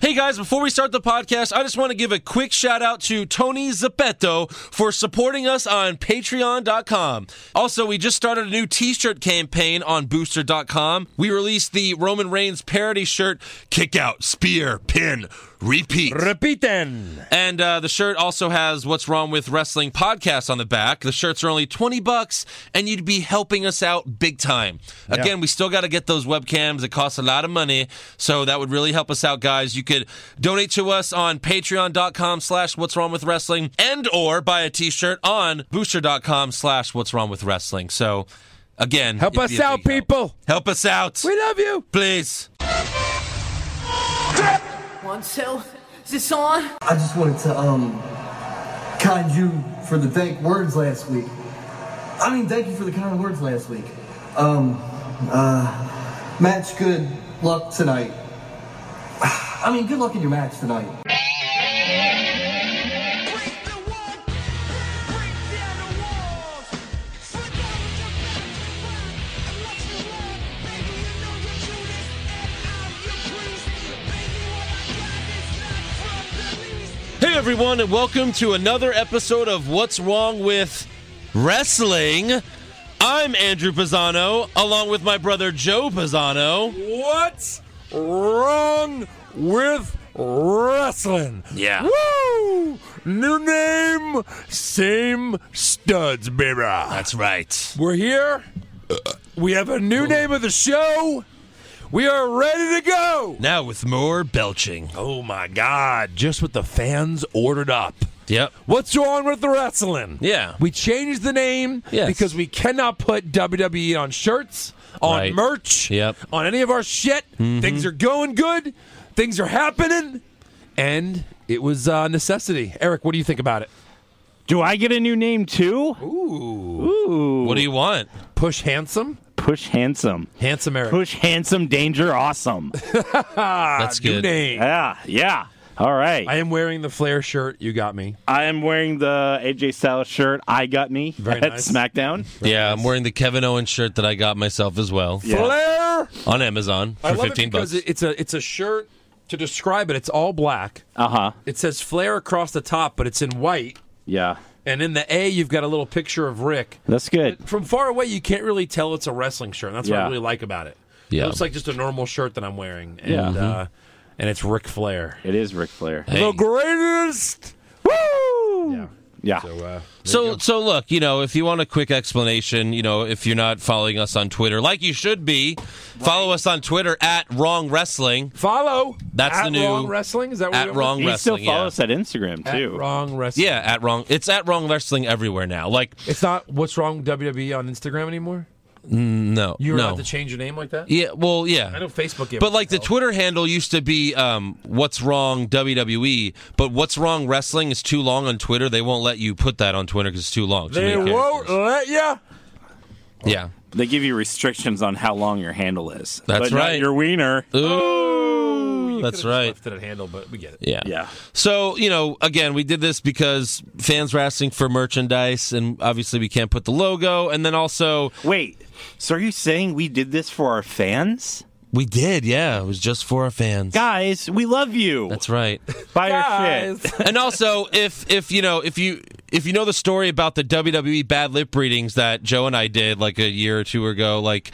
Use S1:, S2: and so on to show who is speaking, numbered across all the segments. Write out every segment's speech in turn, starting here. S1: Hey guys, before we start the podcast, I just want to give a quick shout out to Tony Zepeto for supporting us on patreon.com. Also, we just started a new t-shirt campaign on booster.com. We released the Roman Reigns parody shirt, kick out, spear, pin, repeat.
S2: Repiten.
S1: And uh, the shirt also has "What's Wrong with Wrestling" podcast on the back. The shirts are only twenty bucks, and you'd be helping us out big time. Again, we still got to get those webcams. It costs a lot of money, so that would really help us out, guys. You could donate to us on Patreon.com/slash What's Wrong with Wrestling, and or buy a T-shirt on Booster.com/slash What's Wrong with Wrestling. So, again,
S2: Help
S1: it'd
S2: us
S1: be a
S2: out,
S1: big help.
S2: people.
S1: Help us out,
S2: We love you.
S1: please.
S3: One cell. Is this on?
S4: I just wanted to um kind you for the thank words last week. I mean, thank you for the kind words last week. Um, uh, match good luck tonight. I mean, good luck in your match tonight.
S5: Break the wall, break down the walls. Flip over the back to front and watch me run. Baby, you know you do this, and I'm your priest. Baby, what I got is not from the least.
S1: Hey everyone, and welcome to another episode of What's Wrong with Wrestling. I'm Andrew Pisano, along with my brother Joe Pisano.
S2: What's wrong with wrestling?
S1: Yeah.
S2: Woo! New name, same studs, baby.
S1: That's right.
S2: We're here. We have a new name of the show. We are ready to go.
S1: Now with more belching.
S2: Oh my God! Just what the fans ordered up.
S1: Yep.
S2: What's wrong with the wrestling?
S1: Yeah.
S2: We changed the name
S1: Yes.
S2: because we cannot put WWE on shirts, on
S1: Right.
S2: merch,
S1: Yep. Mm-hmm.
S2: on any of our shit. Things are going good. Things are happening. And it was uh, necessity. Eric, what do you think about it?
S6: Do I get a new name too?
S1: What do you want?
S2: Push handsome?
S6: Push handsome.
S2: Handsome Eric.
S6: Push handsome danger awesome.
S1: That's
S2: New
S1: good.
S2: Ah, name.
S6: yeah, yeah. All right.
S2: I am wearing the flare shirt you got me.
S6: I am wearing the AJ Styles shirt I got me
S2: Very
S6: at
S2: nice.
S6: SmackDown.
S1: Yeah, I'm wearing the Kevin Owens shirt that I got myself as well
S6: Yeah.
S2: Flare!
S1: on Amazon for
S2: I love
S1: 15
S2: it because
S1: bucks.
S2: it- it's a it's a shirt to describe it. It's all black.
S6: Uh huh.
S2: It says flare across the top, but it's in white.
S6: Yeah.
S2: And in the A, you've got a little picture of Rick.
S6: That's good.
S2: From far away, you can't really tell it's a wrestling shirt. and That's what I
S6: Yeah.
S2: really like about it.
S1: Yeah.
S2: It looks like just a normal shirt that I'm wearing. And,
S6: Yeah.
S2: uh, and it's Ric Flair.
S6: It is Ric Flair.
S1: Hey.
S2: greatest! Woo! Yeah.
S6: Yeah.
S2: So, uh,
S1: So, so look, you know, if you want a quick explanation, you know, if you're not following us on Twitter, like you should be, follow us on Twitter at Wrong Wrestling.
S2: follow.
S1: That's
S2: at
S1: the new-
S2: Wrong Wrestling. Is that what
S1: at
S2: we have?
S1: Wrong
S6: You can still
S1: Wrestling.
S6: follow
S1: yeah.
S6: us at Instagram
S2: At
S6: too.
S2: Wrong Wrestling.
S1: Yeah, at wrong. It's at wrong wrestling everywhere now. Like
S2: It's not what's wrong with WWE on Instagram anymore.
S1: no,
S2: You were
S1: no.
S2: allowed to change your name like that.
S1: yeah, well, yeah.
S2: I know Facebook. gave
S1: but
S2: us
S1: like the
S2: hell.
S1: Twitter handle used to be um, "What's Wrong WWE," but "What's Wrong Wrestling" is too long on Twitter. They won't let you put that on Twitter because it's too long. Too
S2: they
S1: many
S2: won't
S1: characters.
S2: let you.
S1: Yeah.
S6: They give you restrictions on how long your handle is.
S1: That's
S6: but not
S1: right.
S6: your wiener.
S2: Oh.
S1: Ooh, that's right.
S2: Left it at handle, but we get it.
S1: Yeah.
S6: Yeah.
S1: So, you know, again, we did this because fans were asking for merchandise, and obviously we can't put the logo. And then also,
S6: Wait. So are you saying we did this for our fans?
S1: we did, yeah. It was just for our fans.
S6: Guys, we love you.
S1: That's right.
S6: Buy your
S2: Guys.
S6: shit.
S1: and also if if you know if you if you know the story about the WWE bad lip readings that Joe and I did like a year or two ago, like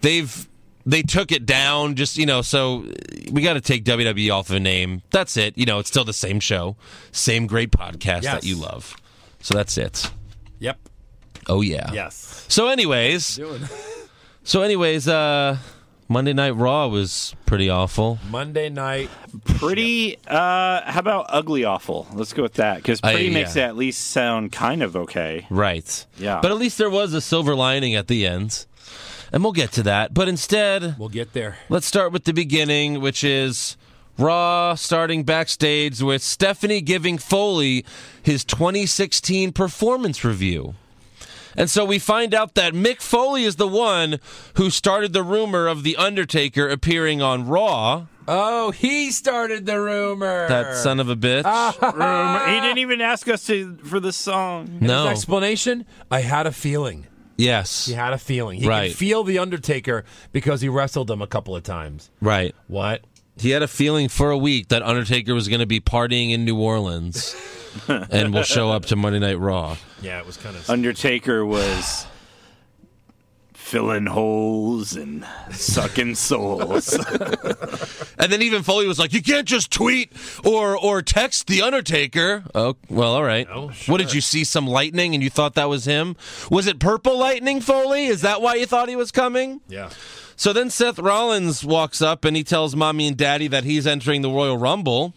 S1: they've they took it down just you know so we got to take WWE off of a name. That's it. You know, it's still the same show, same great podcast that
S2: Yes.
S1: you love. So that's it.
S2: Yep.
S1: Oh yeah.
S2: Yes.
S1: So anyways, so anyways, uh Monday Night Raw was pretty awful.
S2: Monday night.
S6: Pretty. Uh, how about ugly awful? Let's go with that because
S1: I-
S6: pretty makes it
S1: yeah.
S6: at least sound kind of okay.
S1: Right.
S6: Yeah.
S1: But at least there was a silver lining at the end. And we'll get to that. But instead,
S2: We'll get there.
S1: let's start with the beginning, which is Raw starting backstage with Stephanie giving Foley his 2016 performance review. And so we find out that Mick Foley is the one who started the rumor of The Undertaker appearing on Raw.
S2: Oh, he started the rumor.
S1: That son of a bitch.
S6: Rumor- he didn't even ask us to for the song.
S2: His
S1: no.
S2: explanation. I had a feeling.
S1: Yes.
S2: He had a feeling. He
S1: Right.
S2: could feel the Undertaker because he wrestled him a couple of times.
S1: Right.
S2: What?
S1: He had a feeling for a week that Undertaker was going to be partying in New Orleans and will show up to Monday Night Raw.
S7: Yeah, it was kind of.
S6: Undertaker was filling holes and sucking souls.
S1: And then even Foley was like, "You can't just tweet or or text the Undertaker." Oh, well, all right.
S7: Oh,
S1: What did you see? Some lightning, and you thought that was him? Was it purple lightning, Foley? Is that why you thought he was coming?
S7: yeah.
S1: So then Seth Rollins walks up and he tells mommy and daddy that he's entering the Royal Rumble.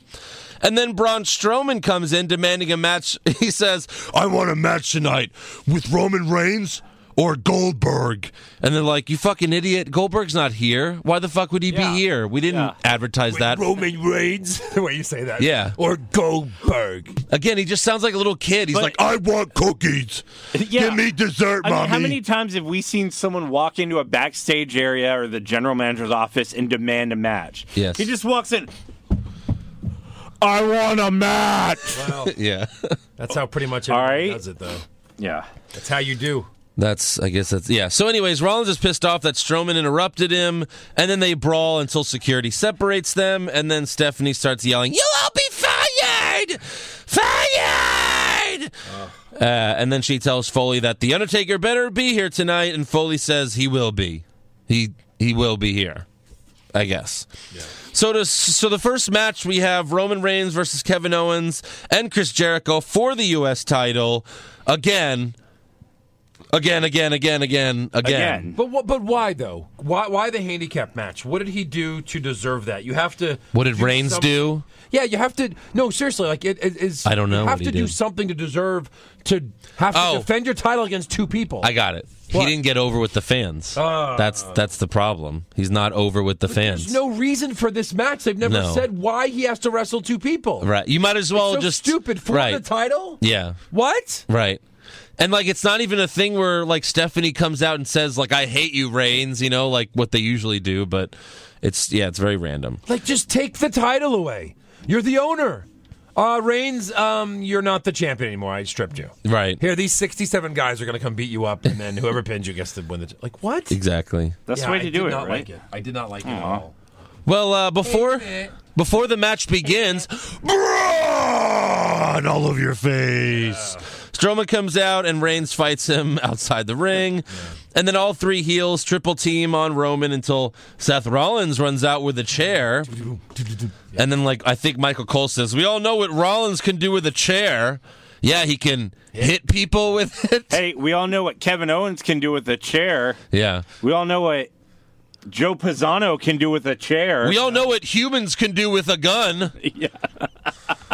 S1: And then Braun Strowman comes in demanding a match. He says, I want a match tonight with Roman Reigns or Goldberg. And they're like, You fucking idiot. Goldberg's not here. Why the fuck would he
S7: Yeah.
S1: be here? We didn't
S6: Yeah.
S1: advertise that.
S7: Roman Reigns, the way you say that.
S1: Yeah.
S7: Or Goldberg.
S1: Again, he just sounds like a little kid. He's
S6: But-
S1: like, "Oh." I want cookies.
S6: yeah.
S1: Give me dessert,
S6: I mean,
S1: mommy.
S6: how many times have we seen someone walk into a backstage area or the general manager's office and demand a match?
S1: Yes.
S6: He just walks in. I want a match.
S7: Wow.
S1: yeah.
S7: That's how pretty much
S6: All
S7: everybody
S6: right.
S7: does it, though.
S6: Yeah.
S7: That's how you do.
S1: That's, I guess that's, yeah. So, anyways, Rollins is pissed off that Strowman interrupted him, and then they brawl until security separates them, and then Stephanie starts yelling, You will be fired! Fired! Uh, and then she tells Foley that The Undertaker better be here tonight, and Foley says he will be. He, he will be here, I guess. So, to, so the first match we have Roman Reigns versus Kevin Owens and Chris Jericho for the U.S. title. Again, again, again, again, again, again.
S6: Again.
S2: But what, but why though? Why why the handicap match? What did he do to deserve that? You have to.
S1: What did Reigns
S2: some-
S1: do?
S2: Yeah, you have to. No, seriously, like it it is.
S1: I don't know
S2: You have
S1: what he
S2: to do
S1: did.
S2: something to deserve to have to
S1: Oh.
S2: defend your title against two people.
S1: I got it.
S2: What? Oh.
S1: He didn't get over with the fans. that's that's the problem. He's not over with the fans.
S2: There's no reason for this match. They've never
S1: No.
S2: said why he has to wrestle two people.
S1: right. You might as well
S2: So
S1: just
S2: stupid for
S1: right.
S2: the title.
S1: Yeah.
S2: What?
S1: Right. And like it's not even a thing where like Stephanie comes out and says like I hate you Reigns, you know, like what they usually do, but it's yeah, it's very random.
S2: Like, just take the title away. You're the owner. Uh, Reigns, um, you're not the champion anymore. I stripped you.
S1: Right.
S2: Here, these 67 guys are going to come beat you up, and then whoever pins you gets to win the. Like, what?
S1: Exactly.
S6: That's the way to
S2: I
S6: do
S2: did
S6: it,
S2: not
S6: right?
S2: Like it. I did not like it at all.
S1: Well, uh, before before the match begins, Braun all over your face. Strowman comes out and Reigns fights him outside the ring, and then all three heels triple team on Roman until Seth Rollins runs out with a chair, and then like I think Michael Cole says, we all know what Rollins can do with a chair. Yeah, he can hit people with it.
S6: Hey, we all know what Kevin Owens can do with a chair.
S1: Yeah.
S6: We all know what Joe Pisano can do with a chair.
S1: We all know what humans can do with a gun.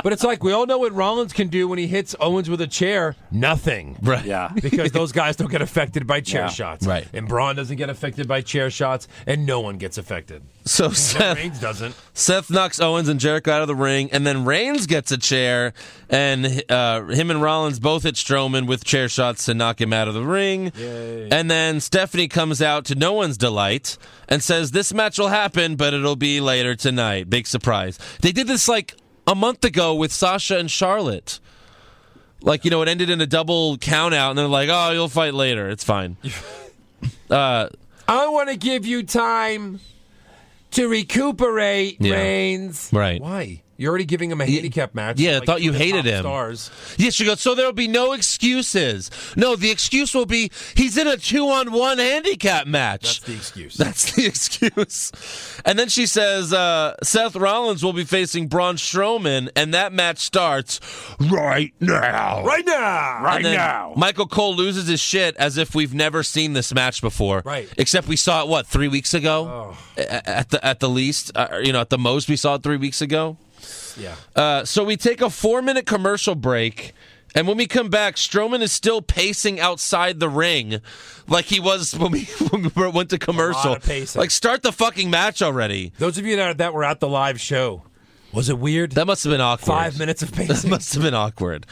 S2: But it's like we all know what Rollins can do when he hits Owens with a chair. Nothing.
S1: Right.
S6: yeah.
S2: Because those guys don't get affected by chair
S6: Yeah.
S2: shots.
S1: Right.
S2: And Braun doesn't get affected by chair shots, and no one gets affected.
S1: So Seth
S2: Reigns doesn't.
S1: Seth knocks Owens and Jericho out of the ring, and then Reigns gets a chair, and uh, him and Rollins both hit Strowman with chair shots to knock him out of the ring. And then Stephanie comes out to no one's delight and says, This match will happen, but it'll be later tonight. Big surprise. They did this like a month ago with Sasha and Charlotte. Like, you know, it ended in a double count out, and they're like, Oh, you'll fight later. It's fine.
S2: I want to give you time to recuperate,
S1: Yeah.
S2: Reigns.
S1: Right.
S2: Why? You're already giving him a handicap match.
S1: yeah, I
S2: with, like,
S1: thought
S2: two
S1: you
S2: of the
S1: hated
S2: top
S1: him.
S2: Stars.
S1: Yeah, she goes, so there'll be no excuses. No, the excuse will be he's in a two on one handicap match.
S7: That's the excuse.
S1: That's the excuse. And then she says uh, Seth Rollins will be facing Braun Strowman, and that match starts right now.
S2: Right now. Right.
S1: And then Michael Cole loses his shit as if we've never seen this match before.
S2: Right. Oh.
S1: Except we saw it, what, three weeks ago? A- At, the, at the least, uh, you know, at the most, we saw it three weeks ago.
S2: Yeah.
S1: Uh, so we take a four minute commercial break. And when we come back, Strowman is still pacing outside the ring like he was when we, when we went to commercial.
S2: pacing.
S1: Like, start the fuccking match already.
S2: Those of you that, that were at the live show, was it weird?
S1: That must have been awkward.
S2: Five minutes of
S1: That
S2: pacing.
S1: must have been awkward.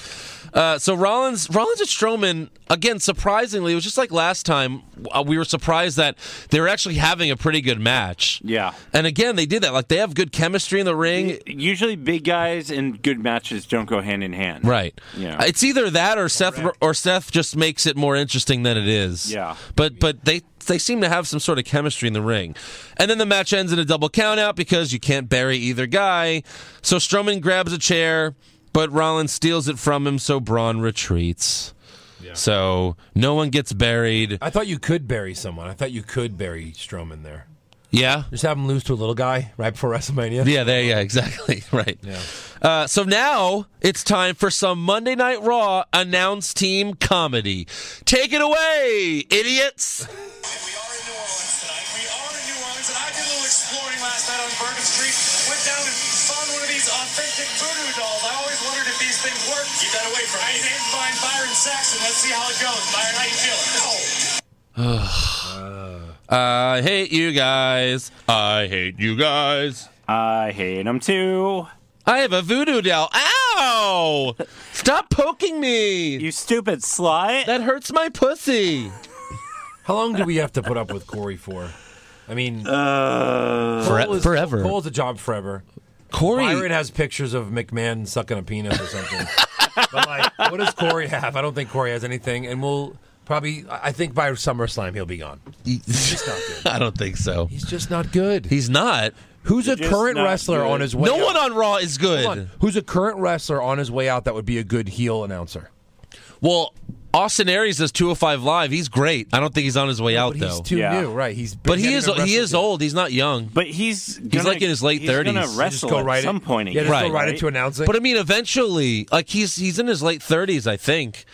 S1: Uh, so Rollins, Rollins and Strowman again. Surprisingly, it was just like last time. uh, We were surprised that they were actually having a pretty good match.
S6: Yeah.
S1: and again they did that. Like they have good chemistry in the ring.
S6: Usually, big guys and good matches don't go hand in hand.
S1: Right.
S6: Yeah.
S1: It's either that or Seth or Seth just makes it more interesting than it is.
S6: Yeah.
S1: But but they they seem to have some sort of chemistry in the ring. And then the match ends in a double countout because you can't bury either guy. So Strowman grabs a chair, but Rollins steals it from him, so Braun retreats. So no one gets buried.
S2: I thought you could bury someone. I thought you could bury Strowman there.
S1: Yeah.
S2: Just have him lose to a little guy right before WrestleMania.
S1: Yeah, there, yeah, exactly. Right. Uh, so now it's time for some Monday Night Raw announce team comedy. Take it away, idiots!
S8: We are in New Orleans tonight. We are in New Orleans, and I did a little exploring last night on Bourbon Street. Went down and found one of these authentic voodoo dolls. I always wondered if these things work. Keep that away from me. I named mine Byron Saxon. Let's see how it goes. Byron, how you feeling?
S1: I hate you guys. I hate you guys.
S6: I hate him too.
S1: I have a voodoo doll. Ow! Stop poking me!
S6: You stupid slut.
S1: That hurts my pussy.
S2: How long do we have to put up with Corey for? I mean,
S6: Uh,
S1: Fore-
S2: Cole is-
S1: forever.
S2: Cole's a job forever.
S1: Corey.
S2: Byron has pictures of McMahon sucking a penis or something. but like, what does Corey have? I don't think Corey has anything, and we'll probably. I I think by SummerSlam he'll be gone.
S1: I don't think so.
S2: He's just not good.
S1: He's not.
S2: Who's a
S6: just
S2: current
S6: not
S2: wrestler
S6: good.
S2: on his way?
S1: no
S2: out?
S1: one on Raw is good.
S2: Hold on. Who's a current wrestler on his way out that would be a good heel announcer?
S1: Well, Austin Aries does 205 Live. He's great. I don't think he's on his way out,
S2: But
S1: though.
S2: he's too
S6: Yeah.
S2: new, right? He's
S1: but he is he is old. He's not young.
S6: but he's gonna,
S1: like in his late
S6: he's gonna
S1: 30s.
S6: wrestle
S2: go
S6: at
S2: right
S6: some
S2: in-
S6: point.
S2: Yeah,
S6: again,
S2: just
S1: Right.
S2: go right into announcing.
S1: But I mean, eventually, like he's he's in his late 30s, I think.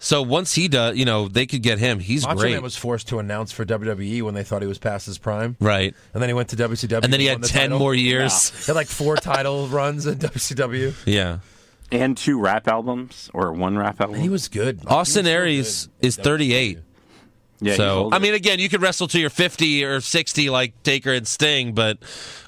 S1: So once he does, you know, they could get him. He's
S2: Macho
S1: great,
S2: Man was forced to announce for WWE when they thought he was past his prime,
S1: right?
S2: and then he went to WCW,
S1: And then he
S2: won
S1: had
S2: the
S1: 10
S2: title.
S1: more years.
S2: He had like four title runs in WCW.
S1: Yeah.
S6: and two rap albums or one rap album.
S2: He was good.
S1: Austin
S2: He was so
S1: Aries
S2: good.
S1: is 38.
S6: yeah, he's
S1: so
S6: older.
S1: I mean, again, you could wrestle to your 50 or 60 like Taker and Sting, but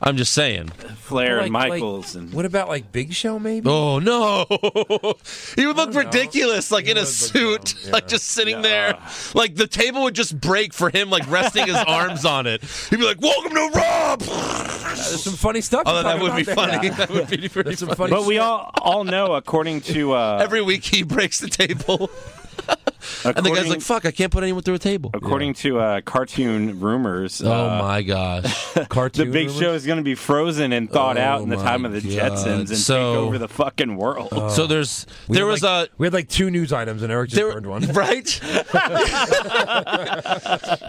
S1: I'm just saying.
S6: Flair and
S2: Like-
S6: Michaels
S2: like-
S6: and
S2: what about like Big Show? Maybe
S1: Oh no, he would look ridiculous, like in a
S2: Oh, would look
S1: suit,
S2: dumb, yeah.
S1: like just sitting there. Like the table would just break for him, like resting his arms on it. He'd be like, "Welcome to Raw."
S2: There's some funny stuff.
S1: Oh,
S2: you're
S1: that
S2: talking
S1: would be
S2: about
S1: funny.
S2: there.
S1: That would be pretty
S2: Some
S1: funny.
S2: funny
S6: But we
S2: shit.
S6: all all know, according to uh,
S1: Every week he breaks the table, and the
S6: according,
S1: guy's like, "Fuck, I can't put anyone through a table."
S6: according to uh, cartoon rumors,
S1: Oh
S6: uh,
S1: my gosh!
S6: the
S2: cartoon.
S6: Big
S2: rumors?
S6: Show is going to be frozen and thawed
S1: Oh
S6: out in the
S1: my
S6: time of the
S1: God.
S6: Jetsons and
S1: So- uh,
S6: take over the fucking world.
S1: so there's
S2: We
S1: there
S2: had,
S1: was
S2: like,
S1: a
S2: we had like two news items, and Eric just
S1: there,
S2: burned one.
S1: Right?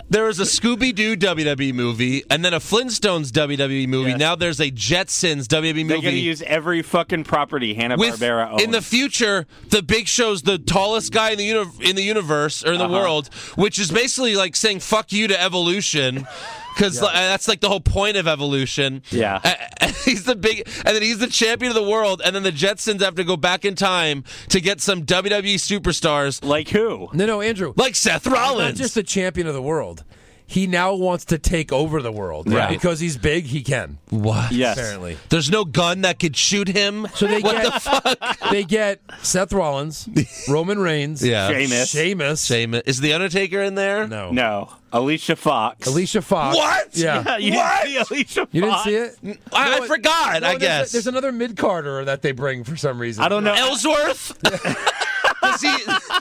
S1: there was a Scooby Doo WWE E movie and then a Flintstones WWE movie.
S6: Yes.
S1: Now there's a Jetsons WWE
S6: They're going to
S1: movie.
S6: use every fucking property Hanna
S1: with
S6: Barbera owns.
S1: in the future, the Big Show's the tallest guy in the uni- in the universe or in the
S6: Uh-huh.
S1: world, which is basically like saying "fuck you" to evolution, because that's like the whole point of evolution.
S6: Yeah.
S1: A- and he's the big, and then he's the champion of the world, and then the Jetsons have to go back in time to get some WWE superstars
S6: like who?
S2: No, no, Andrew.
S1: like Seth
S2: Not
S1: Rollins.
S2: just the champion of the world. He now wants to take over the world
S1: Right.
S2: because he's big. He can
S1: What?
S6: Yes.
S2: apparently.
S1: There's no gun that could shoot him.
S2: So they
S1: what
S2: get-
S1: the fuck?
S2: They get Seth Rollins, Roman Reigns,
S1: Yeah.
S6: Sheamus.
S2: Sheamus.
S1: Shame. Is the Undertaker in there?
S2: No.
S6: No. Alicia Fox.
S2: Alicia Fox.
S1: What?
S2: Yeah.
S6: Yeah, you
S1: What?
S6: didn't see Alicia
S2: You didn't
S6: Fox?
S2: see it?
S1: I, I
S2: it-
S1: forgot.
S2: No,
S1: I
S2: there's a-
S1: guess
S2: there's another mid Carter that they bring for some reason.
S6: I don't know.
S1: Ellsworth? does he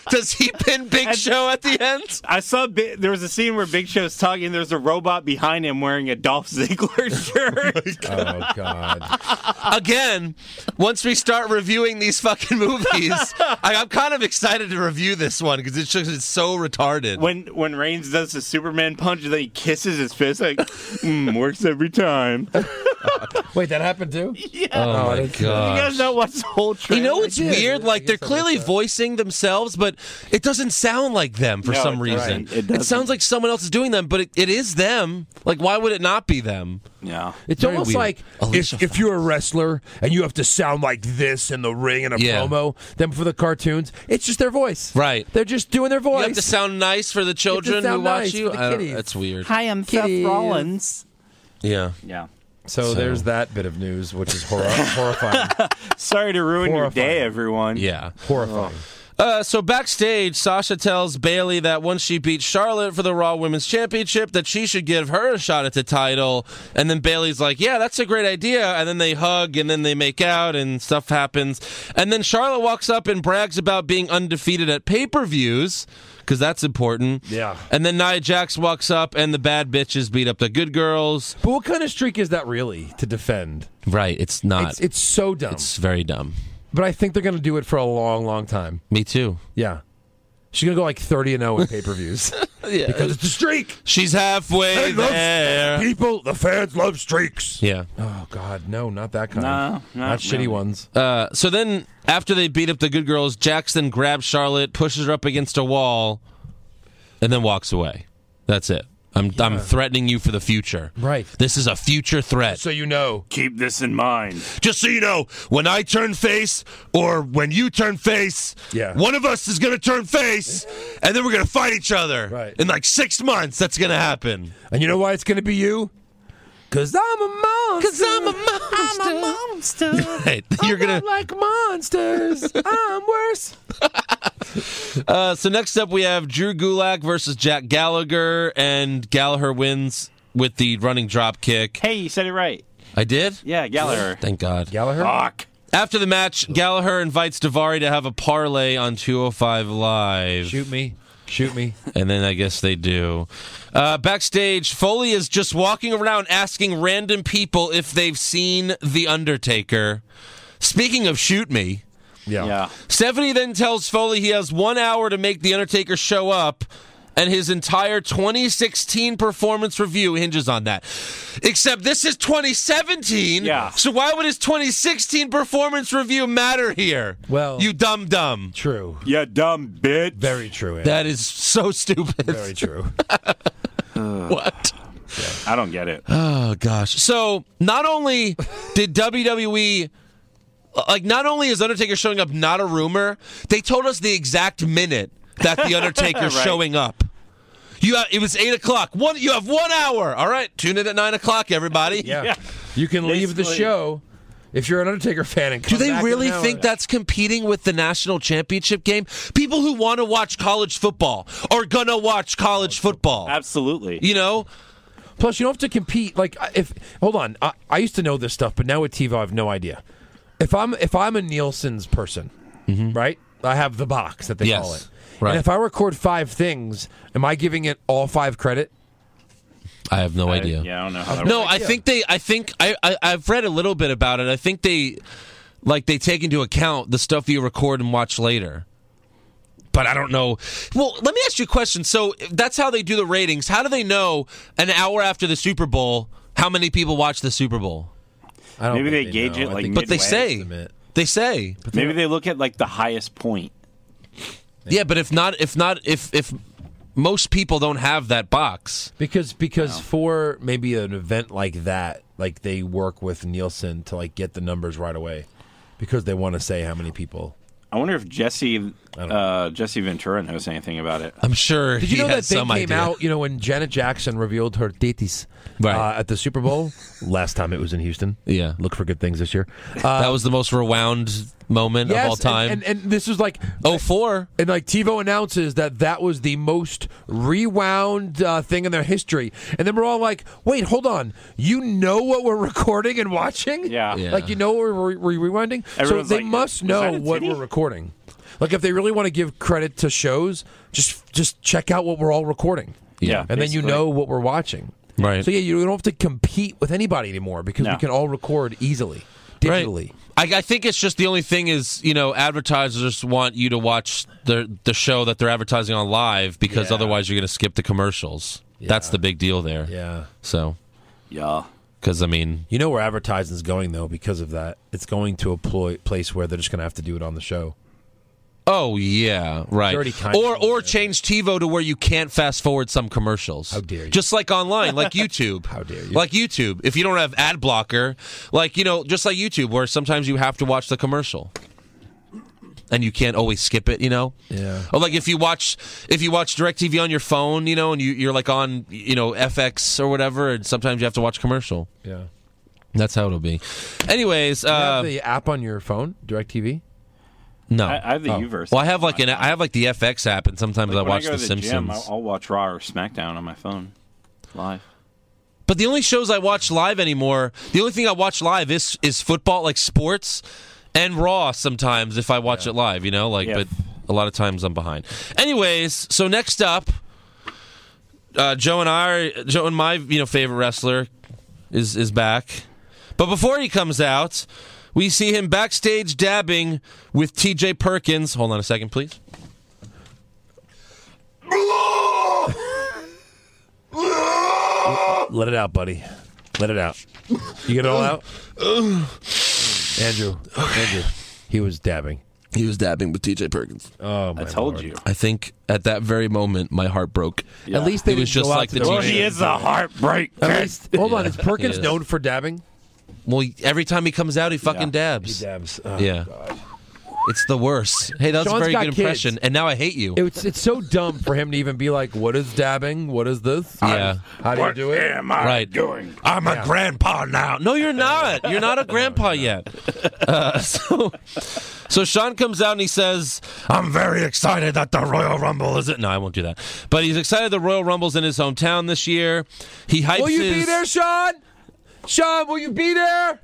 S1: does he pin Big Show at the end?
S6: I saw Bi- there was a scene where Big Show's talking. There's a robot behind him wearing a Dolph Ziggler shirt.
S2: Oh God. Uh.
S1: Again, once we start reviewing these fucking movies, I, I'm kind of excited to review this one because it's just it's so retarded.
S6: when when Reigns does the Superman punch, and then he kisses his fist like mm, works every time. You
S2: Wait, that happened too.
S1: oh my
S2: that's-
S1: god.
S6: guys not watch the whole
S1: You
S6: trailer.
S1: know it's
S2: did.
S1: weird.
S2: I
S1: Like they're
S2: guess I
S1: clearly
S2: missed that.
S1: voicing themselves, but it doesn't sound like them for
S6: No,
S1: some
S6: it
S1: reason.
S6: doesn't. It
S1: it
S6: doesn't.
S1: sounds like someone else is doing them, but it, it is them. Like why would it not be them?
S6: yeah.
S2: It's
S1: Very
S2: almost
S1: weird.
S2: like
S1: Alicia
S2: if, if you're a wrestler and you have to sound like this in the ring in a
S1: Yeah.
S2: promo, then for the cartoons, it's just their voice.
S1: Right.
S2: They're just doing their voice.
S1: You have to sound nice for the children who
S2: sound
S1: watch
S2: nice
S1: you.
S2: for the
S1: I don't-
S2: kiddies.
S1: That's weird.
S6: Hi, I'm
S2: Kitty.
S6: Rollins.
S1: Yeah.
S6: Yeah.
S2: so, there's that bit of news, which is horror- horrifying.
S6: Sorry to ruin your
S2: Horrifying.
S6: day, everyone.
S1: Yeah.
S2: horrifying.
S1: Uh, so backstage, Sasha tells Bailey that once she beat Charlotte for the Raw Women's Championship, that she should give her a shot at the title. And then Bailey's like, "Yeah, that's a great idea." And then they hug, and then they make out, and stuff happens. And then Charlotte walks up and brags about being undefeated at pay-per-views. because that's important.
S2: Yeah.
S1: And then Nia Jax walks up, and the bad bitches beat up the good girls.
S2: But what kind of streak is that really to defend?
S1: Right. It's not.
S2: It's, it's so dumb.
S1: it's very dumb.
S2: but I think they're going to do it for a long, long time.
S1: Me too.
S2: Yeah. She's going to go like 30 and 0 in pay per views.
S1: Yeah.
S2: Because it's a streak.
S1: She's halfway
S2: They love
S1: there.
S2: People, the fans love streaks.
S1: Yeah.
S2: Oh, God. No, not that kind.
S6: No,
S2: not
S6: not
S2: shitty
S6: really.
S2: ones.
S1: Uh, so then, after they beat up the good girls, Jackson grabs Charlotte, pushes her up against a wall, and then walks away. That's it. I'm I'm threatening you for the future.
S2: Right.
S1: This is a future threat.
S2: so you know.
S6: Keep this in mind.
S1: Just so you know, when I turn face or when you turn face,
S2: Yeah.
S1: one of us is gonna turn face, and then we're gonna fight each other.
S2: Right.
S1: In like six months, that's gonna happen.
S2: And you know why it's going to be you? Because I'm a monster. Because I'm a monster. I'm a monster.
S1: Right. You're gonna.
S2: like monsters. I'm worse.
S1: Uh, so next up, we have Drew Gulak versus Jack Gallagher, and Gallagher wins with the running drop kick.
S6: Hey, you said it right.
S1: I did.
S6: Yeah, Gallagher.
S1: Thank God.
S2: Gallagher?
S6: Fuck.
S1: After the match, Gallagher invites Davari to have a parlay on 205 Live.
S2: Shoot me. Shoot me.
S1: And then I guess they do. Uh, backstage, Foley is just walking around asking random people if they've seen The Undertaker. Speaking of shoot me,
S6: Yeah.
S1: Stephanie then tells Foley he has one hour to make The Undertaker show up, and his entire 2016 performance review hinges on that. Except this is 2017.
S6: Yeah.
S1: So why would his 2016 performance review matter here?
S2: Well-
S1: you dumb dumb.
S2: True.
S6: You dumb bitch.
S2: Very true. Ed.
S1: That is so stupid.
S2: Very true.
S1: what?
S6: I don't get it.
S1: Oh gosh. So not only did WWE like not only is Undertaker showing up not a rumor, they told us the exact minute that the Undertaker's
S6: Right.
S1: showing up. You have, it was eight o'clock. One you have one hour. All right, tune in at nine o'clock, everybody.
S2: Yeah. You can leave the
S6: Basically.
S2: show if you're an Undertaker fan and
S1: Do
S2: come
S1: they
S2: back in
S1: really
S2: an hour.
S1: think that's competing with the national championship game? People who want to watch college football are gonna watch college football.
S6: Absolutely.
S1: You know,
S2: Plus, you don't have to compete. Like, I- if hold on, I, I used to know this stuff, but now with TiVo, I have no idea. If I'm if I'm a Nielsen's person, right? I have the box that they
S1: Mm-hmm. Yes.
S2: call it.
S1: Right.
S2: And if I record five things, am I giving it all five credit?
S1: I have no idea. Uh,
S6: Yeah, I don't know how that
S1: No,
S6: works.
S1: I think they. I think I, I. I've read a little bit about it. I think they, like, they take into account the stuff you record and watch later. But I don't know. Well, let me ask you a question. So if that's how they do the ratings. How do they know an hour after the Super Bowl how many people watch the Super Bowl?
S2: I don't
S6: Maybe
S2: think
S6: they gauge
S2: know.
S6: it,
S2: I
S6: like,
S2: think
S1: But they
S6: Midway
S1: say.
S2: estimate.
S1: They say.
S6: Maybe they look at like the highest point.
S1: Yeah, but if not, if not, if if most people don't have that box,
S2: because because for maybe an event like that, like they work with Nielsen to like get the numbers right away because they want to say how many people.
S6: I wonder if Jesse uh, Jesse Ventura knows anything about it.
S1: I'm sure
S2: Did you
S1: he
S2: know that
S1: has
S2: they
S1: some
S2: came
S1: idea.
S2: out? You know when Janet Jackson revealed her titties
S1: Right.
S2: uh, at the Super Bowl last time it was in Houston.
S1: Yeah.
S2: look for good things this year. Uh,
S1: that was the most rewound moment of
S2: yes,
S1: all
S2: and-
S1: time.
S2: and, and, this was like
S1: oh four.
S2: and like TiVo announces that that was the most rewound uh, thing in their history, and then we're all like, "Wait, hold on! You know what we're recording and watching?
S6: Yeah. Yeah.
S2: like you know what we're re- re- rewinding.
S6: Everyone's
S2: so they
S6: like,
S2: must
S6: "Was
S2: know
S6: that a
S2: what
S6: titty?"
S2: we're recording. Like if they really want to give credit to shows, just just check out what we're all recording.
S6: Yeah,
S2: and then you
S6: basically.
S2: know what we're watching.
S1: Right.
S2: So yeah, you don't have to compete with anybody anymore because we
S6: No.
S2: can all record easily,
S1: Right.
S2: digitally.
S1: I, I think it's just the only thing is you know advertisers want you to watch the the show that they're advertising on live because
S2: Yeah.
S1: otherwise you're going to skip the commercials. That's the big deal there.
S2: Yeah.
S1: So
S6: Yeah.
S1: because I mean,
S2: You know where advertising's going though because of that. It's going to a ploy- place where they're just going to have to do it on the show.
S1: oh yeah, right.
S2: already kind of
S1: Or
S2: doing
S1: or change TiVo to where you can't fast forward some commercials. How
S2: dare you.
S1: Just like online, like YouTube. How
S2: dare you.
S1: Like YouTube, if you don't have ad blocker, like you know, just like YouTube, where sometimes you have to watch the commercial. And you can't always skip it, you know.
S2: Yeah.
S1: Or like if you watch if you watch DirecTV on your phone, you know, and you, you're like on you know FX or whatever, and sometimes you have to watch commercial.
S2: Yeah.
S1: That's how it'll be. Anyways,
S2: You have
S1: uh,
S2: the app on your phone, DirecTV.
S1: no.
S6: I, I have the Uverse.
S1: Oh. well, I have like an I have like the FX app, and sometimes I
S6: When
S1: watch
S6: go
S1: The
S6: to
S1: Simpsons.
S6: Gym, I'll, I'll watch Raw or SmackDown on my phone live.
S1: but the only shows I watch live anymore, the only thing I watch live is is football, like sports, and Raw. Sometimes if I watch it live, you know, like
S6: Yeah.
S1: but A lot of times I'm behind. Anyways, so next up, uh, Joe and I, are, Joe and my you know favorite wrestler is is back. But before he comes out, we see him backstage dabbing with T.J. Perkins. Hold on a second, please.
S2: Let it out, buddy. Let it out. You get it all out? Andrew. Andrew. He was dabbing.
S1: He was dabbing with T.J. Perkins.
S2: Oh, my
S6: I told
S2: Lord.
S6: you.
S1: I think at that very moment, my heart broke.
S2: At least they
S1: It was just
S2: didn't go out
S1: like
S2: to
S1: the
S6: Well,
S1: Yeah.
S6: he is a heartbreak.
S2: At least, hold on,
S1: Yeah,
S2: is Perkins
S1: he is.
S2: known for dabbing?
S1: Well, every time he comes out, he fucking dabs. uh,
S2: He dabs. Oh,
S1: Yeah. It's the worst. Hey, that was
S2: Sean's
S1: a very
S2: got
S1: good impression.
S2: kids.
S1: And now I hate you.
S2: It's it's so dumb for him to even be like, "What is dabbing? What is this?
S1: Yeah.
S2: how do you do it?"
S6: am I
S1: Right.
S6: doing?
S1: I'm a grandpa now. No, you're not. You're not a grandpa yet. Uh, so, so Sean comes out and he says, "I'm very excited that the Royal Rumble is it." No, I won't do that. But he's excited the Royal Rumble's in his hometown this year. He hypes.
S2: Will you
S1: his,
S2: be there, Sean? Sean, will you be there?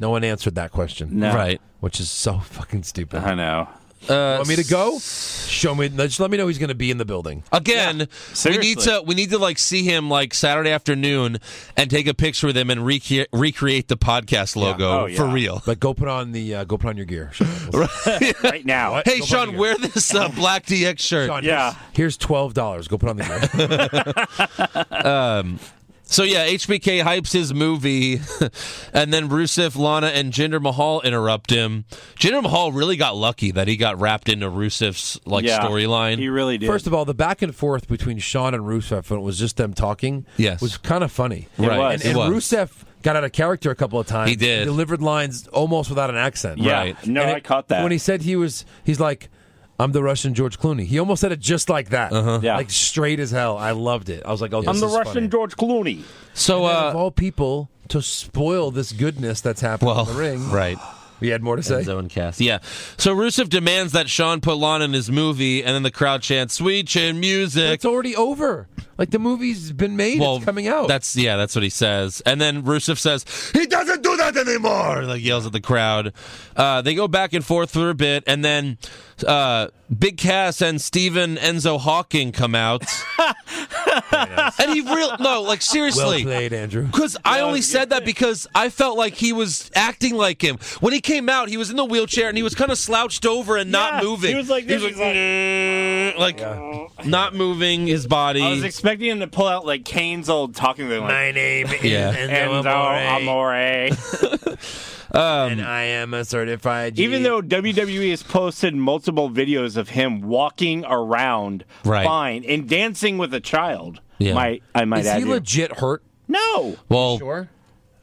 S2: No one answered that question.
S6: No. Uh-huh.
S1: Right.
S2: Which is so fucking stupid.
S6: I know.
S2: Want me to go? Show me. Just let me know he's going to be in the building.
S1: Again, we need
S6: seriously.
S1: to we need to like see him like Saturday afternoon and take a picture with him and recre- recreate the podcast logo
S6: Oh, yeah.
S1: for real.
S2: But go put on the uh, go put on your gear. Sean.
S6: Right now.
S1: Hey,
S2: Go buy
S1: Sean,
S2: your-
S1: wear this uh, black DX shirt.
S2: Sean,
S6: Yeah.
S2: here's- Here's twelve dollars. Go put on the gear.
S1: So yeah, HBK hypes his movie, and then Rusev, Lana, and Jinder Mahal interrupt him. Jinder Mahal really got lucky that he got wrapped into Rusev's like
S6: Yeah.
S1: storyline.
S6: He really did.
S2: First of all, the back and forth between Sean and Rusev when it was just them talking
S1: Yes.
S2: was kind of funny.
S1: right,
S6: was.
S2: And,
S1: it
S2: and
S1: was.
S2: Rusev got out of character a couple of times.
S1: He did.
S2: delivered lines almost without an accent.
S6: yeah.
S1: right.
S6: No,
S2: And
S6: I
S2: it-
S6: caught that.
S2: When he said he was, he's like, I'm the Russian George Clooney. He almost said it just like that.
S1: Uh-huh.
S6: Yeah.
S2: Like straight as hell. I loved it. I was like, oh, this
S6: I'm the
S2: is
S6: Russian
S2: funny.
S6: George Clooney.
S1: so
S2: And of
S1: uh,
S2: all people to spoil this goodness that's happening
S1: well,
S2: in the ring.
S1: right.
S2: We had more to say.
S1: Enzo and uh, Cass. Yeah. So Rusev demands that Sean put Lana in his movie, and then the crowd chants "Sweet Chin Music."
S2: It's already over. Like the movie's been made.
S1: Well,
S2: it's coming out.
S1: That's yeah, that's what he says. And then Rusev says he doesn't do that anymore. Like yells at the crowd. Uh, they go back and forth for a bit, and then uh, Big Cass and Steven Enzo Hawking come out. and he real no, like
S2: well
S1: seriously.
S2: played, Andrew.
S1: Because I only said that because I felt like he was acting like him. When he came out, he was in the wheelchair and he was kind of slouched over and not
S6: Yeah,
S1: moving.
S6: he was like this, he's like-
S1: "Mm," like, not moving his body.
S6: I was expecting him to pull out like Kane's old talking thing. Like,
S2: name is
S1: Yeah.
S6: Enzo Amore.
S2: and I am a certified.
S6: Even though WWE has posted multiple videos of him walking around
S1: Right.
S6: fine and dancing with a child,
S1: Yeah.
S6: might, I might
S2: is
S6: add.
S2: he
S6: here.
S2: legit hurt? Oh,
S6: no,
S1: well,
S2: Sure.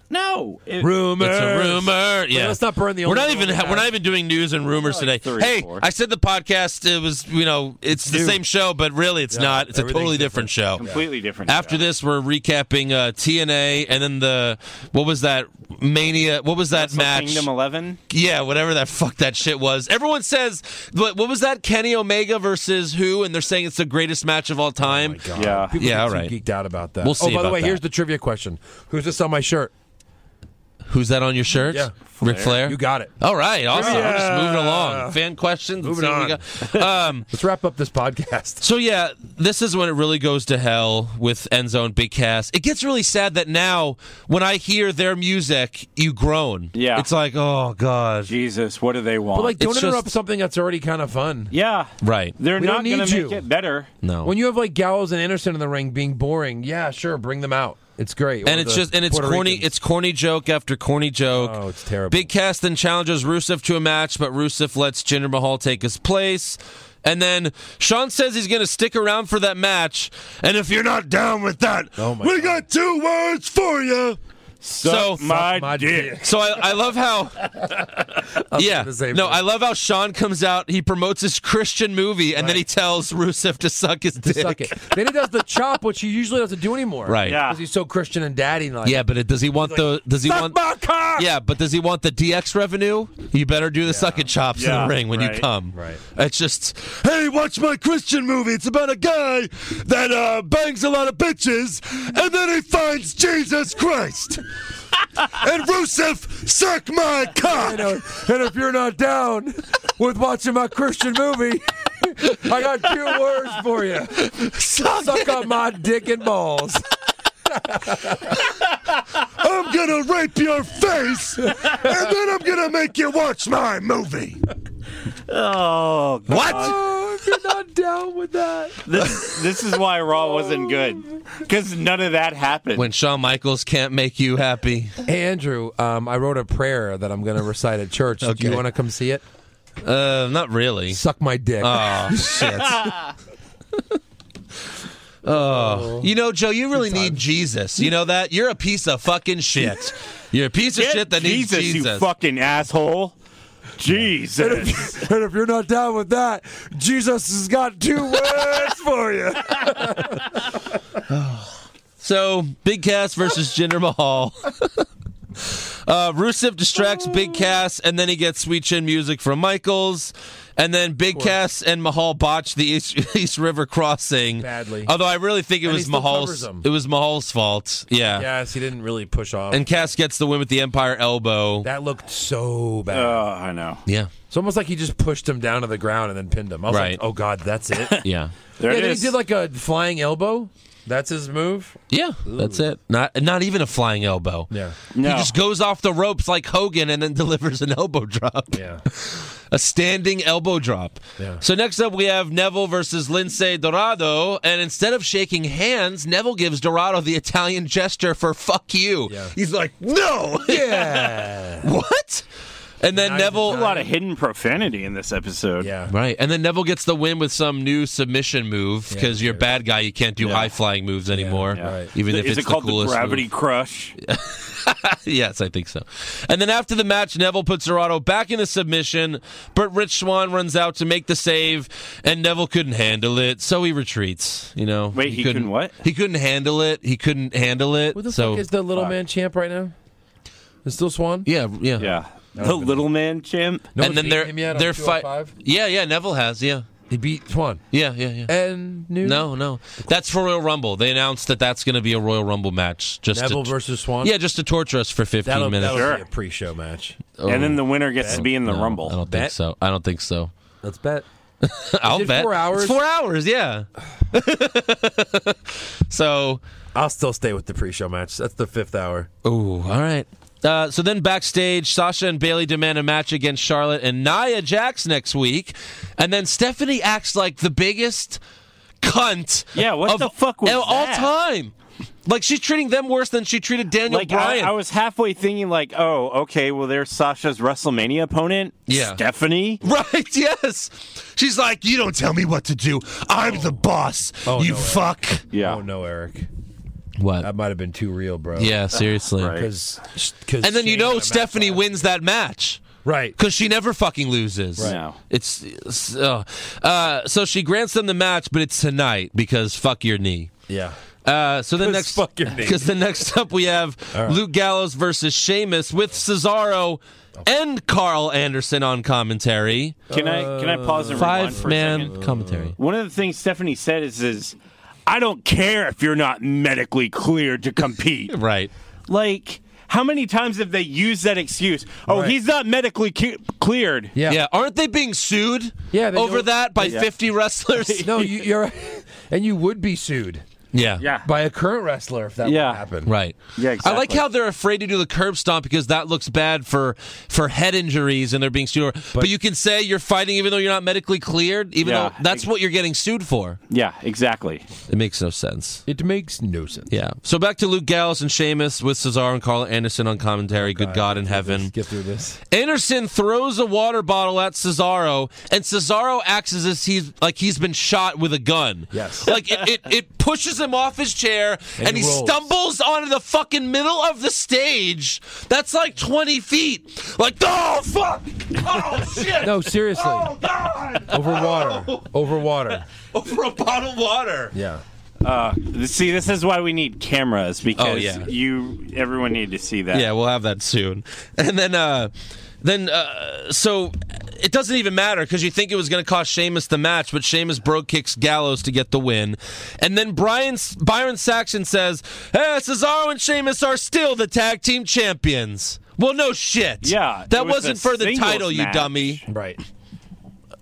S6: no. It-
S2: Rumor.
S1: It's a rumor. Yeah,
S2: let's not burn the
S1: We're
S2: only
S1: not
S2: one
S1: even
S2: we have.
S1: we're not even doing news and rumors
S6: Like
S1: today.
S6: three or
S1: Hey,
S6: four.
S1: I said the podcast. It was you know it's the same show, but really it's not. It's a
S2: everything's
S1: totally different, show.
S6: completely different.
S1: After this, we're recapping uh, TNA and then the what was that Mania? What was that match?
S6: Kingdom 11.
S1: Yeah, whatever that fuck that shit was. Everyone says what, what was that Kenny Omega versus who? And they're saying it's the greatest match of all
S2: Oh
S1: time.
S6: Yeah.
S2: People
S1: Yeah,
S2: get
S1: all
S2: too
S1: right.
S2: geeked out about that.
S1: We'll see
S2: oh, by the
S1: about
S2: way,
S1: that.
S2: here's the trivia question: Who's this on my shirt?
S1: Who's that on your shirt?
S2: Yeah.
S1: Ric Flair.
S2: You got it.
S1: All right, awesome. We're just
S2: Yeah.
S1: moving along. Fan questions. Let's
S2: Moving
S1: see what we got. Um,
S2: Let's wrap up this podcast.
S1: so yeah, this is when it really goes to hell with Enzo and Big Cass. It gets really sad that now when I hear their music, you groan.
S6: Yeah.
S1: it's like oh god.
S6: Jesus, what do they want?
S2: But like, don't
S1: It's
S2: interrupt
S1: just-
S2: something that's already kind of fun.
S6: yeah,
S1: Right.
S6: they're
S2: We don't
S6: not going to
S2: need
S6: make
S2: you.
S6: it better.
S1: No.
S2: When you have like Gallows and Anderson in the ring being boring, yeah, sure, bring them out. It's great.
S1: and
S2: Or
S1: it's
S2: the
S1: just and it's
S2: Puerto
S1: corny.
S2: Ricans.
S1: It's corny joke after corny joke.
S2: Oh, it's terrible.
S1: Big Cass then challenges Rusev to a match, but Rusev lets Jinder Mahal take his place. And then Sean says he's going to stick around for that match. And if you're not down with that,
S2: Oh my
S1: we
S2: God.
S1: got two words for you. So,
S6: my,
S2: my
S6: dick.
S2: dick.
S1: so I, I love how. yeah.
S2: the same
S1: No,
S2: thing.
S1: I love how Sean comes out. He promotes his Christian movie, and then he tells Rusev to suck his dick.
S2: suck it. then he does the chop, which he usually doesn't do anymore.
S1: Right.
S6: Yeah.
S2: Because he's so Christian and daddy like.
S1: Yeah, but it, does he want the? Does he want?
S2: my cock!
S1: Yeah, but does he want the DX revenue? You better do the sucking chops
S6: Yeah,
S1: in the ring when you
S6: right,
S1: come.
S2: right.
S1: It's just, hey, watch my Christian movie. It's about a guy that uh, bangs a lot of bitches and then he finds Jesus Christ. and Rusev, suck my cock.
S2: uh, and if you're not down with watching my Christian movie, I got two words for you.
S1: Suck
S2: Suck on my dick and balls.
S1: I'm gonna rape your face, and then I'm gonna make you watch my movie.
S6: Oh, God.
S1: What?
S2: Oh, if you're not down with that.
S6: This, this is why Raw wasn't good because none of that happened.
S1: When Shawn Michaels can't make you happy,
S2: Hey, Andrew, um, I wrote a prayer that I'm going to recite at church. Do
S1: Okay.
S2: you want to come see it?
S1: uh, not really.
S2: Suck my dick.
S1: Oh shit. Oh, you know, Joe, you really need Jesus. You know that you're a piece of fucking shit. You're a piece of
S6: Get
S1: shit that
S6: Jesus,
S1: needs Jesus.
S6: you fucking asshole. Jesus.
S2: and if you're not down with that, Jesus has got two words for you.
S1: So, Big Cass versus Jinder Mahal. Uh, Rusev distracts Big Cass, and then he gets Sweet Chin music from Michaels. And then Big Cass and Mahal botch the East, East River crossing
S2: Badly.
S1: Although I really think it
S2: And he
S1: was
S2: still covers
S1: Mahal's.
S2: them.
S1: It was Mahal's fault. Yeah.
S2: Yes, he didn't really push off.
S1: And Cass gets the win with the Empire elbow.
S2: that looked so bad.
S6: oh, I know.
S1: yeah.
S2: it's almost like he just pushed him down to the ground and then pinned him. I was
S1: Right.
S2: like, oh, God, that's it.
S1: Yeah.
S6: There
S2: yeah,
S6: it
S2: then
S6: is.
S2: he did like a flying elbow. That's his move.
S1: Yeah. That's it. Not not even a flying elbow.
S2: Yeah.
S1: He
S6: No.
S1: just goes off the ropes like Hogan and then delivers an elbow drop.
S2: Yeah.
S1: a standing elbow drop.
S2: Yeah.
S1: So next up, we have Neville versus Lince Dorado, and instead of shaking hands, Neville gives Dorado the Italian gesture for "fuck you."
S2: Yeah.
S1: He's like, "No,
S2: Yeah.
S1: what?" And then
S2: Nice
S1: Neville,
S6: a lot of hidden profanity in this episode.
S2: yeah.
S1: right? And then Neville gets the win with some new submission move because you're a bad guy, you can't do high flying moves anymore,
S2: right.
S1: even if
S6: Is
S1: it's
S6: it called
S1: the
S6: the,
S1: coolest. move.
S6: Gravity Crush?
S1: yes, I think so. And then after the match, Neville puts Dorado back into submission, but Rich Swan runs out to make the save, and Neville couldn't handle it, so he retreats. You know,
S6: Wait, he couldn't what?
S1: He couldn't handle it. He couldn't handle it.
S2: Who the
S1: so
S2: fuck is the little
S6: Fuck.
S2: man champ right now? Is still Swan?
S1: yeah, yeah,
S6: Yeah. The little man chimp.
S2: No
S1: and then
S2: one's beaten
S1: they're
S2: him yet on
S1: they're fight.
S2: 205?
S1: Yeah, yeah. Neville has. Yeah,
S2: He beat Swan.
S1: yeah, yeah, yeah.
S2: And new
S1: No, no. That's for Royal Rumble. They announced that that's going to be a Royal Rumble match. Just
S2: Neville
S1: to,
S2: versus Swan.
S1: yeah, just to torture us for 15
S2: that'll,
S1: minutes.
S2: that'll
S6: Sure.
S2: be a pre-show match.
S6: and then the winner gets to be in the
S1: No,
S6: Rumble.
S1: I don't think
S2: Bet.
S1: so. I don't think so.
S2: Let's bet.
S1: I'll
S2: it
S1: bet
S2: four
S1: It's
S2: hours?
S1: four hours, yeah. so,
S2: I'll still stay with the pre-show match. That's the fifth hour.
S1: ooh, all right. Uh, so then backstage, Sasha and Bailey demand a match against Charlotte and Nia Jax next week, and then Stephanie acts like the biggest cunt.
S6: Yeah, what
S1: of
S6: the fuck was
S1: of all
S6: that?
S1: time? Like she's treating them worse than she treated Daniel
S6: Like I,
S1: Bryan.
S6: I was halfway thinking, like, oh, okay, well, there's Sasha's WrestleMania opponent,
S1: Yeah.
S6: Stephanie.
S1: Right, yes. She's like, You don't tell me what to do. I'm the boss.
S2: Oh,
S1: you
S2: no way.
S1: fuck.
S6: Yeah,
S2: Oh no, Eric, that
S1: What?
S2: might have been too real, bro.
S1: Yeah, seriously.
S6: Right.
S2: because
S1: And then you know Stephanie wins that match.
S2: Right.
S1: because she never fucking loses.
S6: Right. No.
S1: It's, it's, uh, uh, so she grants them the match, but it's tonight because fuck your knee.
S2: Yeah.
S1: Uh, so the
S2: 'Cause
S1: next,
S2: fuck your knee.
S1: because the next up we have Luke Gallows versus Sheamus with Cesaro and Carl Anderson on commentary.
S6: Can I can I pause and rewind
S1: Five
S6: for a
S1: man
S6: second?
S1: commentary.
S6: One of the things Stephanie said is, is I don't care if you're not medically cleared to compete.
S1: Right.
S6: like, how many times have they used that excuse? Oh,
S2: Right.
S6: he's not medically cu- cleared.
S2: Yeah.
S1: Yeah. Aren't they being sued?
S2: Yeah, they
S1: Over
S2: don't-
S1: that by
S6: Yeah.
S1: fifty wrestlers.
S2: No, you, you're, and you would be sued
S1: Yeah.
S6: Yeah.
S2: by a current wrestler if that
S6: Yeah.
S2: would happen.
S1: Right.
S6: Yeah,
S1: I like
S6: exactly.
S1: how they're afraid to do the curb stomp because that looks bad for for head injuries and they're being sued. But, you can say you're fighting even though you're not medically cleared, even
S6: Yeah.
S1: though that's what you're getting sued for.
S6: yeah, exactly.
S1: It makes no sense.
S2: It makes no sense.
S1: Yeah. So back to Luke Gallows and Sheamus with Cesaro and Carl Anderson on commentary. Good God in heaven.
S2: Get through this.
S1: Anderson throws a water bottle at Cesaro, and Cesaro acts as if he's like he's been shot with a gun.
S2: Yes.
S1: Like it, it, it pushes him off his chair and,
S2: And
S1: he,
S2: he rolls.
S1: stumbles onto the fucking middle of the stage. That's like twenty feet. Like, oh fuck! Oh shit!
S2: No, seriously.
S1: Oh god!
S2: Over water. Over water.
S1: Over a bottle of water.
S2: Yeah.
S6: Uh, See, this is why we need cameras because
S1: yeah.
S6: you everyone need to see that.
S1: Yeah, we'll have that soon. And then, uh, then, uh, so it doesn't even matter because you think it was going to cost Sheamus the match, but Sheamus broke kicks Gallows to get the win. And then Brian Byron Saxon says, hey, Cesaro and Sheamus are still the tag team champions. Well, no shit.
S6: Yeah,
S1: that
S6: it was
S1: wasn't
S6: a
S1: for the
S6: singles
S1: title, you
S6: match.
S1: dummy.
S2: Right.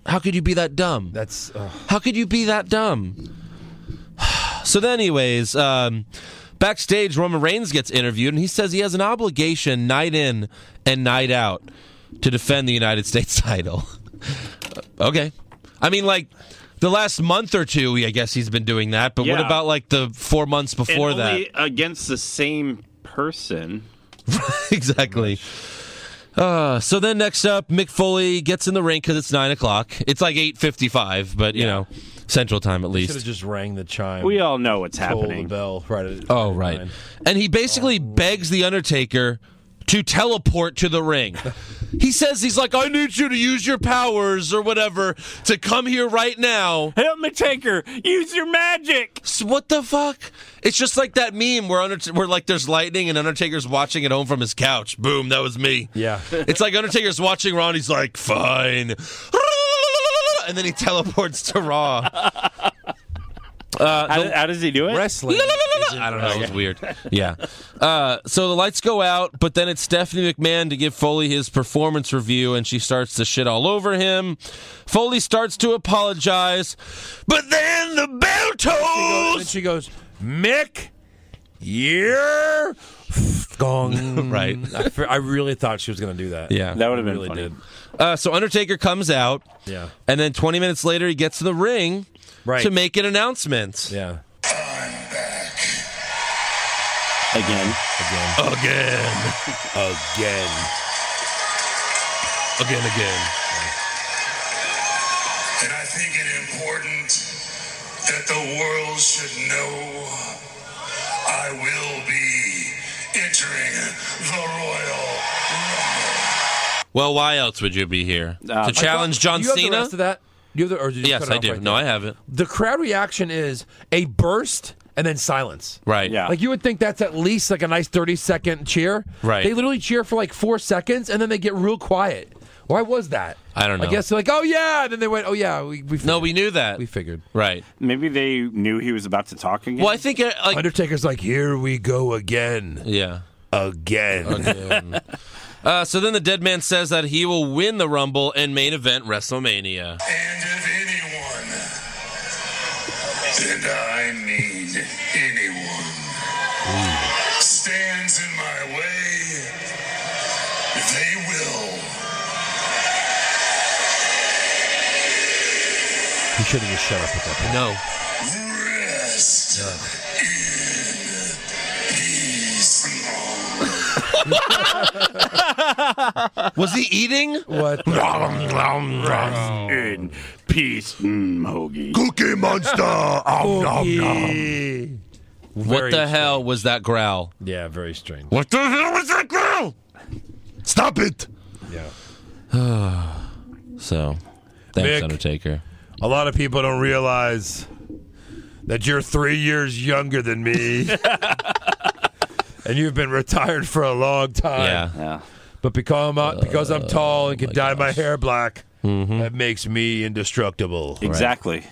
S1: How could you be that dumb?
S2: That's uh,
S1: How could you be that dumb? so then, anyways, um, backstage, Roman Reigns gets interviewed, and he says he has an obligation, night in and night out, to defend the United States title. okay, I mean, like the last month or two, I guess he's been doing that. But what
S6: Yeah.
S1: about like the four months before
S6: and
S1: that?
S6: only against the same person.
S1: exactly. Uh, so then next up, Mick Foley gets in the ring because it's nine o'clock. It's like eight fifty-five, but you know, Central Time at
S2: should have
S1: least.
S2: just rang the chime.
S6: We all know what's
S2: tolled the
S6: happening.
S2: bell right at
S1: Oh right, and he basically begs the Undertaker to teleport to the ring. he says he's like, "I need you to use your powers or whatever to come here right now."
S6: Help me, Taker! Use your magic.
S1: So what the fuck? It's just like that meme where Undert- where like there's lightning and Undertaker's watching at home from his couch. Boom, that was me.
S2: Yeah.
S1: It's like Undertaker's watching Raw and he's like, fine. And then he teleports to Raw.
S6: how, how does he do it?
S2: wrestling.
S1: I don't know. It was weird. Yeah. Uh, so the lights go out, but then it's Stephanie McMahon to give Foley his performance review, and she starts to shit all over him. Foley starts to apologize, but then the bell
S2: And
S1: tolls.
S2: she goes, Mick, you're gone.
S1: Right.
S2: I, fe- I really thought she was going to do that.
S1: Yeah.
S6: That would have been
S2: really
S6: funny.
S2: did.
S1: Uh, so Undertaker comes out,
S2: Yeah.
S1: and then 20 minutes later, he gets to the ring
S2: Right.
S1: to make an announcement.
S2: Yeah.
S6: Again,
S1: Again.
S2: Again.
S1: Again, again.
S8: And I think it important that the world should know I will be entering the Royal Rumble.
S1: Well, why else would you be here?
S6: Uh,
S1: to challenge John
S2: Do you have
S1: Cena?
S2: the rest of that? Do you have the, or did you just
S1: yes,
S2: cut it
S1: I
S2: off
S1: do.
S2: right
S1: no,
S2: there?
S1: I haven't.
S2: The crowd reaction is a burst and then silence.
S1: Right.
S6: Yeah.
S2: Like you would think that's at least like a nice thirty second cheer.
S1: Right.
S2: They literally cheer for like four seconds and then they get real quiet. Why was that?
S1: I don't know.
S2: I guess they're like, oh yeah, and then they went, oh yeah, we, we figured.
S1: No, we knew that.
S2: we figured.
S1: Right.
S6: maybe they knew he was about to talk again.
S1: Well, I think uh, like
S2: Undertaker's like, here we go again,
S1: yeah.
S2: again.
S1: Uh, so then the dead man says that he will win the Rumble and main event WrestleMania.
S8: And if anyone, and I mean anyone, stands in my way, they will
S2: He should have just shut up at that point.
S1: No.
S8: rest in peace.
S1: Was he eating?
S2: What?
S6: in peace, mm, Hoagie.
S8: Cookie Monster!
S2: um, the-
S1: what the hell was that growl?
S2: Yeah, very strange.
S1: What
S6: Oh,
S1: the hell was that growl? Stop it.
S2: Yeah.
S1: So, thanks,
S2: Mick.
S1: Undertaker.
S2: A lot of people don't realize that you're three years younger than me. and you've been retired for a long time.
S1: Yeah.
S6: Yeah.
S2: But because I'm, because I'm tall and can dye my hair black, that makes me indestructible.
S6: Exactly.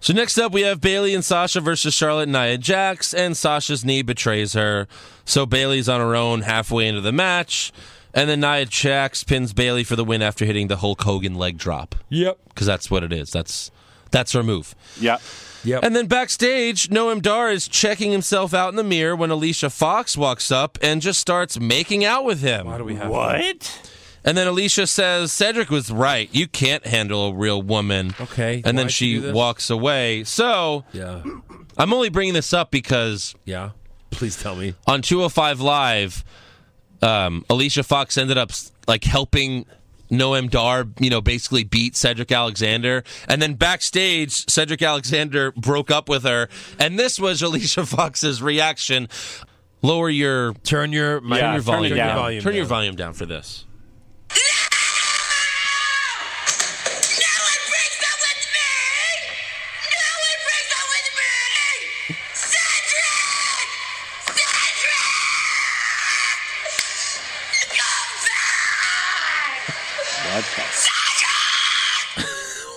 S1: So next up, we have Bailey and Sasha versus Charlotte and Nia Jax, and Sasha's knee betrays her. So Bailey's on her own halfway into the match, and then Nia Jax pins Bailey for the win after hitting the Hulk Hogan leg drop
S2: Yep.
S1: because that's what it is. That's that's her move.
S6: Yeah.
S2: Yep.
S1: And then backstage, Noam Dar is checking himself out in the mirror when Alicia Fox walks up and just starts making out with him.
S2: Why do we have
S6: What?
S1: And then Alicia says, Cedric was right. You can't handle a real woman.
S2: Okay,
S1: And then
S2: why'd you
S1: she
S2: do this?
S1: walks away. So
S2: Yeah.
S1: I'm only bringing this up because
S2: Yeah. Please tell me.
S1: on 205 Live, um, Alicia Fox ended up like helping Noam Dar, you know, basically beat Cedric Alexander. And then backstage, Cedric Alexander broke up with her. And this was Alicia Fox's reaction. Lower your,
S2: Turn your mic
S6: Yeah,
S1: your
S6: turn it
S1: volume
S6: down.
S1: down.
S2: Volume
S1: turn your
S2: down.
S1: volume down for this.
S5: No one breaks up with me! No one breaks up with me! Cedric! Cedric!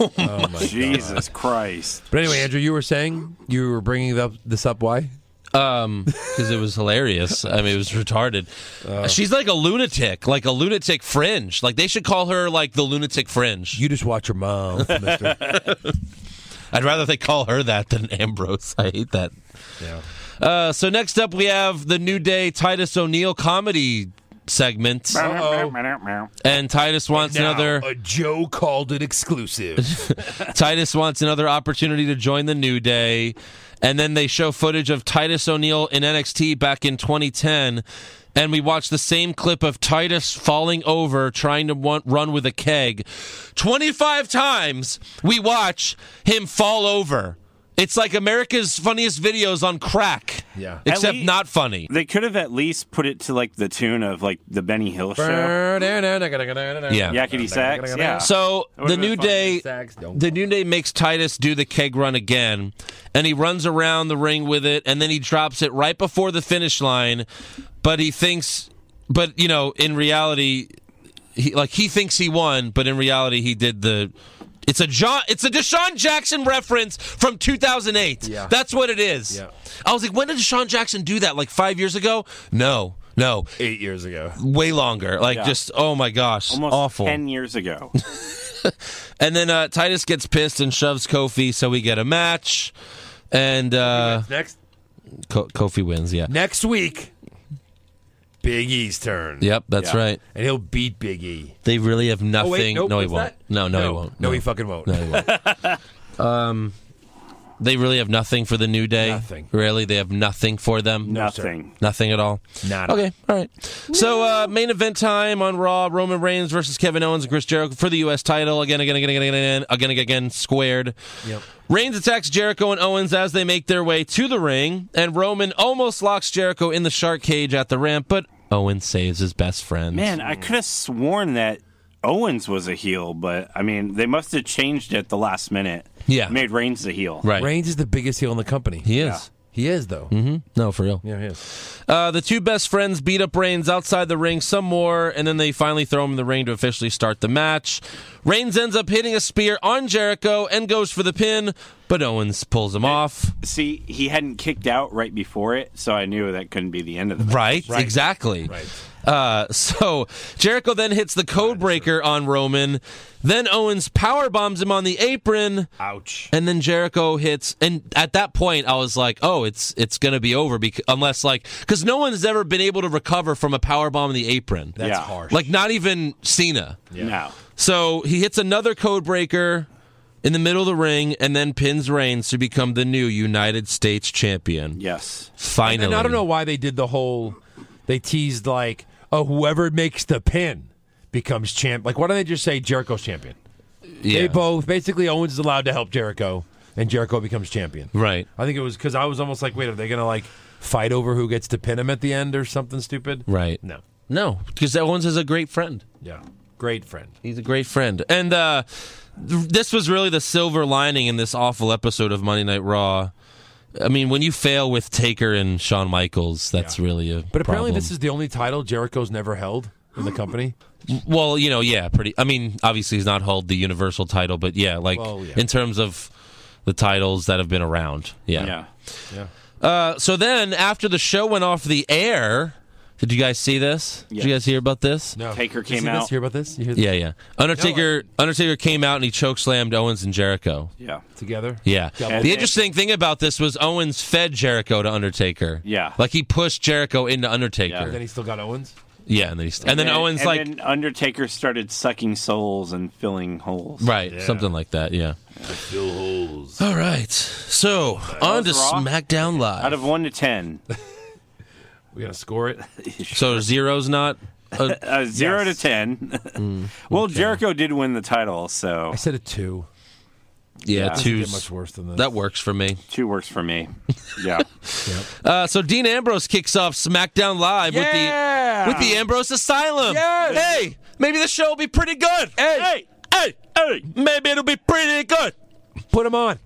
S5: Come back!
S6: What the- Jesus Christ.
S2: But anyway, Andrew, you were saying you were bringing up, this up. Why?
S1: um because it was hilarious i mean it was retarded
S2: Oh.
S1: she's like a lunatic like a lunatic fringe like they should call her like the lunatic fringe
S2: You just watch your mouth, mister.
S1: i'd rather they call her that than ambrose i hate that
S2: yeah.
S1: uh so next up we have the new day titus o'neill comedy segment and titus wants another
S2: a Joe called it exclusive.
S1: Titus wants another opportunity to join the New Day. And then they show footage of Titus O'Neil in NXT back in 2010. And we watch the same clip of Titus falling over trying to want, run with a keg. 25 times we watch him fall over. It's like America's funniest videos on crack.
S2: Yeah.
S1: Except
S6: least-
S1: not funny.
S6: They could have at least put it to like the tune of like the Benny Hill show.
S2: yeah.
S6: Yakety Sax. Yeah.
S1: So the
S6: would've been
S1: New
S6: funny.
S1: Day, the New Day makes Titus do the keg run again, and he runs around the ring with it, and then he drops it right before the finish line. But he thinks, but you know, in reality, he like he thinks he won, but in reality, he did the. It's a John. It's a Deshaun Jackson reference from 2008.
S2: Yeah.
S1: That's what it is.
S2: Yeah.
S1: I was like, when did Deshaun Jackson do that? Like five years ago? No, no,
S2: Eight years ago.
S1: way longer. Like
S6: Yeah.
S1: just oh my gosh,
S6: Almost
S1: awful.
S6: 10 years ago.
S1: And then uh, Titus gets pissed and shoves Kofi, so we get a match. And uh,
S2: Next
S1: Ko- Kofi wins, yeah.
S2: next week, Big E's turn.
S1: Yep, that's
S6: Yeah.
S1: right.
S2: And he'll beat Big E.
S1: They really have nothing.
S2: Oh, wait, nope,
S1: no, he
S2: what's
S1: won't.
S2: that?
S1: No, no, he won't.
S2: No, he fucking won't.
S1: No, he won't. um, they really have nothing for the new day.
S2: Nothing.
S1: Really, they have nothing for them.
S6: Nothing.
S1: Nothing at all.
S2: Nada.
S1: Okay, all right. So uh, main event time on Raw: Roman Reigns versus Kevin Owens and Chris Jericho for the U.S. title again, again, again, again, again, again, again, again squared.
S2: Yep.
S1: Reigns attacks Jericho and Owens as they make their way to the ring, and Roman almost locks Jericho in the shark cage at the ramp, but Owens saves his best friend.
S6: Man, I could have sworn that Owens was a heel, but I mean, they must have changed it at the last minute.
S1: Yeah.
S6: Made Reigns the heel.
S1: right?
S2: Reigns is the biggest heel in the company.
S1: He is.
S2: He is Mm-hmm. though.
S1: No, for real.
S2: Yeah, he is.
S1: Uh, the two best friends beat up Reigns outside the ring some more, and then they finally throw him in the ring to officially start the match. Reigns ends up hitting a spear on Jericho and goes for the pin, but Owens pulls him off.
S6: See, he hadn't kicked out right before it, so I knew that couldn't be the end of the match.
S1: Right, exactly. Right. Uh, so Jericho then hits the code breaker on Roman. Then Owens power bombs him on the apron,
S2: Ouch.
S1: and then Jericho hits. And at that point, I was like, "Oh, it's it's gonna be over," because, unless like because no one's ever been able to recover from a power bomb on the apron.
S2: That's
S6: Yeah.
S2: harsh.
S1: Like not even Cena.
S6: No.
S1: So he hits another code breaker in the middle of the ring and then pins Reigns to become the new United States champion.
S6: Yes.
S1: Finally.
S2: And I don't know why they did the whole. They teased like, oh, whoever makes the pin becomes champ. Like, why don't they just say Jericho's champion?
S1: Yeah.
S2: They both basically Owens is allowed to help Jericho, and Jericho becomes champion.
S1: Right.
S2: I think it was because I was almost like, wait, are they gonna like fight over who gets to pin him at the end or something stupid?
S1: Right.
S2: No.
S1: No, because Owens is a great friend.
S2: Yeah. Great friend.
S1: He's a great friend. And uh, th- this was really the silver lining in this awful episode of Monday Night Raw. I mean, when you fail with Taker and Shawn Michaels, that's really a
S2: But apparently,
S1: problem.
S2: this is the only title Jericho's never held in the company.
S1: Well, you know, yeah, pretty. I mean, obviously he's not held the universal title, but yeah, like
S2: Well, yeah.
S1: in terms of the titles that have been around, yeah.
S6: Yeah.
S1: Uh, so then, after the show went off the air, did you guys see this? Did you
S6: Yes.
S1: guys hear about this?
S2: No.
S6: Taker
S2: You
S6: came
S2: see
S6: out.
S2: This? You hear about this? You hear
S1: Yeah, yeah. Undertaker, Undertaker came out and he choke slammed Owens and Jericho.
S6: Yeah.
S2: this together?
S1: Yeah.
S2: Double.
S1: The interesting thing about this was Owens fed Jericho to Undertaker.
S6: Yeah.
S1: Like he pushed Jericho into Undertaker.
S2: Then
S1: Yeah,
S2: he still got Owens.
S1: and then he, and, then Owens
S6: and
S1: like
S6: then Undertaker started sucking souls and filling holes.
S1: Right, something like that. Yeah. All right. So on to
S6: was Raw.
S1: SmackDown
S6: Out
S1: Live.
S6: of one to ten,
S2: We gotta score it.
S1: so zero's not. Uh,
S6: uh, zero to ten.
S1: Mm.
S6: well, Jericho did win the title, so
S2: I said a two.
S1: yeah,
S2: Get
S1: two's.
S2: much worse than this.
S1: That works for me.
S6: two works for me. Yeah,
S1: Uh, so Dean Ambrose kicks off SmackDown Live
S2: Yeah!
S1: with the with the Ambrose Asylum.
S2: Yes!
S1: Hey, maybe the show will be pretty good.
S2: Hey!
S1: hey, hey! Maybe it'll be pretty good.
S2: Put him on.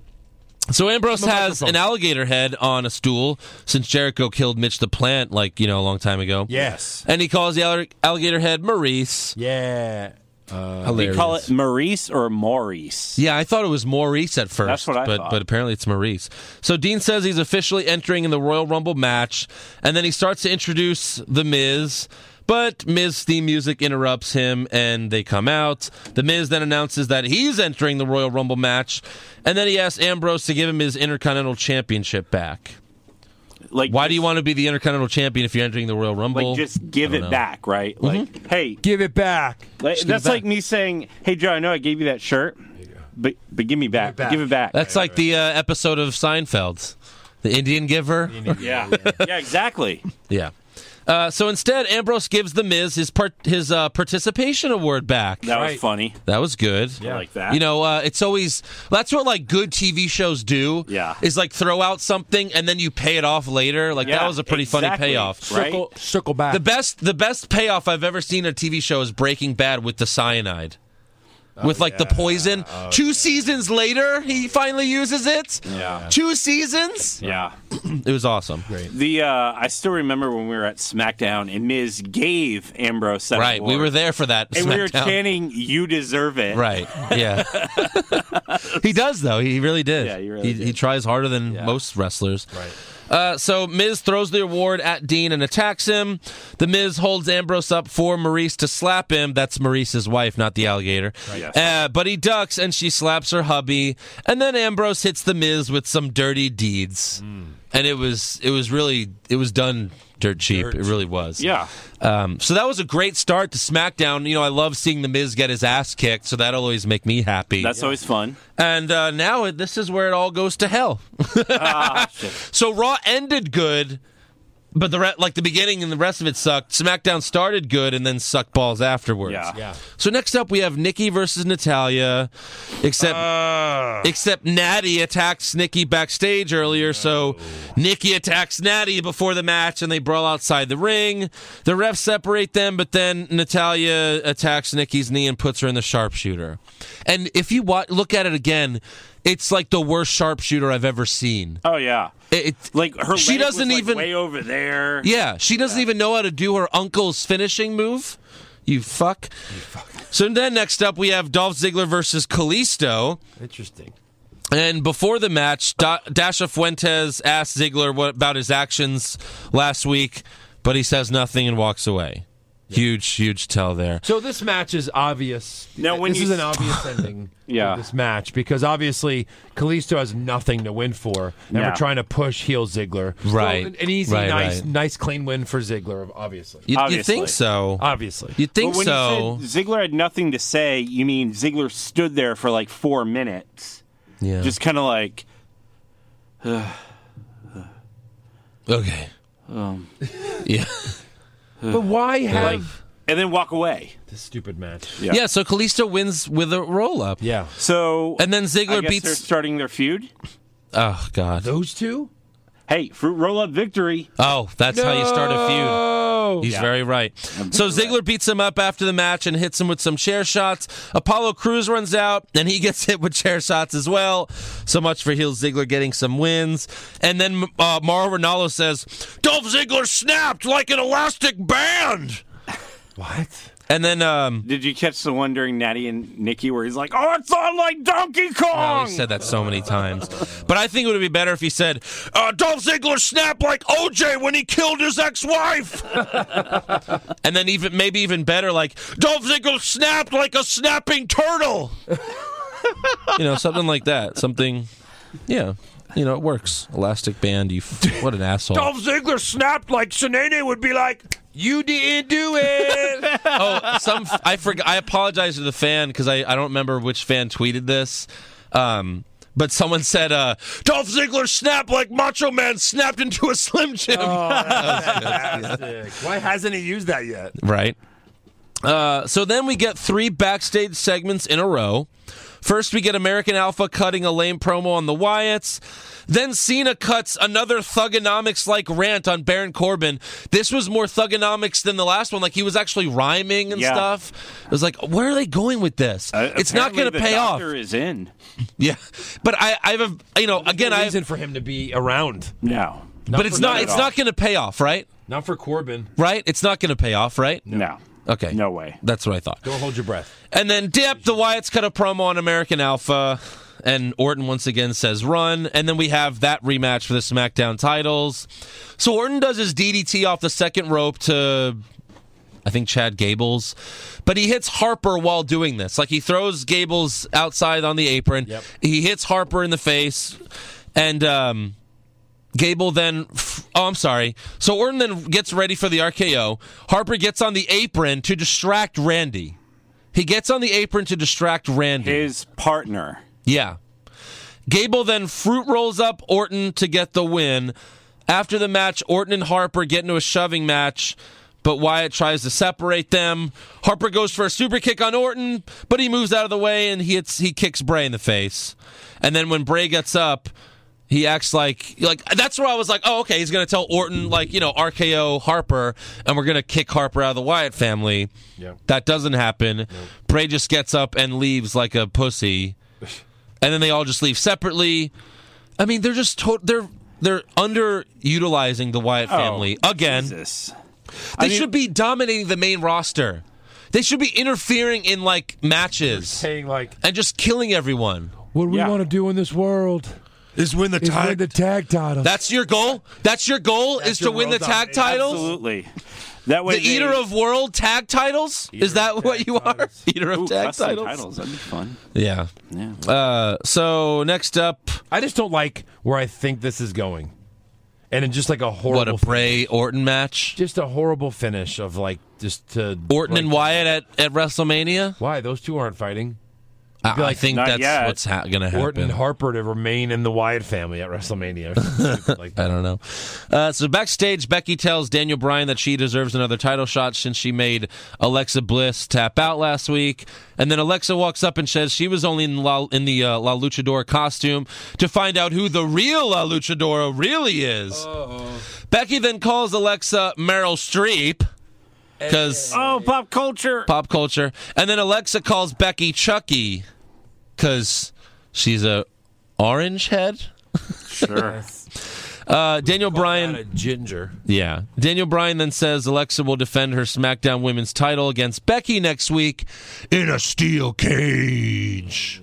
S1: So Ambrose
S2: Give him a
S1: has an
S2: microphone.
S1: alligator head on a stool since Jericho killed Mitch the Plant like you know a long time ago.
S2: Yes.
S1: and he calls the alli- alligator head Maurice.
S2: Yeah.
S1: Hilarious.
S6: You Uh, call it Maurice or Maurice?
S1: Yeah, I thought it was Maurice at first.
S6: That's what I
S1: but,
S6: thought.
S1: But apparently it's Maurice. So Dean says he's officially entering in the Royal Rumble match, and then he starts to introduce The Miz. But Miz theme music interrupts him, and they come out. The Miz then announces that he's entering the Royal Rumble match, and then he asks Ambrose to give him his Intercontinental Championship back.
S6: Like
S1: Why
S6: just,
S1: do you want to be the Intercontinental Champion if you're entering the Royal Rumble?
S6: like just give
S1: I don't
S6: it
S1: know. Mm-hmm.
S6: back, right? Like, hey,
S2: Give it back.
S6: like,
S1: give it
S6: that's
S1: back.
S6: like me saying, "Hey, Joe, I know I gave you that shirt, but but give me back, give it back."
S1: That's like the uh, episode of Seinfeld, the Indian Giver.
S6: yeah, yeah, exactly.
S1: Yeah. Uh, so instead, Ambrose gives the Miz his part, his uh, participation award back.
S6: That was
S2: Right.
S6: funny.
S1: That was good.
S6: I like that.
S1: You know, uh, it's always that's what like good TV shows do.
S6: Yeah.
S1: is like throw out something and then you pay it off later. Like that
S6: Yeah,
S1: was a pretty funny
S6: exactly.
S1: payoff.
S6: Right.
S2: Circle, circle back.
S1: The best the best payoff I've ever seen in a TV show is Breaking Bad with the cyanide.
S6: Oh,
S1: With like the poison, two seasons later, he finally uses it.
S6: Yeah.
S1: Two seasons.
S6: yeah.
S1: It was awesome. Great.
S6: The uh, I still remember when we were at SmackDown and Miz gave Ambrose that
S1: Right, we
S6: award.
S1: were there for that.
S6: and we were
S1: SmackDown.
S6: chanting, "You deserve it."
S1: Right. Yeah. he does though. He really did.
S6: Yeah, he really
S1: he,
S6: did.
S1: he tries harder than most wrestlers. Right. Uh, so Miz throws the award at Dean and attacks him. The Miz holds Ambrose up for Maurice to slap him. That's Maurice's wife, not the alligator.
S6: Yes.
S1: Uh, but he ducks and she slaps her hubby. And then Ambrose hits the Miz with some dirty deeds.
S6: Mm.
S1: And it was it was really it was done dirt cheap. It really was.
S6: Yeah.
S1: Um, so that was a great start to SmackDown. You know, I love seeing The Miz get his ass kicked, so that'll always make me happy.
S6: That's always fun.
S1: and uh, now it, this is where it all goes to hell.
S6: Ah, Uh,
S1: so Raw ended good, but the re- like the beginning and the rest of it sucked. SmackDown started good and then sucked balls afterwards.
S6: Yeah.
S1: So next up we have Nikki versus Natalia, except except Natty attacks Nikki backstage earlier, so Nikki attacks Natty before the match and they brawl outside the ring. The refs separate them, but then Natalia attacks Nikki's knee and puts her in the sharpshooter. And if you wa- look at it again, it's like the worst sharpshooter I've ever seen.
S6: Oh yeah.
S1: It, it-
S6: Like her.
S1: She
S6: leg was,
S1: doesn't
S6: like,
S1: even-
S6: way over there.
S1: yeah, she doesn't even know how to do her uncle's finishing move. You fuck. So then next up we have Dolph Ziggler versus Kalisto.
S2: Interesting.
S1: And before the match, da- Dasha Fuentes asked Ziggler what about his actions last week, but he says nothing and walks away. Huge, huge tell there.
S2: So this match is obvious.
S6: Now, when
S2: this is
S6: you
S2: an
S6: s-
S2: obvious ending.
S6: Yeah.
S2: to this match because obviously Kalisto has nothing to win for, and
S6: Yeah.
S2: we're trying to push heel Ziggler. So
S1: Right.
S2: an, an easy,
S1: Right,
S2: nice,
S1: right.
S2: nice, clean win for Ziggler. Obviously,
S1: You, you
S6: Obviously.
S1: think so?
S2: obviously.
S1: You
S6: But
S1: think
S6: when
S1: so?
S6: you said Ziggler had nothing to say, you mean Ziggler stood there for like four minutes,
S1: yeah.
S6: just kind of like,
S1: okay. yeah.
S2: But why have
S1: Like-
S6: and then walk away.
S2: this stupid match?
S6: Yeah.
S1: Yeah. So Kalisto wins with a roll up.
S2: Yeah,
S6: So
S1: And then
S6: I
S1: Ziggler
S6: guess they're
S1: beats.
S6: starting their feud.
S1: Oh God.
S2: those two.
S6: Hey, fruit roll up victory.
S1: Oh, that's how you start a feud.
S2: Oh,
S1: He's very right. So Ziggler beats him up after the match and hits him with some chair shots. Apollo Cruz runs out and he gets hit with chair shots as well. So much for heel Ziggler getting some wins. And then uh, Mauro Ronaldo says, Dolph Ziggler snapped like an elastic band.
S2: what?
S1: And then um,
S6: Did you catch the one during Natty and Nikki where he's like, "Oh, it's on like Donkey Kong"?
S1: oh, he said that so many times. But I think it would be better if he said, uh, Dolph Ziggler snapped like OJ when he killed his ex wife. and then even maybe even better, like, Dolph Ziggler snapped like a snapping turtle. you know, something like that. Something, yeah. You know, it works. Elastic band, you. F- what an asshole.
S2: Ziggler snapped like Shanae would be like, "You didn't do it."
S1: oh, some I forgot. I apologize to the fan because I, I don't remember which fan tweeted this. Um, but someone said, uh, "Dolph Ziggler snapped like Macho Man snapped into a Slim Jim."
S2: Why hasn't he used that yet?
S1: Right. Uh, so then we get three backstage segments in a row. First, we get American Alpha cutting a lame promo on the Wyatts. Then Cena cuts another thugonomics like rant on Baron Corbin. This was more thugonomics than the last one. Like he was actually rhyming and
S6: Yeah.
S1: stuff. It was like, where are they going with this?
S6: Uh,
S1: it's not
S6: apparently
S1: going to
S6: the
S1: pay off.
S6: doctor Is in
S1: Yeah, but I, I have a, you know, again,
S2: no
S1: I,
S2: reason for him to be around.
S6: no,
S1: but it's
S2: for
S1: not,
S2: none at
S1: it's
S2: all.
S1: not going to pay off, right?
S2: Not for Corbin.
S1: Right? It's not going to pay off, right?
S6: no.
S1: Okay.
S6: No way.
S1: That's what I thought.
S2: Don't hold your breath.
S1: And then Dip, the Wyatts cut a promo on American Alpha, and Orton once again says run. And then we have that rematch for the SmackDown titles. So Orton does his DDT off the second rope to, I think, Chad Gables. But he hits Harper while doing this. Like he throws Gables outside on the apron.
S2: Yep.
S1: He hits Harper in the face. And, um,. Gable then. F- oh, I'm sorry. So Orton then gets ready for the RKO. Harper gets on the apron to distract Randy. He gets on the apron to distract Randy.
S6: His partner.
S1: yeah. Gable then fruit rolls up Orton to get the win. After the match, Orton and Harper get into a shoving match, but Wyatt tries to separate them. Harper goes for a super kick on Orton, but he moves out of the way and he hits, he kicks Bray in the face. And then when Bray gets up, he acts like like that's where I was like, oh okay, he's gonna tell Orton like you know RKO Harper, and we're gonna kick Harper out of the Wyatt family.
S2: Yeah.
S1: That doesn't happen. Bray just gets up and leaves like a pussy, and then they all just leave separately. I mean, they're just to- they're they're underutilizing the Wyatt family again.
S6: Jesus.
S1: They should be dominating the main roster. They should be interfering in like matches
S2: Saying like,
S1: and just killing everyone.
S2: what do we
S6: Yeah.
S2: want to do in this world?
S9: Is win the
S2: Is win
S9: tag.
S2: the tag title.
S1: That's your goal. That's your goal is to
S2: your
S1: win the
S2: world
S1: tag
S2: domination.
S1: titles.
S6: Absolutely. That way
S1: The
S6: they-
S1: eater of world tag titles? Is that what you are? Eater of
S6: Ooh,
S1: tag
S6: custom
S1: titles?
S6: That'd be fun.
S1: Yeah.
S6: Yeah.
S1: Uh, so next up,
S2: I just don't like where I think this is going, and in just like a horrible,
S1: what a Bray Orton match.
S2: just a horrible finish of like just to
S1: Orton and
S2: like,
S1: Wyatt at, at WrestleMania?
S2: Why those two aren't fighting?
S1: I, I
S2: like,
S1: think
S6: "Not
S1: that's
S6: yet."
S1: what's ha- going to happen.
S2: Orton and Harper to remain in the Wyatt family at WrestleMania. or something stupid like
S1: I
S2: that.
S1: don't know. Uh, so backstage, Becky tells Daniel Bryan that she deserves another title shot since she made Alexa Bliss tap out last week. And then Alexa walks up and says she was only in, La, in the uh, La Luchadora costume to find out who the real La Luchadora really is. Becky then calls Alexa Meryl Streep because
S6: Oh, pop culture.
S1: pop culture. And then Alexa calls Becky Chucky because she's a orange head.
S6: Sure.
S1: Uh, Daniel Bryan.
S2: ginger.
S1: Yeah. Daniel Bryan then says Alexa will defend her SmackDown Women's title against Becky next week in a steel cage.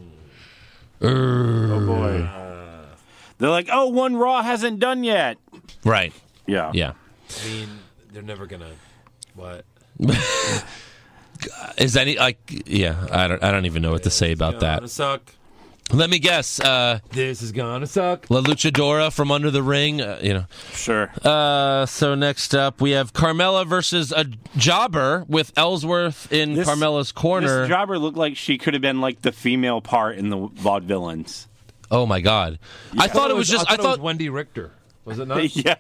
S6: They're like, oh, one Raw hasn't done yet.
S1: Right.
S6: Yeah.
S1: Yeah.
S2: I mean, they're never gonna. What?
S1: Is any like yeah, I don't I don't even know what to say about that.
S2: suck.
S1: Let me guess. Uh
S2: This is gonna suck.
S1: La Luchadora from Under the Ring, uh, you know.
S6: Sure.
S1: Uh so next up we have Carmella versus a jobber with Ellsworth in
S6: This-
S1: Carmella's corner.
S6: This jobber looked like she could have been like the female part in the vaudevillains.
S1: oh my god. I thought it was just I
S2: it was
S1: thought
S2: Wendy Richter. Was it not?
S6: yeah,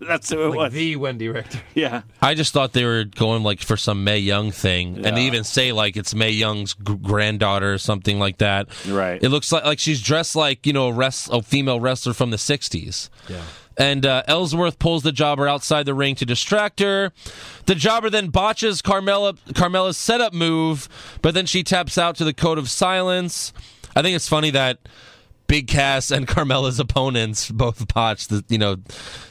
S6: that's who it
S2: Like
S6: was.
S2: the Wendy Richter.
S6: yeah.
S1: I just thought they were going like for some May Young thing, and they
S6: Yeah.
S1: even say like it's May Young's g- granddaughter or something like that.
S6: Right.
S1: It looks like like she's dressed like you know a, rest, a female wrestler from the '60s.
S2: Yeah.
S1: And uh, Ellsworth pulls the jobber outside the ring to distract her. The jobber then botches Carmella Carmella's setup move, but then she taps out to the code of silence. I think it's funny that Big Cass and Carmella's opponents both botched the you know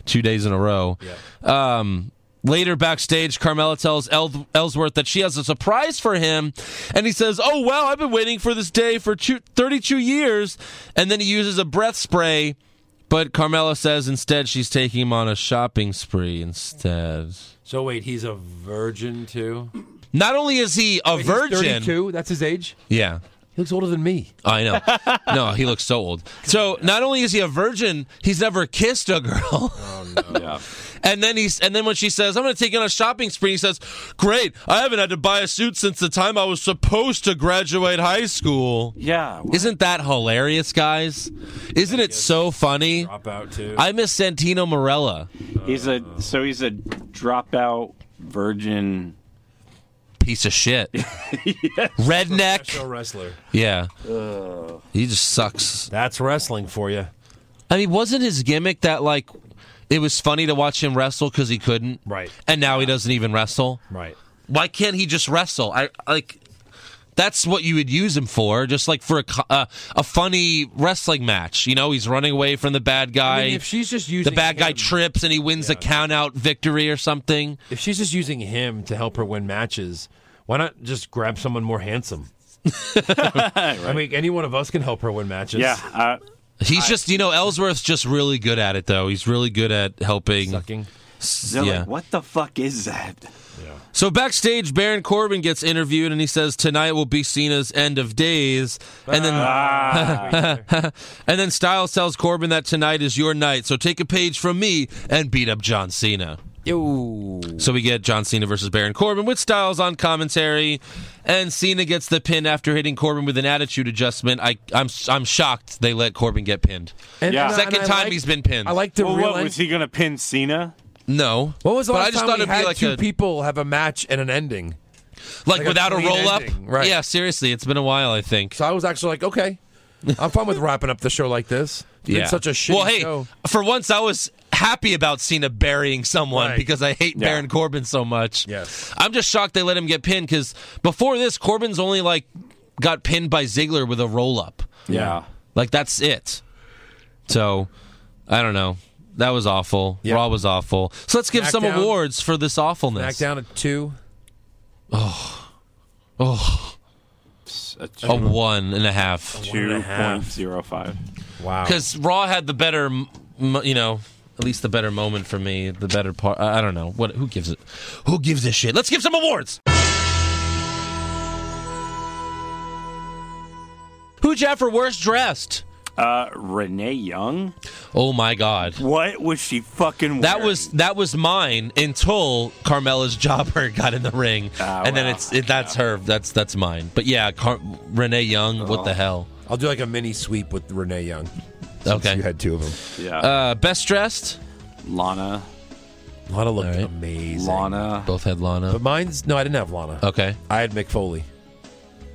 S1: two days in a row. Um, later backstage, Carmella tells El- Ellsworth that she has a surprise for him, and he says, "Oh wow, I've been waiting for this day for two- 32 years," and then he uses a breath spray. But Carmella says instead she's taking him on a shopping spree instead.
S2: So wait, he's a virgin too.
S1: Not only is he a virgin,
S2: Thirty-two. That's his age.
S1: yeah,
S2: He looks older than me.
S1: I know. No, he looks so old. So not only is he a virgin, he's never kissed a girl. And then he's and then when she says, "I'm going to take you on a shopping spree," he says, "Great, I haven't had to buy a suit since the time I was supposed to graduate high school."
S6: Yeah.
S1: Isn't that hilarious, guys? Isn't it so funny?
S2: Drop out too.
S1: I miss Santino Morella,
S6: He's a so he's a dropout virgin.
S1: piece of shit, redneck.
S2: wrestler.
S1: Yeah, he just sucks.
S2: That's wrestling for you.
S1: I mean, wasn't his gimmick that like it was funny to watch him wrestle because he couldn't,
S2: Right.
S1: And now he doesn't even wrestle.
S2: Right.
S1: Why can't he just wrestle? I like That's what you would use him for, just like for a co- uh, a funny wrestling match. You know, he's running away from the bad guy.
S2: I mean, if she's just
S1: the
S2: using
S1: bad guy
S2: him-
S1: trips and he wins a count out victory or something.
S2: If she's just using him to help her win matches, why not just grab someone more handsome? I mean, any one of us can help her win matches.
S6: Yeah, uh,
S1: He's just, you know, Ellsworth's just really good at it though. He's really good at helping.
S2: Sucking.
S6: they're
S1: Yeah.
S6: like, what the fuck is that?
S1: So backstage, Baron Corbin gets interviewed and he says tonight will be Cena's end of days, and then and then Styles tells Corbin that tonight is your night, so take a page from me and beat up John Cena.
S2: Yo.
S1: So we get John Cena versus Baron Corbin with Styles on commentary, and Cena gets the pin after hitting Corbin with an attitude adjustment. I I'm I'm shocked they let Corbin get pinned.
S2: And,
S6: Yeah.
S2: and I-
S1: Second
S2: and I
S1: time
S2: like-
S1: he's been pinned.
S2: I like the
S6: Well,
S2: real.
S6: what was he gonna pin Cena?
S1: no.
S2: What was the
S1: but
S2: last
S1: I just
S2: time
S1: thought
S2: we
S1: it'd
S2: had
S1: be like
S2: two
S1: a,
S2: people have a match and an ending?
S1: like,
S2: like a
S1: without a,
S2: clean
S1: roll
S2: ending,
S1: up.
S2: right.
S1: Yeah, seriously, it's been a while. I think.
S2: So I was actually like, okay, I'm fine with wrapping up the show like this. It's been such a shitty
S1: Well, hey,
S2: show.
S1: for once I was happy about Cena burying someone
S2: Right.
S1: because I hate Baron Corbin so much.
S2: Yes.
S1: I'm just shocked they let him get pinned because before this, Corbin's only like got pinned by Ziggler with a roll up.
S6: Yeah.
S1: Like that's it. So I don't know. That was awful.
S2: Yeah.
S1: Raw was awful. So let's give some
S2: Smackdown.
S1: awards for this awfulness.
S2: Back down at two.
S1: A one and a half.
S6: Two point zero five.
S2: Wow.
S1: Because Raw had the better, m- m- you know, at least the better moment for me. The better part. I I don't know. What? Who gives it? Who gives a shit? Let's give some awards. Who'd you have for worst dressed?
S6: Uh, Renee Young.
S1: Oh my god.
S6: What was she fucking?
S1: That
S6: wearing?
S1: was that was mine until Carmella's jobber got in the ring,
S6: Ah,
S1: and then
S6: wow.
S1: it's it, that's her. That's that's mine. But yeah, Car- Renee Young. What
S6: Oh.
S1: the hell?
S2: I'll do like a mini sweep with Renee Young. You
S1: Okay.
S2: had two of them.
S6: yeah.
S1: Uh, best dressed.
S6: Lana.
S2: Lana looked
S1: right.
S2: amazing.
S6: Lana.
S1: Both had Lana.
S2: But mine's no, I didn't have Lana.
S1: Okay.
S2: I had Mick Foley.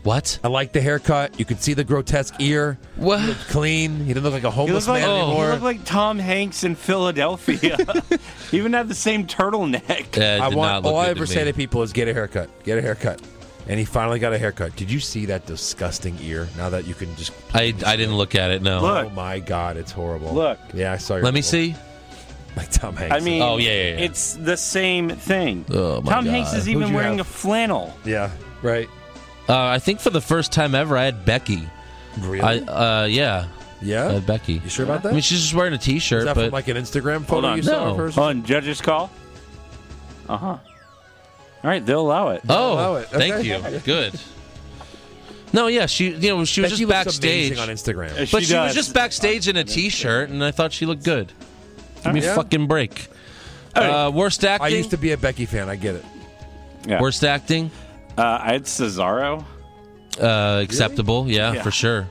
S1: What?
S2: I liked the haircut. You could see the grotesque ear.
S1: What?
S2: Clean. He didn't look like a
S6: He
S2: homeless
S6: looked, like,
S2: man
S1: oh.
S6: he
S2: anymore.
S6: looked like Tom Hanks in Philadelphia. he even had the same turtleneck.
S1: Yeah, it
S2: I
S1: Uh, did not
S2: want
S1: look
S2: all I
S1: good
S2: ever
S1: to
S2: say
S1: me.
S2: to people is get a haircut. Get a haircut. And he finally got a haircut. Did you see that disgusting ear? Now that you can just
S1: I, I didn't look at it. No.
S6: Look.
S2: Oh my god, it's horrible.
S6: Look.
S2: Yeah, I saw your
S1: Let me
S2: little-
S1: see.
S2: Like Tom Hanks.
S6: I mean,
S1: Oh, yeah, yeah, yeah.
S6: it's the same thing.
S1: Oh, my
S6: Tom
S1: God.
S6: Hanks is
S1: Who'd
S6: even
S2: you
S6: wearing
S2: have?
S6: a flannel.
S2: Yeah. Right.
S1: Uh, I think for the first time ever, I had Becky.
S2: Really?
S1: I uh, yeah,
S2: yeah.
S1: I had Becky.
S2: you sure about that?
S1: I mean, she's just wearing a
S2: Is
S1: T-shirt,
S2: that
S1: but
S2: from like an Instagram
S6: Hold
S2: photo
S6: on.
S2: you saw
S1: No.
S2: of hers?
S6: On judge's call. Uh huh. All right, they'll allow it.
S1: oh,
S2: allow it.
S1: thank
S2: Okay.
S1: you. Good. No, yeah, she you know she was
S2: Becky
S1: just
S2: looks
S1: backstage,
S2: amazing on Instagram.
S6: Uh,
S1: but she, was
S6: does.
S1: just backstage in a T-shirt, and I thought she looked good. Give me a
S2: Yeah.
S1: fucking break.
S6: right.
S1: Uh, worst acting.
S2: I used to be a Becky fan. I get it.
S6: Yeah.
S1: Worst acting.
S6: Uh, I had Cesaro.
S1: Uh, acceptable. Yeah,
S6: Yeah.
S1: for sure.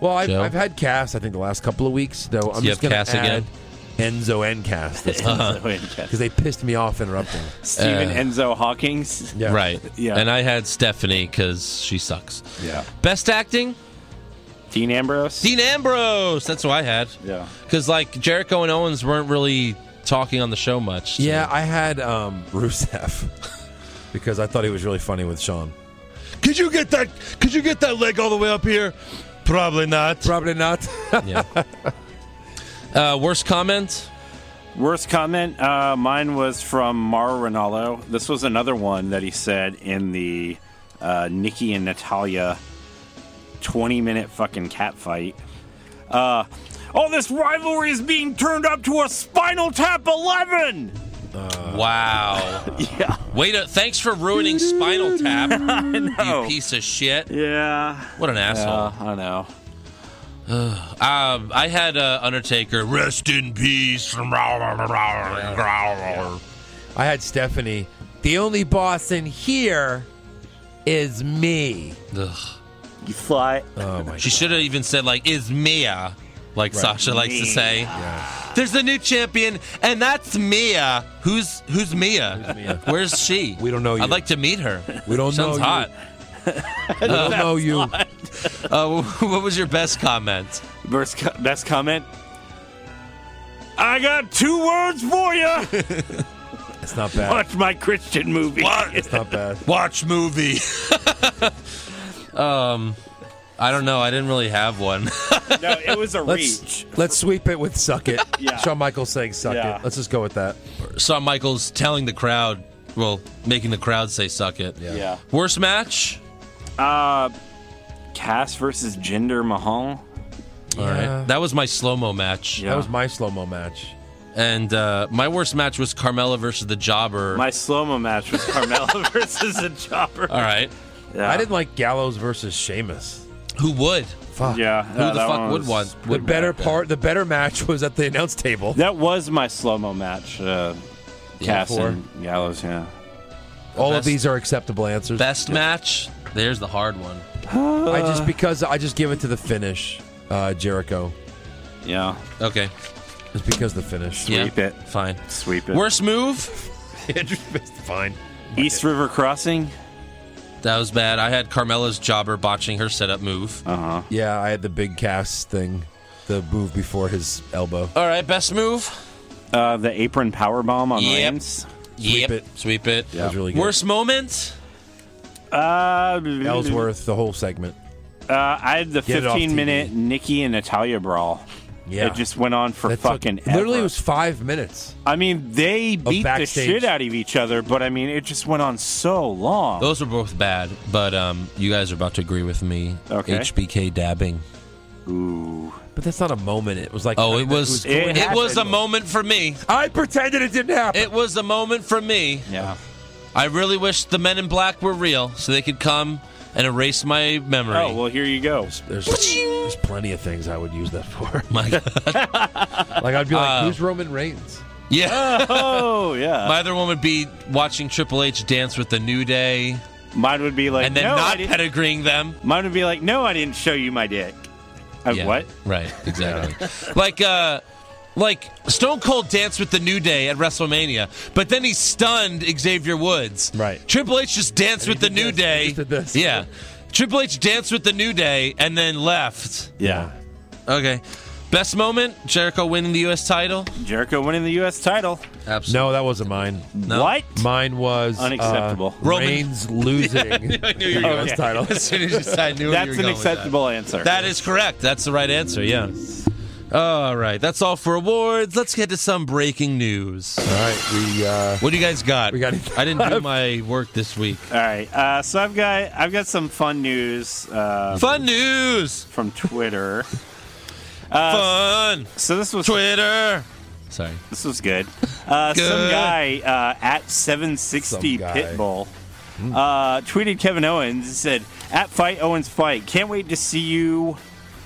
S2: Well, I've,
S1: Joe?
S2: I've had Cass. I think the last couple of weeks though. I'm
S1: You
S2: just
S1: have
S2: gonna
S1: Cass
S2: add
S1: again?
S2: Enzo and Cass because they pissed me off interrupting.
S6: Stephen
S1: Uh,
S6: Enzo Hawkins.
S2: Yeah.
S1: Right.
S6: Yeah.
S1: And I had Stephanie because she sucks.
S6: Yeah.
S1: Best acting.
S6: Dean Ambrose.
S1: Dean Ambrose. That's who I had.
S6: Yeah.
S1: Because like Jericho and Owens weren't really talking on the show much. so-
S2: Yeah, I had um, Rusev because I thought he was really funny with Sean.
S1: Could you get that? Could you get that leg all the way up here? Probably not.
S2: Probably not.
S1: yeah. Uh, worst comment.
S6: Worst comment. Uh, mine was from Mar Ronaldo. This was another one that he said in the uh, Nikki and Natalia 20 minute fucking cat fight. Uh, all this rivalry is being turned up to a Spinal Tap 11.
S1: wow.
S6: Yeah.
S1: Wait. A, thanks for ruining Spinal Tap. You piece of shit.
S6: Yeah.
S1: What an asshole.
S6: Uh, I know.
S1: Um, I had uh, Undertaker. Rest in peace.
S2: I had Stephanie. The only boss in here is me.
S1: Ugh.
S6: You fly.
S2: Oh my!
S1: She should have even said like is Mia, like Sasha likes to say. There's a new champion, and that's Mia. Who's who's Mia?
S2: Mia?
S1: Where's she?
S2: We don't know you.
S1: I'd like to meet her.
S2: We don't know
S1: Sounds
S2: you.
S1: hot.
S2: I don't know you.
S1: Uh, what was your best comment?
S6: Worst co- best comment. I got two words for you.
S2: It's not bad.
S6: Watch my Christian movie.
S2: It's not bad.
S1: Watch movie. Um, I don't know. I didn't really have one.
S6: No, it was a
S2: Let's
S6: reach.
S2: let's sweep it with "Suck It."
S6: Yeah.
S2: Shawn Michaels saying "Suck
S6: Yeah.
S2: It." Let's just go with that.
S1: Shawn Michaels telling the crowd, well, making the crowd say "suck it."
S6: Yeah.
S1: Worst match.
S6: Uh, Cass versus Jinder Mahal.
S1: All
S2: Yeah.
S1: right, that was my slow mo match,
S6: Yeah.
S2: That was my slow mo match.
S1: and uh, my worst match was Carmella versus the Jobber.
S6: my slow mo match was Carmella versus a chopper.
S1: All right,
S6: Yeah.
S2: I didn't like Gallows versus Sheamus.
S1: who would?
S2: Fuck.
S6: Yeah,
S1: Who the fuck would
S6: want?
S1: want?
S2: The better part, the better match was at the announce table.
S6: That was my slow mo match. Uh, Cass
S2: four.
S6: and Gallows. Yeah.
S2: All of
S1: best-
S2: these are acceptable answers.
S1: Best match. There's the hard one.
S2: I just because I just give it to the finish, uh, Jericho.
S6: Yeah.
S1: Okay,
S2: It's because the finish.
S1: Yeah.
S6: Sweep it.
S1: fine.
S6: Sweep it.
S1: Worst move.
S2: Andrew Smith, Fine.
S6: East River Crossing.
S1: That was bad. I had Carmella's Jobber botching her setup move.
S6: Uh huh.
S2: Yeah, I had the big cast thing, the move before his elbow.
S1: All right, best move.
S6: Uh, the apron power bomb on
S1: Yep.
S6: Reigns.
S1: Sweep
S2: it.
S1: Sweep it.
S2: That was really good.
S1: Worst moment.
S6: Uh,
S2: Ellsworth, the whole segment.
S6: Uh, I had the
S2: Get it off
S6: 15
S2: TV.
S6: minute Nikki and Natalia brawl.
S2: Yeah.
S6: It just went on for
S2: That took-
S6: fucking ever.
S2: literally it was five minutes.
S6: I mean, they beat the
S2: backstage.
S6: shit out of each other, but I mean, it just went on so long.
S1: Those were both bad, but um, you guys are about to agree with me.
S6: Okay.
S1: HBK dabbing.
S6: Ooh.
S2: But that's not a moment. It was like
S1: Oh, it was.
S6: It
S1: It, was a
S6: happened.
S1: moment for me.
S2: I pretended it didn't happen.
S1: It was a moment for me.
S6: Yeah.
S1: I really wish the Men in Black were real, so they could come and erase my memory.
S6: Oh, well, here you go.
S2: There's, there's plenty of things I would use that for.
S1: my God.
S2: Like I'd be like,
S1: Uh,
S2: who's Roman Reigns?
S1: Yeah.
S6: Oh, yeah.
S1: my other one would be watching Triple H dance with the New Day,
S6: Mine would be like,
S1: and then
S6: no, I
S1: not
S6: didn't-
S1: pedigreeing them.
S6: Mine would be like, no, I didn't show you my dick. I,
S1: Yeah,
S6: What?
S1: Right, exactly. like uh like Stone Cold danced with the New Day at WrestleMania, but then he stunned Xavier Woods.
S2: Right.
S1: Triple H just danced with the
S2: he
S1: New
S2: did this,
S1: Day.
S2: he just did this.
S1: Yeah. Triple H danced with the New Day and then left.
S6: Yeah.
S1: Okay. Best moment, Jericho winning the US title.
S6: Jericho winning the U.S. title.
S1: Absolutely.
S2: No, that wasn't mine.
S6: What?
S2: Mine was uh,
S6: Unacceptable.
S1: Roman-
S2: Reigns losing
S1: you were
S2: the US
S6: gonna-
S2: title.
S1: As soon as you said, I knew where you
S6: That's
S1: were
S6: an
S1: going with that.
S6: acceptable answer.
S1: That is correct. That's the right answer, yeah. All right, that's all for awards. Let's get to some breaking news.
S2: All right, we uh,
S1: What do you guys got?
S2: We got-
S1: I didn't do my work this week.
S6: All right. Uh, so I've got I've got some fun news uh,
S1: Fun news.
S6: from Twitter.
S1: Fun.
S6: So this was
S1: Twitter. Sorry.
S6: This was good. Uh, Some
S1: Good.
S6: guy uh, at 760
S2: Some guy.
S6: Pitbull uh, tweeted Kevin Owens and said, "At fight Owens fight. Can't wait to see you.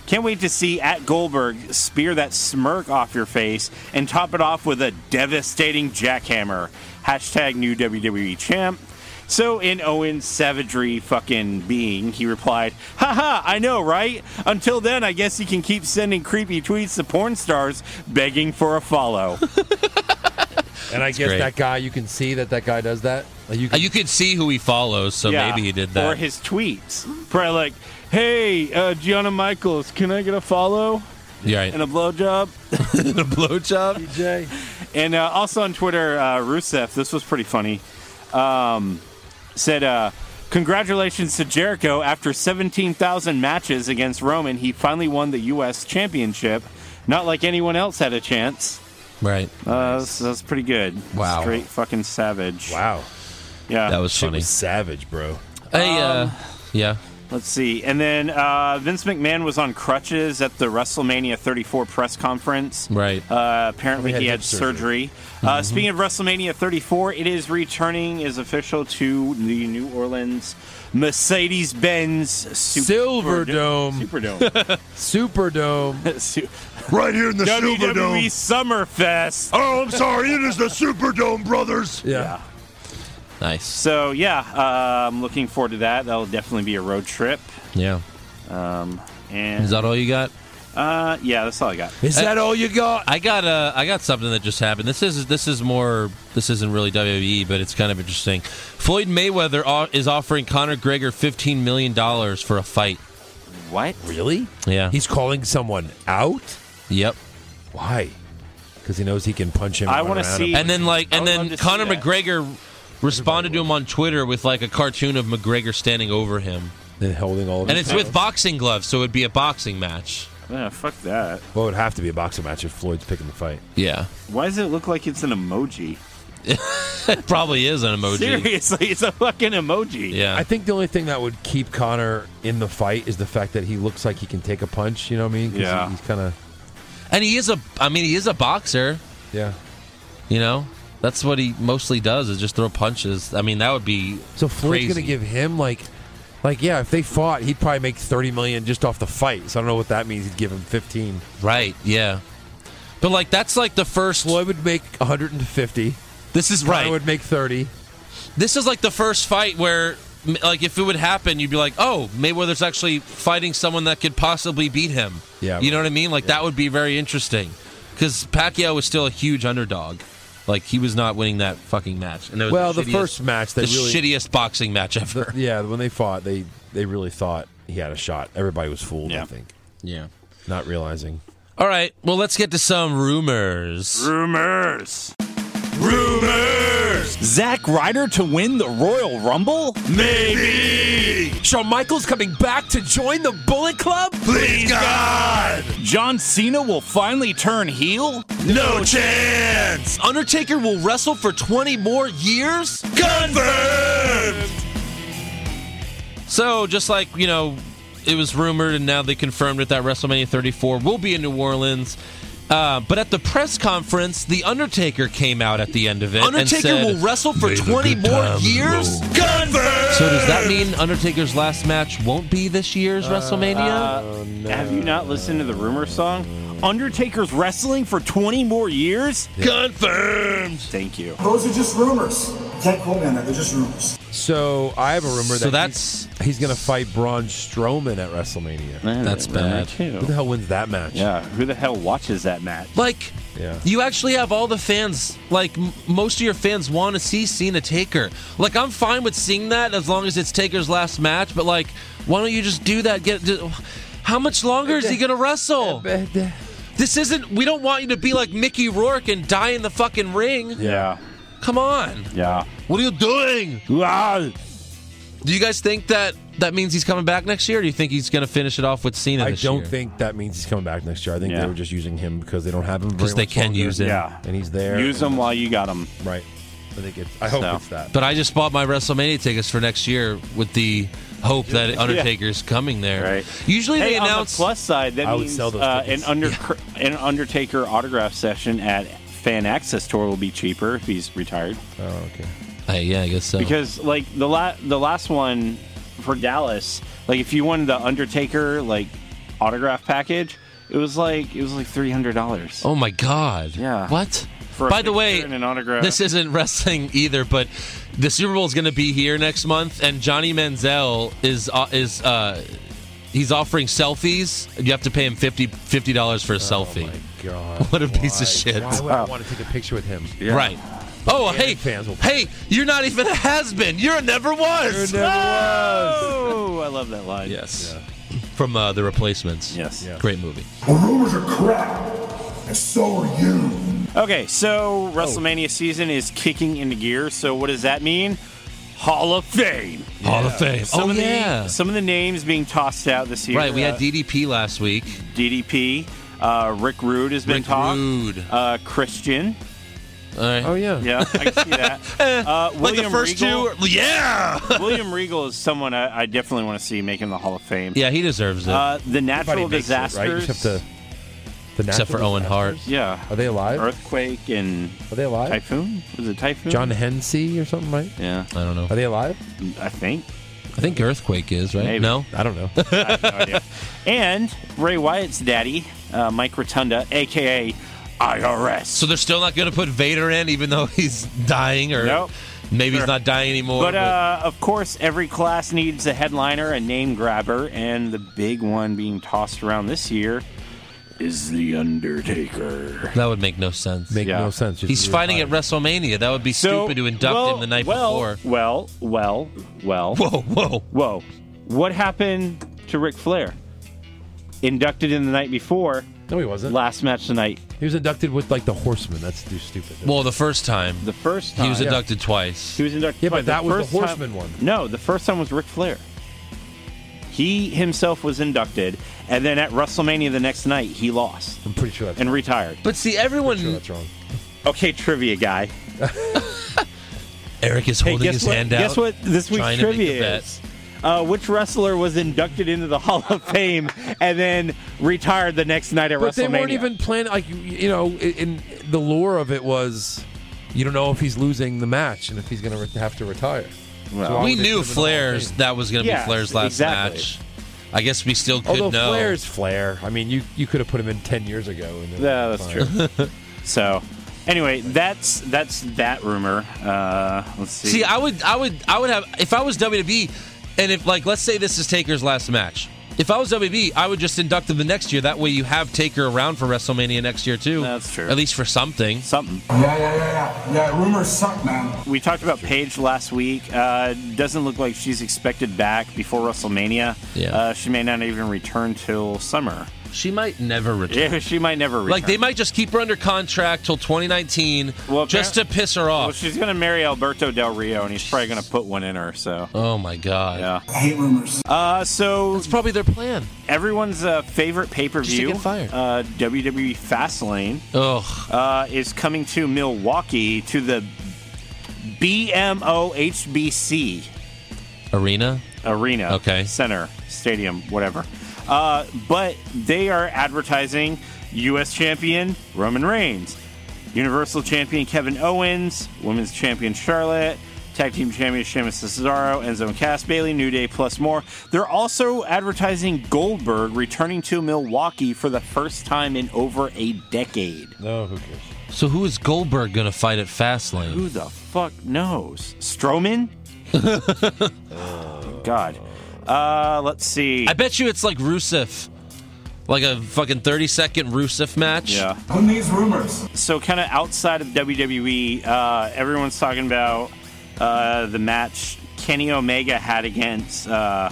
S6: Can't wait to see at Goldberg spear that smirk off your face and top it off with a devastating jackhammer." Hashtag new WWE champ. So in Owens' savagery fucking being, he replied, Haha, I know, right? Until then, I guess you can keep sending creepy tweets to porn stars begging for a follow.
S2: and I guess
S1: great.
S2: that guy. You can see that that guy does that. Like, you
S1: Uh,
S2: can,
S1: You could see who he follows, so
S6: Yeah.
S1: maybe he did that.
S6: Or his tweets. Probably like, hey, uh, Gianna Michaels, can I get a follow
S1: yeah, right.
S6: and a blowjob?
S1: a blowjob.
S2: Jay.
S6: And uh, also on Twitter, uh, Rusev, this was pretty funny, um, said, uh, Congratulations to Jericho. After 17,000 matches against Roman, he finally won the U.S. Championship. Not like anyone else had a chance.
S1: Right.
S6: Uh, that's, that's pretty good.
S1: Wow.
S6: Straight fucking savage.
S2: Wow,
S6: Yeah.
S1: That was
S2: Shit
S1: funny.
S2: was savage, bro.
S1: Hey, uh, yeah.
S6: Let's see. And then uh, Vince McMahon was on crutches at the WrestleMania 34 press conference.
S1: Right.
S6: Uh, apparently,
S2: He
S6: he
S2: had
S6: had
S2: hip
S6: surgery. Uh, speaking of WrestleMania 34, it is returning as official to the New Orleans Mercedes Benz
S2: Silverdome.
S6: Superdome.
S2: Superdome.
S6: Su-
S9: Right here in the
S6: WWE
S9: Silverdome.
S6: E Summerfest.
S9: Oh, I'm sorry. It is the Superdome, brothers.
S2: Yeah.
S1: Nice.
S6: So, yeah, uh, I'm looking forward to that. That'll definitely be a road trip.
S1: Yeah.
S6: And
S1: Is that all you got?
S6: uh, yeah, that's all I got.
S2: Is
S1: Uh,
S2: that all you got?
S1: I got uh, I got something that just happened. This is this is more this isn't really WWE, but it's kind of interesting. Floyd Mayweather o- is offering Conor Gregor fifteen million dollars for a fight.
S6: What?
S2: Really?
S1: Yeah.
S2: He's calling someone out.
S1: Yep.
S2: Why? Because he knows he can punch him.
S6: I
S2: and run
S6: wanna
S2: around
S6: see-
S2: him.
S1: and then like
S6: I
S1: and
S6: would love
S1: then
S6: to see
S1: Conor
S6: that.
S1: McGregor responded to him on Twitter with like a cartoon of McGregor standing over him.
S2: and holding all of
S1: And
S2: his
S1: it's with
S2: titles.
S1: boxing gloves, so it'd be a boxing match.
S6: Yeah, fuck that.
S2: Well, it would have to be a boxing match if Floyd's picking the fight.
S1: Yeah.
S6: Why does it look like it's an emoji?
S1: It probably is an emoji.
S6: Seriously, it's a fucking emoji.
S1: Yeah.
S2: I think the only thing that would keep Connor in the fight is the fact that he looks like he can take a punch. You know what I mean? 'Cause he-
S6: Yeah.
S2: he's kind of
S1: and he is a I mean he is a boxer,
S2: yeah.
S1: you know? That's what he mostly does is just throw punches. I mean, that would be
S2: So Floyd's
S1: crazy.
S2: gonna give him like, like yeah, if they fought, he'd probably make thirty million just off the fight. So I don't know what that means. He'd give him fifteen.
S1: Right, yeah. But like that's like the first
S2: Floyd would make one hundred and fifty.
S1: This is
S2: I
S1: right.
S2: would make thirty.
S1: this is like the first fight where m- like if it would happen you'd be like oh mayweather's actually fighting someone that could possibly beat him
S2: Yeah,
S1: you know
S2: right.
S1: what i mean like that would be very interesting because pacquiao was still a huge underdog like he was not winning that fucking match and it was
S2: Well, the
S1: shittiest-
S2: first match,
S1: the
S2: they really-
S1: shittiest boxing match ever
S2: Yeah, when they fought, they they really thought he had a shot. Everybody was fooled. I
S6: Yeah.
S2: think
S1: yeah
S2: not realizing.
S1: all right well let's get to some rumors
S6: Rumors.
S10: Zack Ryder to win the Royal Rumble?
S2: Shawn Michaels coming back to join the Bullet Club.
S9: Please, God!
S10: John Cena will finally turn heel?
S9: No chance!
S1: undertaker will wrestle for 20 more years
S9: Confirmed!
S1: So, just like, you know, it was rumored and now they confirmed it that WrestleMania 34 will be in New Orleans. Uh, but at the press conference, The Undertaker came out at the end of it. and
S9: Undertaker
S1: said,
S9: will
S1: wrestle for 20 more years?
S9: Confirmed!
S1: So, does that mean Undertaker's last match won't be this year's WrestleMania?
S6: Have you not listened to the rumor song?
S10: Undertaker's wrestling for 20 more years?
S1: Confirmed!
S6: Thank you.
S4: Those are just rumors. Can't quote me on that. They're just rumors.
S2: So I have a rumor
S1: So
S2: that
S1: that's-
S2: he's, he's gonna fight Braun Strowman at WrestleMania.
S1: That's bad.
S2: Who the hell wins that match?
S6: Yeah, who the hell watches that match?
S1: Like,
S2: Yeah.
S1: you actually have all the fans. Like, m- most of your fans want to see Cena Taker. Like, I'm fine with seeing that as long as it's Taker's last match. But like, why don't you just do that? Get. d- how much longer is he gonna wrestle? This isn't. We don't want you to be like Mickey Rourke and die in the fucking ring.
S6: Yeah,
S1: Come on.
S6: yeah.
S1: What are you doing?
S6: Ah,
S1: Do you guys think that that means he's coming back next year? Or do you think he's gonna finish it off with Cena?
S2: I
S1: this
S2: don't
S1: year?
S2: think that means he's coming back next year. I think
S6: Yeah.
S2: they were just using him because they don't have him very
S1: because they
S2: much
S1: can
S2: longer.
S1: use it.
S6: yeah.
S2: and he's there.
S6: Use them while you got them.
S2: right. I think it's. I hope
S6: So.
S2: it's that.
S1: But I just bought my WrestleMania tickets for next year with the hope that Undertaker's coming there.
S6: Right.
S1: Usually
S6: Hey,
S1: they
S6: on the
S1: announce
S6: plus side, that
S2: I would
S6: means
S2: sell those
S6: uh, an,
S2: tickets.
S6: under, an Undertaker autograph session at Fan Access Tour will be cheaper if he's retired.
S2: oh, okay.
S1: Hey, yeah, I guess so.
S6: Because like the la- the last one for Dallas, like if you wanted the Undertaker like autograph package, it was like it was like three hundred dollars.
S1: oh my god.
S6: Yeah.
S1: What?
S6: For a
S1: By the way,
S6: picture and an autograph.
S1: this isn't wrestling either, but the Super Bowl is going to be here next month, and Johnny Manziel is uh, is uh, he's offering selfies. You have to pay him 50 dollars
S6: Oh
S1: for a selfie.
S2: Oh, God.
S1: What a piece of shit.
S2: Why would I want to take a picture with him?
S1: Right. Oh, hey,
S2: fans will-
S1: hey, you're not even a has been. You're a never was.
S6: Oh, I love that line.
S1: Yes. From uh, the replacements.
S6: Yes.
S1: Great movie.
S9: The rumors are crap, and so are you.
S6: Okay,
S2: Oh.
S6: so WrestleMania season is kicking into gear. So what does that mean? Hall of Fame.
S1: Hall of Fame.
S6: Some
S1: oh
S6: of the-
S1: yeah.
S6: some of the names being tossed out this year.
S1: Right, we had
S6: Uh,
S1: DDP last week.
S6: DDP. Uh, Rick Rude has been
S1: Rick
S6: talked.
S1: Rude.
S6: Uh, Christian.
S1: All right.
S2: Oh yeah.
S6: Yeah, I can see that. Uh,
S1: like
S6: William
S1: the first
S6: Regal.
S1: two, are- yeah.
S6: William Regal is someone I, I definitely want to see making the Hall of Fame.
S1: yeah, he deserves it.
S6: Uh, the natural
S2: Everybody makes it,
S6: disasters.
S2: right? Except the. the
S1: except for
S2: natural
S1: Owen Hart.
S2: disasters?
S6: yeah.
S2: Are they alive?
S6: Earthquake and
S2: Are they alive?
S6: typhoon. Was it typhoon?
S2: John Hensey or something, right?
S6: Yeah,
S1: I don't know.
S2: Are they alive?
S6: I think.
S1: I think Earthquake is right.
S6: Maybe.
S1: No,
S2: I don't know.
S6: No idea. and Ray Wyatt's daddy, uh, Mike Rotunda, aka IRS.
S1: so they're still not going to put Vader in, even though he's dying, or
S6: Nope.
S1: maybe
S6: Sure.
S1: he's not dying anymore.
S6: but uh, of course, every class needs a headliner, a name grabber, and the big one being tossed around this year is the Undertaker.
S1: but that would make no sense.
S2: Make
S6: Yeah.
S2: no sense.
S1: he's fighting at WrestleMania. That would be stupid to induct
S6: well,
S1: him the night
S6: well,
S1: before.
S6: Well, well, well,
S1: Whoa, whoa.
S6: Whoa. What happened to Ric Flair? Inducted in the night before,
S2: No, he wasn't.
S6: last match tonight,
S2: He was inducted with like the Horseman. That's too stupid.
S1: Well, the first time
S6: the first time.
S1: he was inducted twice.
S6: He was inducted.
S2: Yeah, but
S6: the
S2: that was the
S6: first time-
S2: Horseman one.
S6: No, the first time was Ric Flair. He himself was inducted, and then at WrestleMania the next night, he lost
S2: I'm pretty sure that's,
S6: and retired.
S1: But see,
S2: sure
S1: everyone.
S2: that's wrong.
S6: Okay, trivia guy.
S1: Eric is
S6: Hey,
S1: holding
S6: guess
S1: his
S6: what?
S1: hand out.
S6: guess what? This week's
S1: trying to make a
S6: trivia
S1: bet.
S6: is uh, which wrestler was inducted into the Hall of Fame and then retired the next night at WrestleMania.
S2: But they weren't even planning. Like you- you know, i- in the lure of it was, you don't know if he's losing the match and if he's going to re- have to retire.
S6: Well,
S1: We
S2: they put him
S1: knew
S2: in the Hall of
S1: Flair's
S2: Fame.
S1: that was going to
S6: Yes,
S1: be Flair's last
S6: exactly.
S1: match. I guess we still could
S2: Although
S1: know.
S2: Flair's Flair. I mean, you you could have put him in ten years ago. And it
S6: Yeah,
S2: would've
S6: that's
S2: been fine.
S6: true. so, anyway, that's that's that rumor. Uh, let's see.
S1: See, I would, I would, I would have if I was WWE, and if like let's say this is Taker's last match. If I was WWE, I would just induct him the next year. That way, you have Taker around for WrestleMania next year too.
S6: That's true.
S1: At least for something.
S6: something.
S9: Yeah, yeah, yeah, yeah. Yeah, rumors suck, man.
S6: We talked about Paige last week. Uh, doesn't look like she's expected back before WrestleMania.
S1: Yeah.
S6: Uh, she may not even return till summer.
S1: She might never return.
S6: Yeah, she might never return.
S1: Like they might just keep her under contract till 2019,
S6: Well,
S1: just to piss her
S6: Well,
S1: off.
S6: she's gonna marry Alberto Del Rio, and he's probably gonna put one in her. So,
S1: oh my god.
S6: Yeah.
S9: I hate rumors.
S6: uh, so
S1: That's probably their plan.
S6: everyone's uh, favorite pay per
S1: Just to
S6: view,
S1: get fired.
S6: uh, WWE Fastlane,
S1: Ugh.
S6: uh, is coming to Milwaukee to the BMOHBC
S1: Arena.
S6: Arena,
S1: Okay.
S6: Center, Stadium, whatever. Uh, but they are advertising U.S. champion Roman Reigns, Universal champion Kevin Owens, Women's champion Charlotte, Tag Team champion Sheamus and Cesaro, Enzo and Cass, Bailey, New Day, plus more. They're also advertising Goldberg returning to Milwaukee for the first time in over a decade.
S2: No, who cares?
S1: So who is Goldberg gonna fight at Fastlane?
S6: Who the fuck knows? Strowman? God. Uh, let's see.
S1: I bet you it's like Rusev, like a fucking thirty second Rusev match.
S6: yeah.
S9: Who needs rumors?
S6: So, kind of outside of WWE, uh, everyone's talking about uh, the match Kenny Omega had against uh,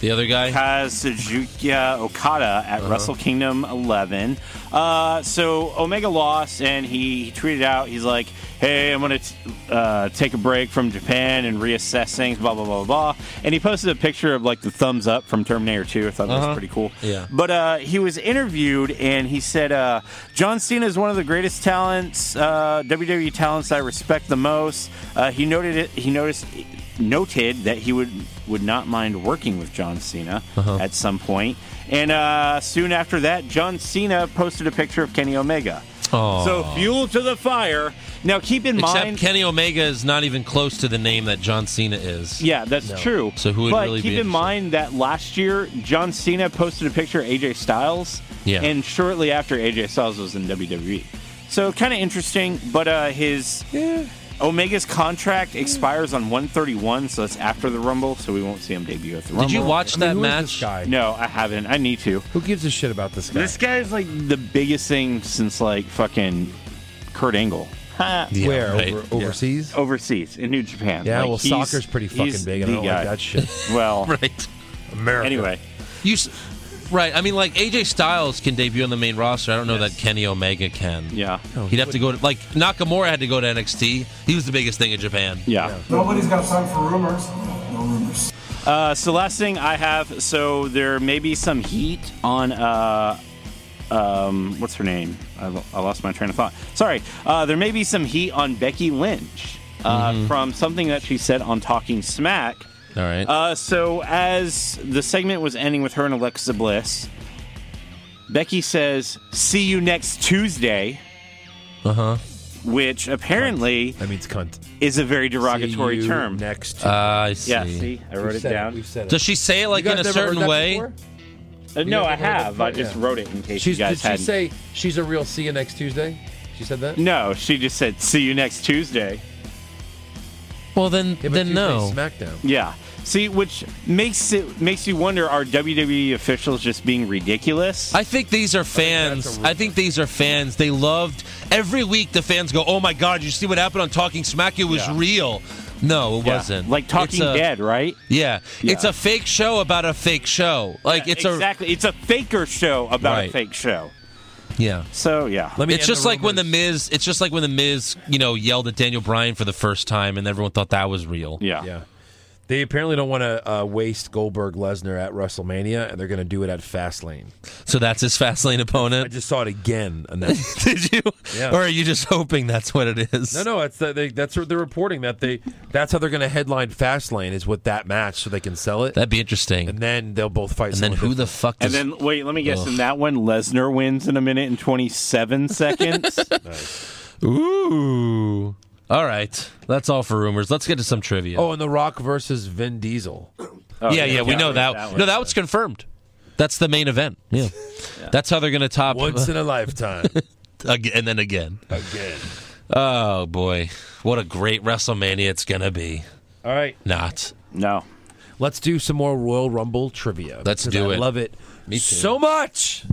S1: The other guy.
S6: Kazuchika Okada at Wrestle Kingdom 11. Uh, so Omega lost, and he tweeted out, he's like, "Hey, I'm gonna t- uh, take a break from Japan and reassess things." Blah blah blah blah. blah." And he posted a picture of like the thumbs up from Terminator 2. I thought that was pretty cool.
S1: Yeah.
S6: But uh, he was interviewed, and he said, uh, "John Cena is one of the greatest talents, uh, WWE talents I respect the most." Uh, he noted it. He noticed noted that he would would not mind working with John Cena
S1: Uh-huh.
S6: at some point. And uh, soon after that, John Cena posted a picture of Kenny Omega.
S1: Aw.
S6: So fuel to the fire. Now keep in
S1: Except
S6: mind,
S1: Kenny Omega is not even close to the name that John Cena is.
S6: yeah, that's true.
S1: So who would
S6: but
S1: really
S6: keep
S1: be
S6: in
S1: interested?
S6: mind that last year John Cena posted a picture of AJ Styles,
S1: Yeah.
S6: and shortly after AJ Styles was in WWE. So kind of interesting, but uh, his Omega's contract expires on 131, so it's after the Rumble, so we won't see him debut at the Rumble.
S1: Did you watch
S2: I mean,
S1: that
S2: who is
S1: match?
S2: this guy?
S6: No, I haven't. I need to.
S2: Who gives a shit about this guy?
S6: This guy is like the biggest thing since like fucking Kurt Angle.
S1: Yeah,
S2: Where
S1: right.
S2: over, overseas?
S6: Overseas in New Japan.
S2: Yeah,
S6: Like,
S2: well,
S6: he's-
S2: soccer's pretty
S6: he's
S2: fucking big, and I
S6: the
S2: don't
S6: guy.
S2: like that shit.
S6: Well,
S1: Right.
S2: America.
S6: anyway,
S1: You. s- Right. I mean, like AJ Styles can debut on the main roster. I don't know that Kenny Omega can.
S6: yeah,
S1: He'd have to go to like Nakamura had to go to NXT. He was the biggest thing in Japan.
S6: yeah.
S9: Nobody's got time for rumors. No rumors.
S6: Uh, so last thing I have, so there may be some heat on uh, um, what's her name? I, lo- I lost my train of thought. Sorry. Uh, there may be some heat on Becky Lynch uh,
S2: Mm-hmm.
S6: from something that she said on Talking Smack.
S1: All right.
S6: Uh, so as the segment was ending with her and Alexa Bliss, Becky says, "See you next Tuesday." Uh
S1: Uh-huh.
S6: Which apparently
S2: That means cunt.
S6: is a very derogatory
S2: See you
S6: term.
S2: Next.
S1: Ah, I
S6: yeah,
S1: see.
S6: see,
S2: Uh,
S6: I
S2: We've
S6: wrote it
S2: said
S6: down.
S2: We've said it.
S1: Does she say it like
S2: You
S1: in
S2: guys
S1: a
S2: never heard
S1: certain
S2: that
S1: way?
S2: before?
S6: Uh, no,
S2: never
S6: I
S2: heard it
S6: have. I
S2: before?
S6: just
S2: Yeah.
S6: wrote it in case
S2: She's,
S6: you
S2: did
S6: guys
S2: she
S6: had.
S2: say she's a real see you next Tuesday? She said that?
S6: no, she just said, "See you next Tuesday."
S1: Well, then,
S2: Yeah, but
S1: then
S2: Tuesday's
S1: no.
S2: SmackDown.
S6: Yeah. See, which makes it makes you wonder: Are WWE officials just being ridiculous?
S1: I think these are fans. I think these are fans. They loved every week. The fans go, "Oh my God! You see what happened on Talking Smack? It was
S6: Yeah.
S1: real." No, it
S6: Yeah.
S1: wasn't.
S6: like
S1: It's
S6: Talking
S1: a-
S6: Dead, right?
S1: Yeah.
S6: Yeah.
S1: it's a fake show about a fake show. Like it's
S6: exactly. It's a faker show about a
S1: Right.
S6: fake show.
S1: a yeah.
S6: So yeah,
S2: Let me
S1: it's
S2: end
S1: just
S2: the
S1: like when the Miz.
S2: rumors.
S1: It's just like when the Miz, you know, yelled at Daniel Bryan for the first time, and everyone thought that was real.
S6: yeah.
S2: Yeah. They apparently don't want to uh, waste Goldberg Lesnar at WrestleMania, and they're going to do it at Fastlane.
S1: So that's his fast lane
S2: I
S1: opponent.
S2: just saw it again. And that,
S1: Did you?
S2: Yeah.
S1: Or are you just hoping that's what it is?
S2: no, no, it's that they, that's what they're reporting that they that's how they're going to headline Fastlane is with that match, so they can sell it,
S1: That'd be interesting.
S2: and
S1: And,
S2: then they'll both fight.
S1: then
S2: someone
S1: who the fuck?
S6: And
S1: Does,
S6: then wait, let me guess. In that one, Lesnar wins in a minute and twenty-seven seconds.
S1: ooh. All right, that's all for rumors. Let's get to some trivia.
S2: Oh, and The Rock versus Vin Diesel.
S1: yeah, yeah, we know that. no, that was confirmed. That's the main event. Yeah, that's how they're going to top
S2: Once in a lifetime.
S1: again, and then again.
S2: Again.
S1: Oh boy, what a great WrestleMania it's going to be.
S2: All right.
S1: Not.
S6: No.
S2: Let's do some more Royal Rumble trivia.
S1: Let's
S2: because
S1: do
S2: I
S1: it.
S2: love it
S1: Me too.
S2: so much.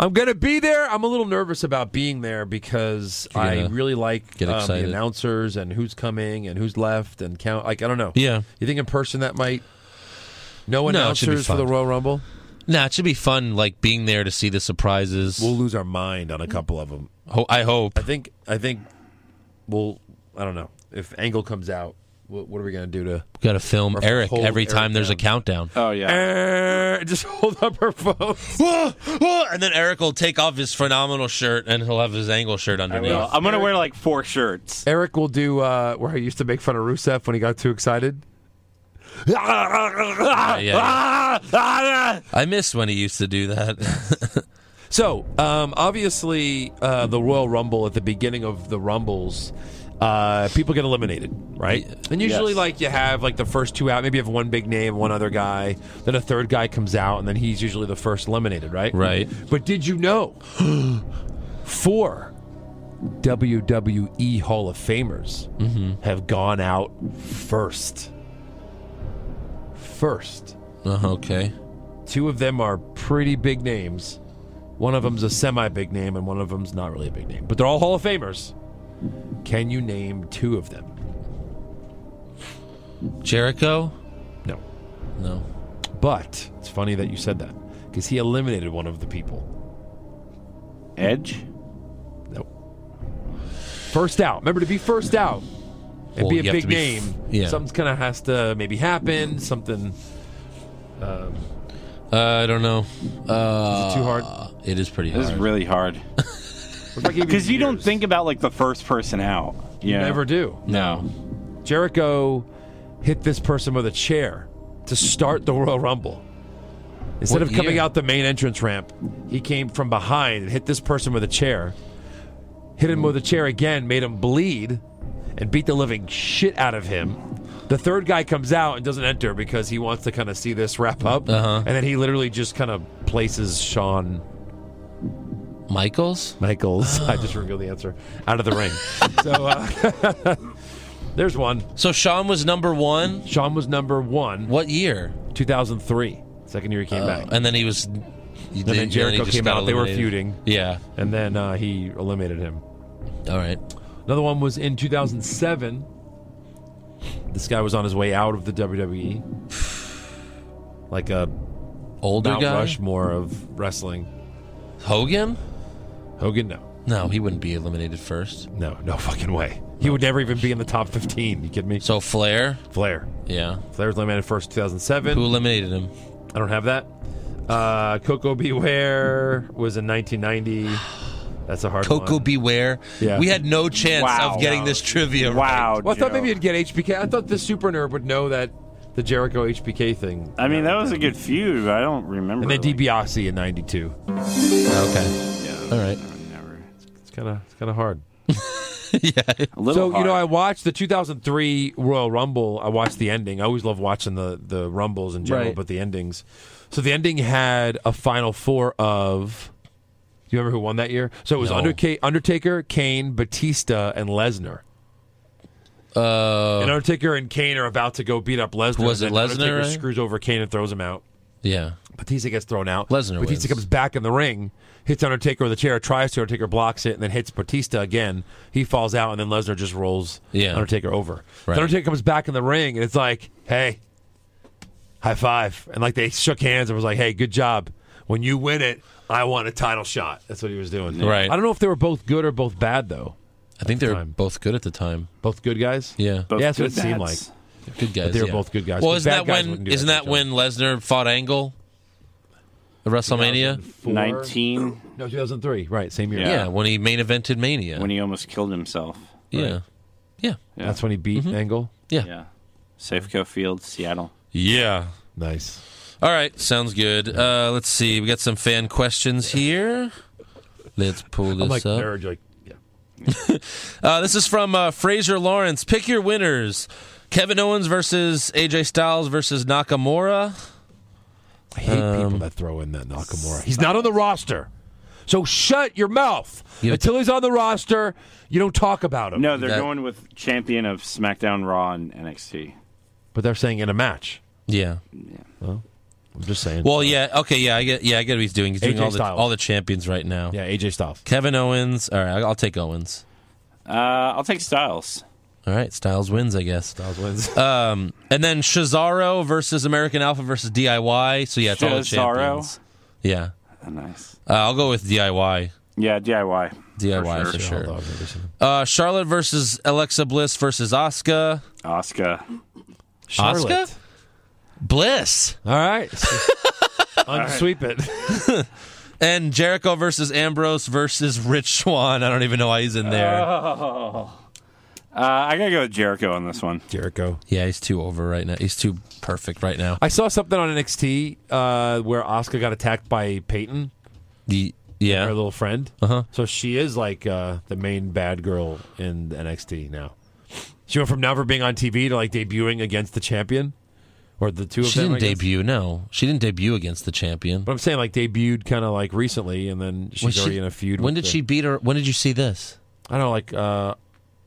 S2: I'm gonna be there. I'm a little nervous about being there because I
S1: gonna
S2: really like
S1: get
S2: um, the
S1: excited.
S2: announcers and who's coming and who's left and count. Like I don't know.
S1: Yeah.
S2: You think in person that might no
S1: No, it should be
S2: announcers for the
S1: fun.
S2: Royal Rumble?
S1: Nah, it should be fun. Like being there to see the surprises.
S2: We'll lose our mind on a couple of them.
S1: Ho- I hope.
S2: I think. I think. We'll. I don't know if Angle comes out. What, what are we gonna do to?
S1: Got to film
S2: Or
S1: Eric
S2: hold
S1: every
S2: Eric Uh.
S1: time there's a countdown.
S6: Oh yeah.
S2: Eh, just hold up her phone.
S1: and then Eric will take off his phenomenal shirt and he'll have his angle shirt underneath.
S6: Well, Uh, I'm gonna wear like four shirts.
S2: Eric will do uh, where I used to make fun of Rusev when he got too excited.
S1: yeah, I miss when he used to do that.
S2: So, um, obviously, uh, the Royal Rumble at the beginning of the Rumbles, uh, people get eliminated, right? And usually,
S6: Yes.
S2: like, you have like the first two out, maybe you have one big name, one other guy, then a third guy comes out, and then he's usually the first eliminated, right?
S1: Right.
S2: But did you know four WWE Hall of Famers have gone out first? First.
S1: Uh, okay.
S2: Two of them are pretty big names. One of them's a semi big name, and one of them's not really a big name. But they're all Hall of Famers. Can you name two of them?
S1: Jericho?
S2: No.
S1: No.
S2: But it's funny that you said that because he eliminated one of the people.
S6: Edge.
S2: Nope. First out. Remember to be first out and
S1: Well,
S2: be
S1: you
S2: a
S1: have
S2: big
S1: to be
S2: name.
S1: f- yeah.
S2: Something's kind of has to maybe happen. Something
S1: Uh, I don't know. Uh,
S2: too hard.
S1: it is pretty hard.
S6: This is really hard because you don't think about like the first person out. You know?
S2: Never do.
S6: No.
S2: Jericho hit this person with a chair to start the Royal Rumble. Instead
S1: What
S2: of coming
S1: year?
S2: out the main entrance ramp, he came from behind and hit this person with a chair. Hit him with a chair again, made him bleed, and beat the living shit out of him. The third guy comes out and doesn't enter because he wants to kind of see this wrap up.
S1: Uh-huh.
S2: And then he literally just kind of places Shawn
S1: Michaels?
S2: Michaels, I just revealed the answer, out of the ring. so uh, there's one.
S1: So Sean was number one.
S2: Shawn was number one.
S1: What year?
S2: 2003, second year he came
S1: Uh,
S2: back.
S1: and then he was. And
S2: then Jericho came out, they were feuding.
S1: Yeah.
S2: And then uh, he eliminated him.
S1: All right.
S2: Another one was in 2007. This guy was on his way out of the WWE, like a
S1: Older
S2: Mount
S1: guy?
S2: Rushmore of wrestling.
S1: Hogan?
S2: Hogan, no,
S1: No, he wouldn't be eliminated first.
S2: no, no fucking way. He would never even be in the top 15. You kidding me?
S1: So Flair?
S2: Flair,
S1: Yeah.
S2: Flair was eliminated first 2007.
S1: Who eliminated him?
S2: I don't have that. Uh, Coco Beware was in 1990. That's a hard
S1: Coco
S2: one.
S1: Beware.
S2: Yeah.
S1: We had no chance
S6: Wow.
S1: of getting this trivia
S6: Wow.
S1: right.
S2: Well, I thought
S6: Joe.
S2: maybe you'd get HBK. I thought the super nerd would know that the Jericho HBK thing.
S6: I mean, that was a good feud. I don't remember.
S2: And then
S6: like,
S2: DiBiase in '92.
S1: Okay.
S6: yeah,
S2: Uh,
S1: All right.
S6: never.
S2: It's kind of it's kind of hard.
S6: A little
S2: So you know, I
S6: hard.
S2: watched the 2003 Royal Rumble. I watched the ending. I always love watching the the Rumbles in general,
S1: Right.
S2: but the endings. So the ending had a final four of. Do you remember who won that year? So it was
S1: No.
S2: Underca- Undertaker, Kane, Batista, and Lesnar.
S1: Uh,
S2: And Undertaker and Kane are about to go beat up Lesnar.
S1: Was it
S2: and then
S1: Lesnar,
S2: Undertaker
S1: right?
S2: screws over Kane and throws him out.
S1: yeah.
S2: Batista gets thrown out.
S1: Lesnar
S2: Batista
S1: wins.
S2: comes back in the ring, hits Undertaker with a chair, tries to Undertaker blocks it, and then hits Batista again. He falls out, and then Lesnar just rolls
S1: Yeah.
S2: Undertaker over. Then
S1: Right.
S2: Undertaker comes back in the ring, and it's like, hey, high five, and like they shook hands and was like, hey, good job. When you win it, I want a title shot. That's what he was doing.
S1: Right.
S2: I don't know if they were both good or both bad though.
S1: I think they were
S2: time.
S1: both good at the time.
S2: Both good guys.
S1: Yeah.
S6: Both
S2: yeah, that's what it
S6: good
S2: seemed like.
S6: bats.
S1: Good guys.
S2: they were
S1: yeah.
S2: both good guys,
S1: Well,
S2: but
S1: isn't
S2: bad
S1: that
S2: guys
S1: when
S2: wouldn't do
S1: isn't
S2: that
S1: that
S2: to
S1: when
S2: each
S1: Lesnar fought Angle? At WrestleMania?
S2: Four-
S6: 19
S2: No, 2003. Right, same year.
S1: Yeah. when he main evented Mania.
S6: when he almost killed himself.
S1: yeah. Yeah.
S2: That's when he beat
S1: Mm-hmm.
S2: Angle.
S1: Yeah.
S6: Yeah. Safeco Field, Seattle.
S1: Yeah.
S2: Nice.
S1: All right, sounds good. Uh, let's see. We got some fan questions here. Let's pull this
S2: I'm like
S1: up.
S2: nerd. Like yeah.
S1: Uh, this is from uh, Fraser Lawrence. Pick your winners: Kevin Owens versus AJ Styles versus Nakamura.
S2: I hate
S1: Um,
S2: people that throw in that Nakamura. He's not on the roster. So shut your mouth. Until he's on the roster, you don't talk about him.
S6: No, they're
S1: That-
S6: going with champion of SmackDown, Raw, and NXT.
S2: But they're saying in a match.
S1: Yeah.
S2: I'm just saying.
S1: Well, yeah. Okay. Yeah. I get. Yeah. I get what he's doing. He's doing
S2: AJ
S1: all the
S2: Styles.
S1: all the champions right now.
S2: yeah, AJ Styles.
S1: Kevin Owens. All right. I'll I'll take Owens.
S6: Uh, I'll take Styles.
S1: All right. Styles wins, I guess. Um,
S2: Styles wins.
S1: And then Cesaro versus American Alpha versus DIY. So yeah, it's all the
S6: Cesaro?
S1: champions. Yeah.
S6: Oh, nice.
S1: Uh, I'll go with DIY.
S6: Yeah, DIY.
S1: DIY for sure.
S2: Hold on, let me see.
S1: Uh, Charlotte versus Alexa Bliss versus Oscar.
S6: Oscar.
S2: Charlotte.
S1: Asuka? Bliss
S2: All right. Unsweep it.
S1: and Jericho versus Ambrose versus Rich Swan. I don't even know why he's in there.
S2: Ah.
S6: Uh, I gotta go with Jericho on this one.
S2: Jericho.
S1: yeah, he's too over right now. He's too perfect right now.
S2: I saw something on NXT uh, where Oscar got attacked by Peyton,
S1: The-
S2: her
S1: yeah,
S2: little friend. Uh-huh. So she is like uh, the main bad girl in NXT now. She went from never being on TV to like debuting against the champion, or the two of
S1: she
S2: them.
S1: didn't
S2: I guess.
S1: debut. No, she didn't debut against the champion.
S2: But I'm saying like debuted kind of like recently, and then she's
S1: Was she-
S2: already in a feud.
S1: When did
S2: with the-
S1: she beat her? When did you see this?
S2: I don't know, like uh,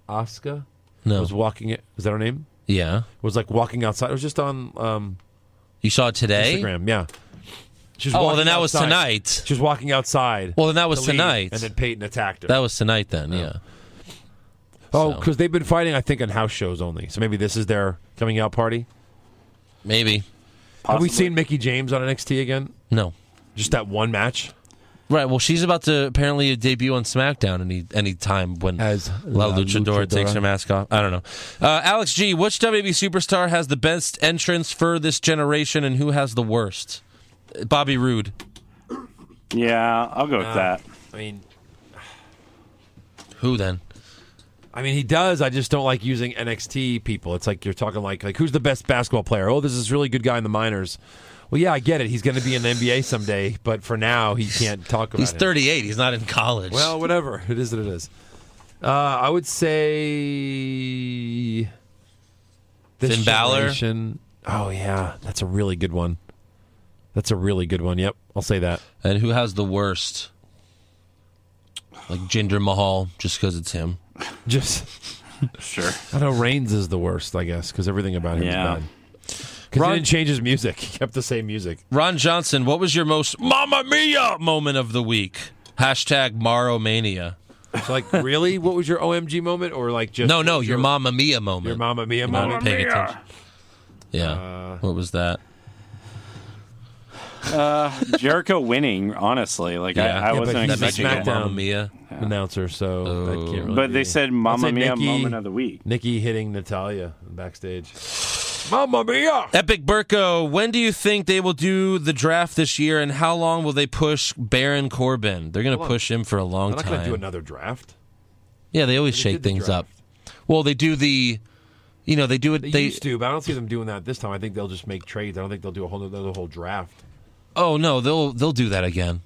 S2: Oscar
S1: No.
S2: was walking. It was that her name?
S1: yeah,
S2: Was like walking outside. It was just on um,
S1: you saw it today.
S2: Instagram. Yeah. She was
S1: Oh, well,
S2: walking
S1: then that was
S2: outside.
S1: tonight.
S2: She was walking outside.
S1: Well, then that was
S2: to leave,
S1: tonight.
S2: And then Peyton attacked her.
S1: That was tonight then. Yeah.
S2: oh,
S1: so.
S2: because they've been fighting, I think, on house shows only. So maybe this is their coming out party.
S1: maybe.
S2: Have we seen Mickey James on NXT again?
S1: No.
S2: Just that one match?
S1: Right. Well, she's about to apparently debut on SmackDown any any time when
S2: As
S1: La,
S2: La
S1: Luchadora,
S2: Luchadora.
S1: takes her mask off. I don't know. Uh, Alex G, which WWE superstar has the best entrance for this generation, and who has the worst? Uh, Bobby Roode.
S6: Yeah, I'll go with
S2: Uh,
S6: that.
S2: I mean,
S1: Who then?
S2: I mean, he does. I just don't like using NXT people. It's like you're talking like like who's the best basketball player? Oh, this is really good guy in the minors. Well, yeah, I get it. He's going to be in the NBA someday, but for now, he can't talk about
S1: He's
S2: it.
S1: 38. He's not in college.
S2: Well, whatever. It is what it is. Uh, I would say this
S1: Finn Balor?
S2: generation- Oh yeah, that's a really good one. That's a really good one. Yep, I'll say that.
S1: and who has the worst? Like Jinder Mahal, just because it's him.
S2: Just
S6: Sure.
S2: I don't know Reigns is the worst, I guess, because everything about him
S6: Yeah.
S2: is bad. Because
S1: Ron-
S2: he didn't change his music; he kept the same music.
S1: Ron Johnson, what was your most Mamma Mia moment of the week? Hashtag Morrow Mania.
S2: So, like, really, what was your OMG moment, or like just
S1: No,
S2: what
S1: no,
S2: was
S1: your Mamma Mia moment.
S2: your Mamma Mia Uh,
S1: Not
S2: moment?
S1: paying attention. Yeah. what was that?
S6: Jericho winning, honestly. Like
S1: Yeah.
S6: I, I
S1: Yeah,
S6: wasn't
S2: but he's
S6: expecting
S2: SmackDown.
S6: it.
S1: Mamma Mia.
S2: Announcer, so I can't really
S6: But
S2: be-
S6: they said
S2: I'll say
S6: Mamma Mia
S2: Nikki-
S6: moment of the week.
S2: Nikki hitting Natalia backstage. Mamma mia!
S1: Epic Burko, when do you think they will do the draft this year and how long will they push Baron Corbin? They're going to push him for a long
S2: I'm not going to
S1: time.
S2: do another draft.
S1: yeah, they always
S2: They
S1: shake
S2: did the
S1: things up.
S2: draft.
S1: Well, they do the you know, they do it
S2: They,
S1: they
S2: used to, but I don't see them doing that this time. I think they'll just make trades. I don't think they'll do a whole other whole draft.
S1: Oh no, they'll they'll do that again.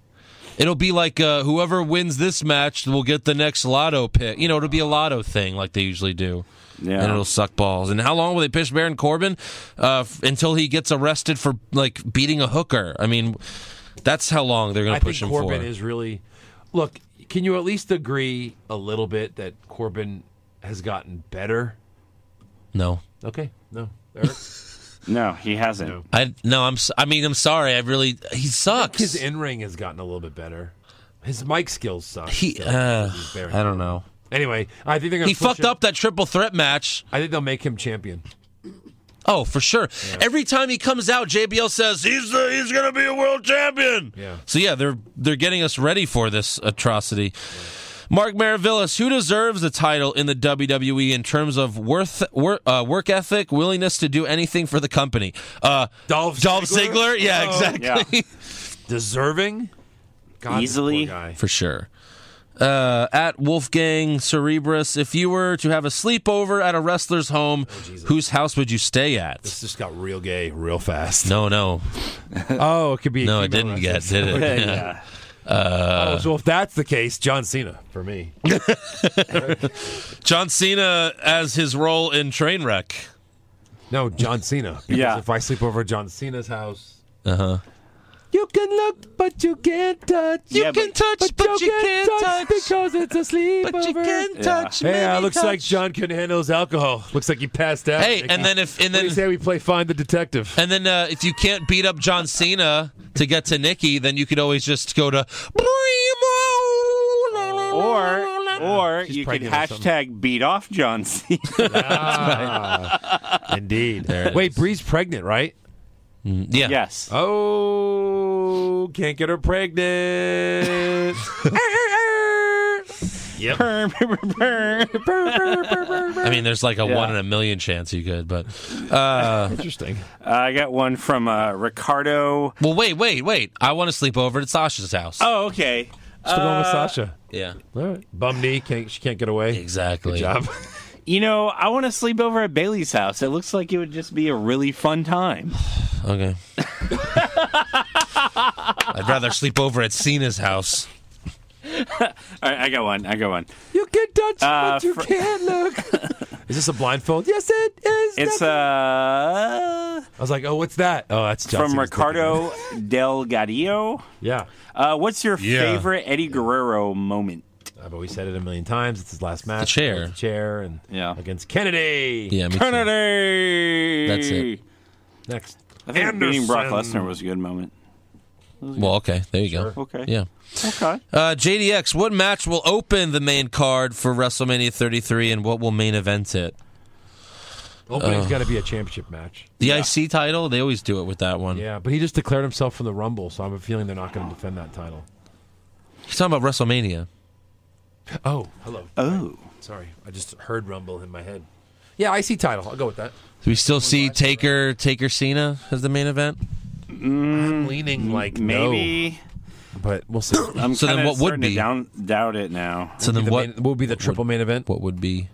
S1: It'll be like uh, whoever wins this match will get the next lotto pick. You know, it'll be a lotto thing like they usually do.
S6: Yeah.
S1: And it'll suck balls. And how long will they push Baron Corbin uh, f- until he gets arrested for like beating a hooker? I mean, that's how long they're going
S2: I
S1: to push
S2: think
S1: him
S2: Corbin
S1: for.
S2: is really. Look, can you at least agree a little bit that Corbin has gotten better?
S1: no,
S2: Okay, no, Eric.
S6: No, he hasn't.
S1: I no, I'm. s- I mean, I'm sorry. I really he sucks.
S2: His in ring has gotten a little bit better. His mic skills suck.
S1: he,
S2: so
S1: uh,
S2: he's Baron
S1: I don't
S2: Corbin.
S1: know.
S2: Anyway, I think they're gonna.
S1: He
S2: push
S1: fucked
S2: him.
S1: up that triple threat match.
S2: I think they'll make him champion.
S1: Oh, for sure. Every time he comes out, JBL says he's the, he's going to be a world champion.
S2: Yeah.
S1: So yeah, they're they're getting us ready for this atrocity. Mark Maravillas, who deserves the title in the WWE in terms of worth, work, uh, work ethic, willingness to do anything for the company? Uh,
S2: Dolph Oh.
S1: Ziggler? Yeah,
S6: yeah.
S1: exactly.
S2: Deserving? God, this
S6: Easily.
S2: poor guy.
S1: For sure. Uh, at Wolfgang Cerebrus, if you were to have a sleepover at a wrestler's home, whose house would you stay at?
S2: This just got real gay real fast.
S1: No, no,
S2: Oh, it could be. a
S1: no, it
S2: female
S1: didn't
S2: wrestler.
S1: get, uh, did it?
S6: Yeah, yeah.
S2: Oh, so if that's the case, John Cena for me.
S1: John Cena as his role in Trainwreck.
S2: No, John Cena. Because
S6: Yeah.
S2: If I sleep over at John Cena's house,
S1: Uh huh.
S2: you can look, but you can't touch.
S6: You Yeah, can but-
S1: touch,
S2: because it's a sleepover.
S1: touch.
S2: Hey, uh, looks like John couldn't handle his alcohol. Looks like he passed out.
S1: Hey, and then if and
S2: What do you
S1: then
S2: say we play Find the Detective?
S1: and then uh, if you can't beat up John Cena to get to Nikki, then you could always just go to.
S6: Or or
S2: She's
S6: you could
S2: pregnant or something.
S6: hashtag beat off John Cena.
S2: Indeed.
S1: There it
S2: Wait,
S1: is.
S2: Bree's pregnant, right?
S1: yeah.
S6: yes.
S2: Oh, can't get her pregnant.
S1: I mean, there's like a
S6: Yeah.
S1: one in a million chance you could, but
S2: Interesting.
S6: Uh, I got one from uh, Ricardo.
S1: well, wait, wait, wait. I want to sleep over at Sasha's house.
S6: Oh, okay.
S2: Still going with Sasha.
S1: yeah,
S2: All right. Uh, Bum knee. Can't, she can't get away.
S1: exactly.
S2: Good job.
S6: You know, I want to sleep over at Bailey's house. It looks like it would just be a really fun time.
S1: Okay. I'd rather sleep over at Cena's house.
S6: All right, I got one. I got one.
S2: You can touch,
S6: Uh,
S2: but you
S6: fr-
S2: can't look. is this a blindfold? Yes, it is.
S6: It's uh,
S2: I was like, oh, what's that? Oh, that's John
S6: from
S2: Cena's dick.
S6: Ricardo Delgadillo.
S2: Yeah.
S6: Uh, what's your
S1: Yeah.
S6: favorite Eddie Guerrero moment?
S2: I've always said it a million times. It's his last match.
S1: chair.
S2: The chair and
S6: Yeah.
S2: against Kennedy.
S1: Yeah, me too.
S6: Kennedy.
S1: That's it.
S2: Next.
S6: I think beating Brock
S2: Anderson.
S6: Lesnar was a good moment.
S1: Well, okay, there you go.
S6: Okay.
S1: Yeah.
S6: Okay.
S1: Uh, JDX, what match will open the main card for WrestleMania 33, and what will main event it?
S2: Opening's got to be a championship match.
S1: The IC title? They always do it with that one.
S2: Yeah, but he just declared himself from the Rumble, so I have a feeling they're not going to defend that title.
S1: He's talking about WrestleMania.
S2: Oh, hello.
S6: Oh.
S2: Sorry, I just heard Rumble in my head. Yeah, I see title. I'll go with that.
S1: Do we still see Taker Taker Cena as the main event?
S2: I'm leaning like
S6: Mm, Maybe.
S2: no, but we'll see.
S6: I'm
S1: So then
S6: kinda
S1: what would
S6: starting to
S1: be?
S6: down, doubt it now.
S1: So then
S2: The
S1: what?
S2: main- what would be the triple main event?
S1: What would be?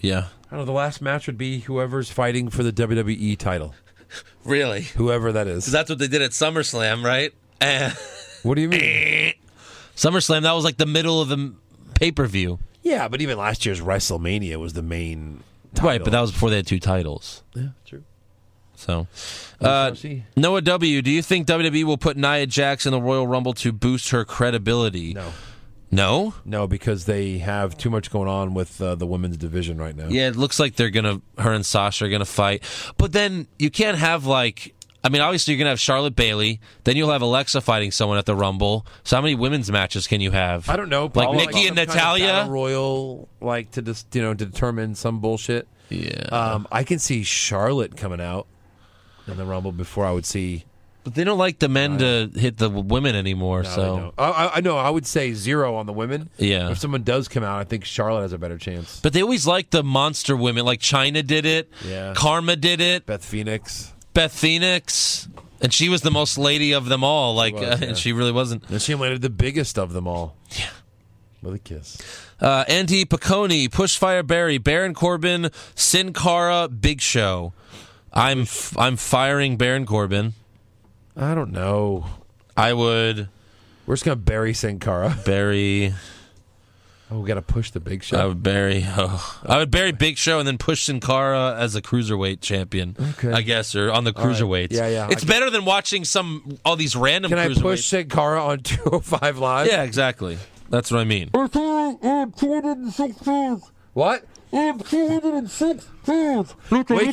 S1: Yeah.
S2: I don't know. The last match would be whoever's fighting for the WWE title,
S1: Really?
S2: whoever that is.
S1: That's what they did at SummerSlam, right? Eh.
S2: What do you mean?
S1: SummerSlam. That was like the middle of the pay per view.
S2: yeah, but even last year's WrestleMania was the main.
S1: Right, but that was before they had two titles.
S2: Yeah, true.
S1: So, uh,
S2: see.
S1: Noah W., do you think WWE will put Nia Jax in the Royal Rumble to boost her credibility?
S2: No,
S1: No?
S2: no, because they have too much going on with uh, the women's division right now.
S1: Yeah, it looks like they're gonna her and Sasha are gonna fight. But then you can't have like I mean, obviously you're gonna have Charlotte Bailey, then you'll have Alexa fighting someone at the Rumble. So how many women's matches can you have?
S2: I don't know.
S1: Like
S2: probably
S1: Nikki and
S2: some kind of
S1: Natalia?
S2: battle royal, like to just you know to determine some bullshit.
S1: Yeah.
S2: Um, I can see Charlotte coming out in the Rumble before I would see.
S1: but they don't like the men to hit the women anymore,
S2: No,
S1: so
S2: they don't. I, I, I know. I would say zero on the women.
S1: Yeah.
S2: If someone does come out, I think Charlotte has a better chance.
S1: But they always like the monster women, like China did it,
S2: Yeah.
S1: Karma did it,
S2: Beth Phoenix.
S1: Beth Phoenix, and she was the most lady of them all. Like,
S2: was,
S1: uh,
S2: yeah.
S1: and she really wasn't.
S2: And she landed the biggest of them all. Yeah. With a kiss.
S1: Uh, Andy Piccone, Pushfire Barry, Baron Corbin, Sin Cara, Big Show. I'm f- I'm firing Baron Corbin.
S2: I don't know.
S1: I would
S2: We're just gonna bury Sin Cara.
S1: bury.
S2: Oh, we gotta push the big
S1: I
S2: show.
S1: would bury. Oh, I would bury Big Show and then push Sin Cara as a cruiserweight champion.
S2: Okay.
S1: I guess or on the cruiserweights.
S2: Yeah, yeah,
S1: It's
S2: I-
S1: better than watching some all these random.
S2: Can I
S1: cruiserweights.
S2: push Sin Cara on 205 Live?
S1: Yeah, exactly. That's what I mean.
S2: What? we can't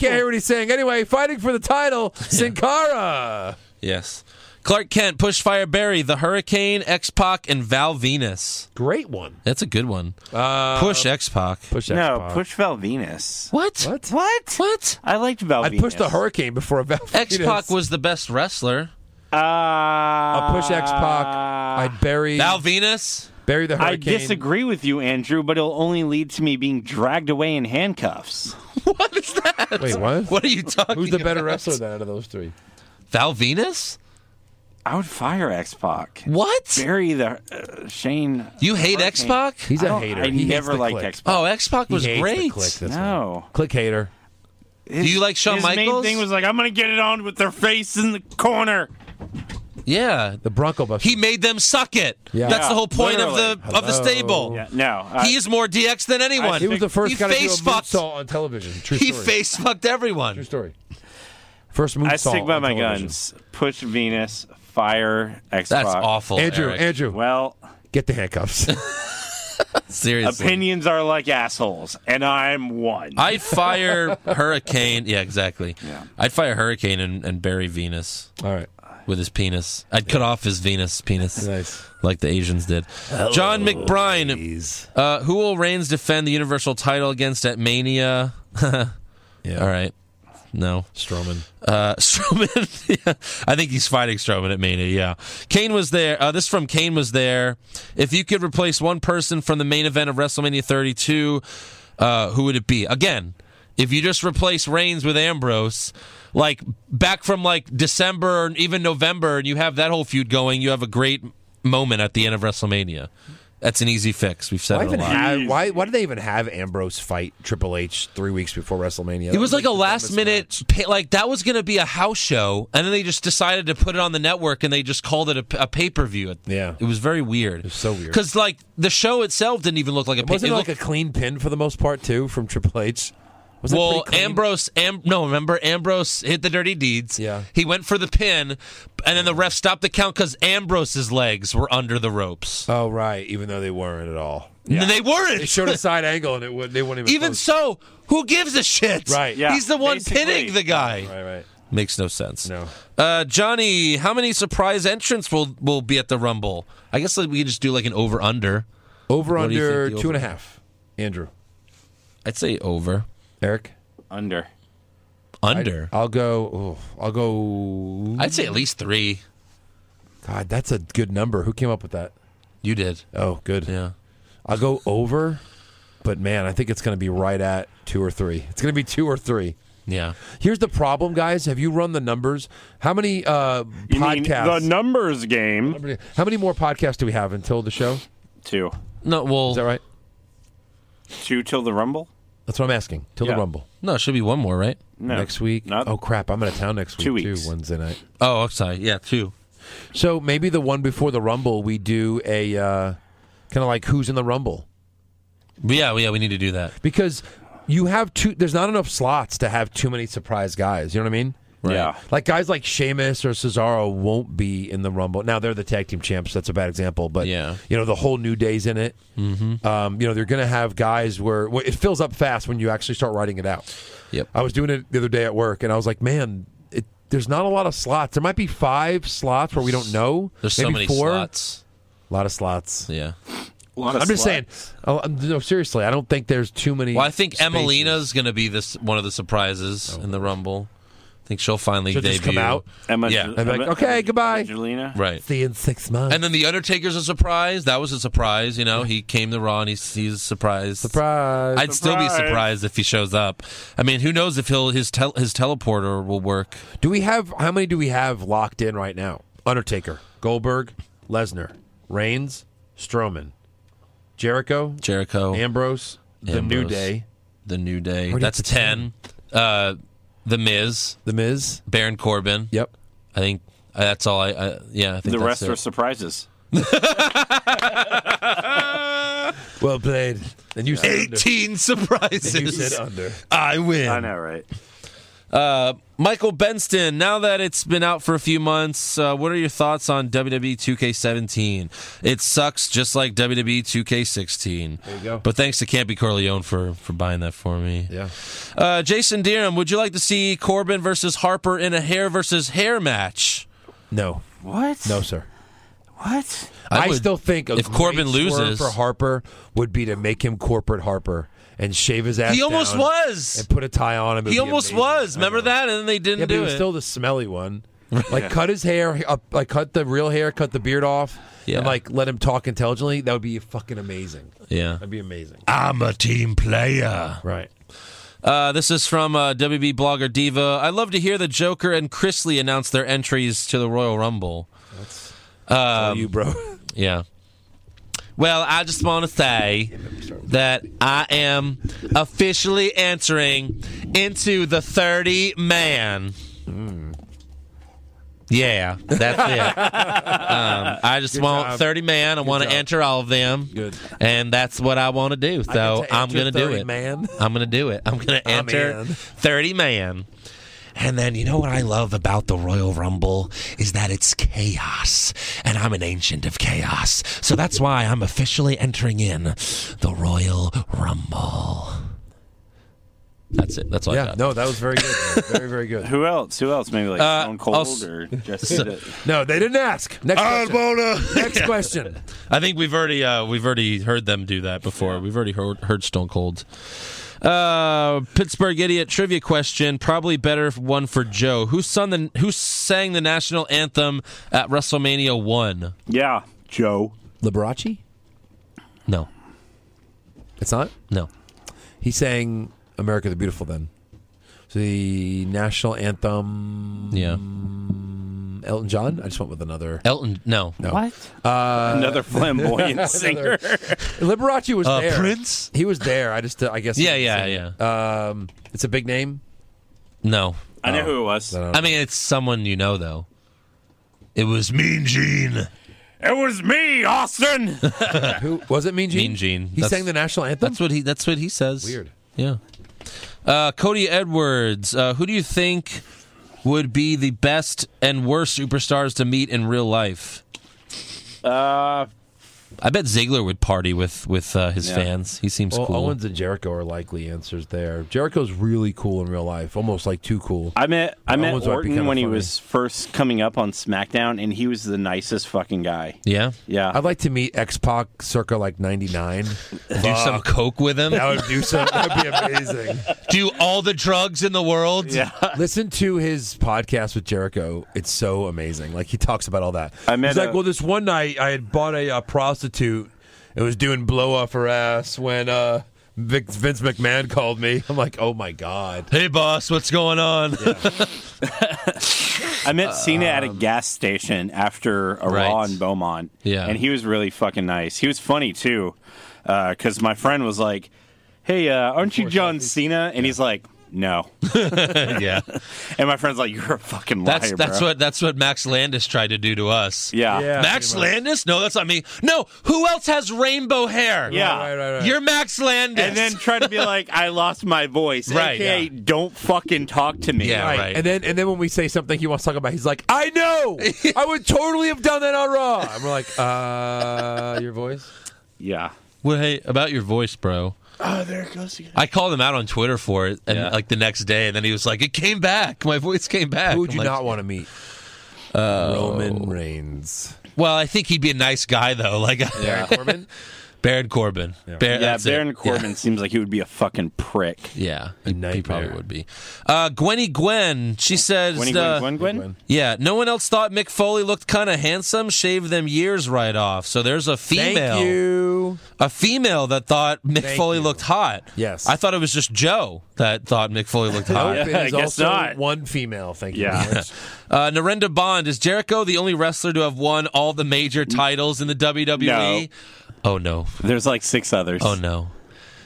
S2: hear what he's saying. Anyway, fighting for the title, Sin Cara.
S1: Yes. Clark Kent, Pushfire Barry, The Hurricane, X Pac, and Val Venus.
S2: Great one.
S1: That's a good one.
S2: Uh,
S1: push X Pac.
S2: Push that.
S6: No,
S2: spot.
S6: push Val Venus.
S1: What?
S2: What?
S6: What?
S1: What?
S6: I liked Val
S2: I
S6: Venus.
S2: pushed the hurricane before a Val
S1: X Pac
S2: Venus.
S1: was the best wrestler.
S6: Uh,
S2: I'll push X Pac. I'd bury
S1: Val Venus?
S2: Bury the
S6: Ah. I
S2: hurricane.
S6: disagree with you, Andrew, but it'll only lead to me being dragged away in handcuffs.
S1: What is that?
S2: Wait, what?
S1: What are you talking?
S2: Who's the better
S1: about?
S2: wrestler then out of those three?
S1: Val Venus?
S6: I would fire X Pac.
S1: What?
S6: Bury the uh, Shane.
S1: You hate
S6: Hurricane.
S1: X Pac?
S2: He's
S6: I
S2: a
S6: don't-
S2: hater.
S6: I
S2: He hates
S6: never
S2: the
S6: liked
S2: click.
S6: X Pac.
S1: Oh, X Pac
S2: He
S1: was
S2: hates the
S1: great.
S2: click, that's
S6: No.
S2: why. click hater.
S1: Do you like Shawn
S6: His main
S1: Michaels?
S6: thing was like, I'm gonna get it on with their face in the corner.
S1: yeah.
S2: The Bronco Buster.
S1: He made them suck it.
S2: Yeah.
S1: That's the
S6: Yeah,
S1: whole point
S6: literally.
S1: of the of the
S2: Hello.
S1: stable.
S2: Yeah.
S6: No, I-
S1: He is more DX than anyone.
S2: He was the first
S1: he
S2: guy to do a
S1: face fucked.
S2: moonsault on television. True
S1: He
S2: story.
S1: face fucked
S2: True
S1: everyone.
S2: story. First moonsault.
S6: I stick by
S2: on
S6: my
S2: television.
S6: guns. Push Venus, fire X Pac.
S1: That's awful.
S2: Andrew,
S1: Eric.
S2: Andrew,
S6: Well,
S2: get the handcuffs.
S1: seriously.
S6: opinions are like assholes, and I'm one.
S1: I'd fire Hurricane. Yeah, exactly. I'd fire Hurricane and, and bury Venus
S2: All right.
S1: with his penis. I'd cut off his Venus penis.
S2: Nice.
S1: Like the Asians did. John McBride. Uh, who will Reigns defend the Universal title against at Mania?
S2: Yeah.
S1: All right. No.
S2: Strowman.
S1: Uh, Strowman. yeah. I think he's fighting Strowman at Mania. Yeah. Kane was there. Uh, this from Kane was there. If you could replace one person from the main event of WrestleMania 32, uh, who would it be? Again, if you just replace Reigns with Ambrose, like back from like December and even November, and you have that whole feud going, you have a great moment at the end of WrestleMania. That's an easy fix. We've said
S2: Why
S1: it a
S2: even
S1: lot.
S2: have, why? Why did they even have Ambrose fight Triple H three weeks before WrestleMania?
S1: It was like a last minute, pay, like that was going to be a house show, and then they just decided to put it on the network, and they just called it a, pay per view.
S2: Yeah.
S1: it was very weird. It was
S2: so weird.
S1: because like the show itself didn't even look like a. pay-
S2: Wasn't it like
S1: looked-
S2: a clean pin for the most part too from Triple H? Wasn't it
S1: well,
S2: pretty clean?
S1: Ambrose, Am- no, remember Ambrose hit the dirty deeds.
S2: Yeah.
S1: he went for the pin, and then the ref stopped the count because Ambrose's legs were under the ropes.
S2: Oh right, even though they weren't at all.
S1: And They weren't.
S2: They showed a side angle and it would. They wouldn't even.
S1: even
S2: close.
S1: so, who gives a shit?
S2: Right.
S6: Yeah,
S1: he's the one
S6: basically.
S1: pinning the guy.
S2: Right, right.
S1: Makes no sense.
S2: No.
S1: Uh, Johnny, how many surprise entrants will will be at the Rumble? I guess like, we can just do like an over under.
S2: Over
S1: What do you think
S2: under
S1: the
S2: two and
S1: over-
S2: a half. Andrew,
S1: I'd say over.
S2: Eric,
S6: Under.
S1: Under.
S2: I'll go. Oh, I'll go.
S1: I, would say at least three.
S2: God, that's a good number. Who came up with that?
S1: You did.
S2: Oh, good.
S1: Yeah.
S2: I'll go over, but man, I think it's going to be right at two or three. It's going to be two or three.
S1: Yeah.
S2: Here's the problem, guys. Have you run the numbers? How many uh,
S6: You mean
S2: podcasts?
S6: the numbers game?
S2: how many more podcasts do we have until the show? Is
S6: Two.
S1: No. Well.
S2: that right?
S6: Two till the rumble?
S2: That's what I'm asking. Till
S6: Yeah.
S2: the Rumble
S1: No. It should be one more, right?
S6: No.
S2: next week.
S6: Not
S2: oh crap! I'm out of town next week
S6: Two
S2: too.
S6: weeks.
S2: Wednesday night.
S1: Oh, I'm sorry. Yeah, two.
S2: So maybe the one before the Rumble, we do a uh, kind of like who's in the Rumble
S1: Yeah. Yeah. We need to do that.
S2: because you have two. There's not enough slots to have too many surprise guys. You know what I mean?
S6: Yeah.
S2: Like guys like Sheamus or Cesaro won't be in the Rumble. Now they're the tag team champs. That's a bad example, but
S1: Yeah.
S2: you know the whole New Day's in it. Mm-hmm. Um, you know they're going to have guys where where it fills up fast when you actually start writing it out.
S1: Yep.
S2: I was doing it the other day at work, and I was like, man. It, there's not a lot of slots. There might be five slots where we don't know.
S1: There's so
S2: Maybe
S1: many
S2: four.
S1: slots.
S2: A lot of slots.
S1: Yeah.
S2: I'm just saying. Oh, I'm- no, seriously, I don't think there's too many.
S1: Well, I think
S2: spaces. Oh,
S1: Emelina's going to be this one of the surprises in the Rumble. I think she'll finally
S2: She'll
S1: debut.
S2: just come out.
S6: Emma,
S1: Yeah.
S6: Ju-
S1: I'm
S2: like,
S6: Emma-
S2: okay, goodbye.
S6: Angelina?
S1: Right.
S2: See you in six months.
S1: And then the Undertaker's a surprise. That was a surprise. You know, he came to Raw and he's he's surprised.
S2: Surprise.
S1: I'd still be
S6: Surprise.
S1: surprised if he shows up. I mean, who knows if he'll his tel- his teleporter will work?
S2: do we have how many do we have locked in right now? Undertaker, Goldberg, Lesnar, Reigns, Strowman, Jericho,
S1: Jericho,
S2: Ambrose, The New
S1: Ambrose.
S2: Day,
S1: the New Day.
S2: Where do you
S1: That's
S2: put
S1: ten. Uh, the Miz,
S2: The Miz.
S1: Baron Corbin.
S2: Yep.
S1: I think uh, that's all. I, I yeah. I think
S6: The
S1: that's
S6: rest
S1: it.
S6: are surprises.
S2: Well played. And you said under.
S1: eighteen surprises.
S2: You said under.
S1: I win.
S6: I know, right?
S1: Michael Benston, now that it's been out for a few months, uh, what are your thoughts on E WWE 2K17? It sucks just like E WWE 2K16. There you
S2: go.
S1: But thanks to Campy Corleone for, for buying that for me.
S2: Yeah.
S1: Uh, Jason Deerham, would you like to see Corbin versus Harper in a hair versus hair match?
S2: No.
S6: What?
S2: No, sir.
S6: What?
S1: I
S2: I,
S1: would-
S2: still think a
S1: if Corbin
S2: great swerve
S1: loses-
S2: for Harper would be to make him corporate Harper and shave his ass.
S1: He almost
S2: down
S1: was.
S2: and put a tie on him. It'd
S1: He
S2: be
S1: almost
S2: amazing.
S1: was.
S2: I
S1: Remember
S2: know.
S1: that? And then they didn't
S2: Yeah, but
S1: do
S2: he was
S1: it.
S2: still the smelly one. Like cut his hair up, like cut the real hair, cut the beard off,
S1: Yeah.
S2: and like let him talk intelligently. That would be fucking amazing.
S1: Yeah.
S2: That'd be amazing.
S1: I'm a team player.
S2: Right.
S1: Uh, this is from uh, WB blogger Diva. I love to hear the Joker and Chrisley announce their entries to the Royal Rumble. Um,
S2: All you bro.
S1: Yeah. Well, I just want to say that I am officially entering into the 30 man. Hmm. Yeah, that's it. um, I just want
S2: job.
S1: 30 man. I want to enter all of them.
S2: Good.
S1: And that's what I want to do. So
S2: get to
S1: I'm
S2: enter
S1: going to do
S2: 30
S1: it.
S2: man.
S1: I'm going to do it. I'm going to
S2: I'm
S1: enter
S2: in.
S1: 30 man. And then you know what I love about the Royal Rumble is that it's chaos, and I'm an ancient of chaos. So that's why I'm officially entering in the Royal Rumble. That's it. That's all I
S2: Yeah.
S1: got.
S2: No, that was very good. Very very good.
S6: Who else? Who else? Maybe like
S1: Uh,
S6: Stone Cold
S1: I'll s-
S6: or Jesse.
S2: No, they didn't ask. Next question. Next question.
S1: I think we've already uh, we've already heard them do that before. We've already heard, heard Stone Cold. Uh, Pittsburgh idiot trivia question, probably better one for Joe. Who sung the who sang the national anthem at WrestleMania one?
S6: yeah, Joe.
S2: Liberace?
S1: No,
S2: It's not.
S1: no.
S2: He sang "America the Beautiful" then. So the national anthem.
S1: Yeah.
S2: Elton John. I just went with another.
S1: Elton, no.
S6: What? Another flamboyant singer.
S2: Liberace was
S1: Uh,
S2: there.
S1: Prince?
S2: He was there. I just. uh, I guess. he
S1: Yeah,
S2: didn't
S1: yeah,
S2: sing it.
S1: yeah.
S2: Um, it's a big name.
S1: no.
S6: I know who it was.
S1: I mean, it's someone you know, though. It was Mean Gene.
S6: It was me, Austin.
S2: Who was it? Mean Gene.
S1: Mean Gene.
S2: He
S1: That's-
S2: sang the national anthem.
S1: That's what he. That's what he says.
S2: Weird.
S1: Yeah. Uh, Cody Edwards. Uh, who do you think would be the best and worst superstars to meet in real life?
S6: uh,
S1: I bet Ziggler would party with with uh, his
S6: Yeah.
S1: fans. He seems
S2: Well,
S1: cool.
S2: Owens and Jericho are likely answers there. Jericho's really cool in real life, almost like too cool.
S6: I met I met
S2: Owens might be kinda
S6: Orton when he
S2: funny.
S6: was first coming up on SmackDown, and he was the nicest fucking guy.
S1: yeah.
S6: Yeah,
S2: I'd like to meet X Pac circa like '99.
S1: Do some coke with him.
S2: That would do some. That would be amazing.
S1: Do all the drugs in the world. Yeah.
S2: Listen to his podcast with Jericho. It's so amazing. Like he talks about all that.
S6: I met
S2: He's like,
S6: a-
S2: well, this one night I had bought a uh, prostitute and was doing blow off her ass when uh, Vic, Vince McMahon called me. I'm like, oh my god.
S1: Hey, boss. What's going on?
S6: I met Cena at a gas station after a
S1: um, Right.
S6: Raw in Beaumont.
S1: Yeah.
S6: and he was really fucking nice. He was funny too, because my friend was like, "Hey, uh, aren't you John Cena?" And he's like, "No."
S1: yeah.
S6: And my friend's like, "You're a fucking liar,
S1: That's that's
S6: bro."
S1: what that's what Max Landis tried to do to us.
S6: Yeah.
S2: Yeah.
S1: Max
S2: pretty much.
S1: Landis? No, that's not me. No, who else has rainbow hair?
S6: Yeah.
S2: Right, right, right.
S1: You're Max Landis.
S6: And then try to be like, I lost my voice.
S1: Right,
S6: AKA, don't fucking talk to me.
S1: Yeah, right.
S2: And then and then when we say something he wants to talk about, he's like, I know. I would totally have done that on Raw. And we're like, uh, your voice.
S6: Yeah.
S1: Well, hey, about your voice, bro.
S6: Oh, there it goes again.
S1: I called him out on Twitter for it, and
S6: Yeah.
S1: like the next day, and then he was like, "It came back. My voice came back."
S2: Who would you
S1: I'm like,
S2: not want to meet? Roman Reigns.
S1: Well, I think he'd be a nice guy though, like
S2: Baron Corbin.
S1: Baron Corbin. Bar-
S6: Yeah,
S1: that's it.
S6: Baron Corbin seems like he would be a fucking prick.
S1: Yeah,
S2: A
S1: He- he, probably
S2: nightmare.
S1: would be. Uh, Gwenny Gwen. She says,
S6: Gwen,
S1: uh,
S6: Gwen, Gwen, Gwen.
S1: "Yeah, no one else thought Mick Foley looked kind of handsome. Shaved them years right off. So there's a female."
S2: Thank you.
S1: a female that thought Mick
S2: Thank
S1: Foley
S2: you.
S1: looked hot.
S2: Yes.
S1: I thought it was just Joe that thought Mick Foley looked hot.
S2: Nope,
S6: Yeah,
S2: it is
S6: I guess
S2: also
S6: not.
S2: one female. Thank you.
S6: Yeah.
S2: very much.
S1: Uh, Narendra Bond is Jericho the only wrestler to have won all the major titles in the WWE? Oh no!
S6: There's like six others.
S1: Oh no!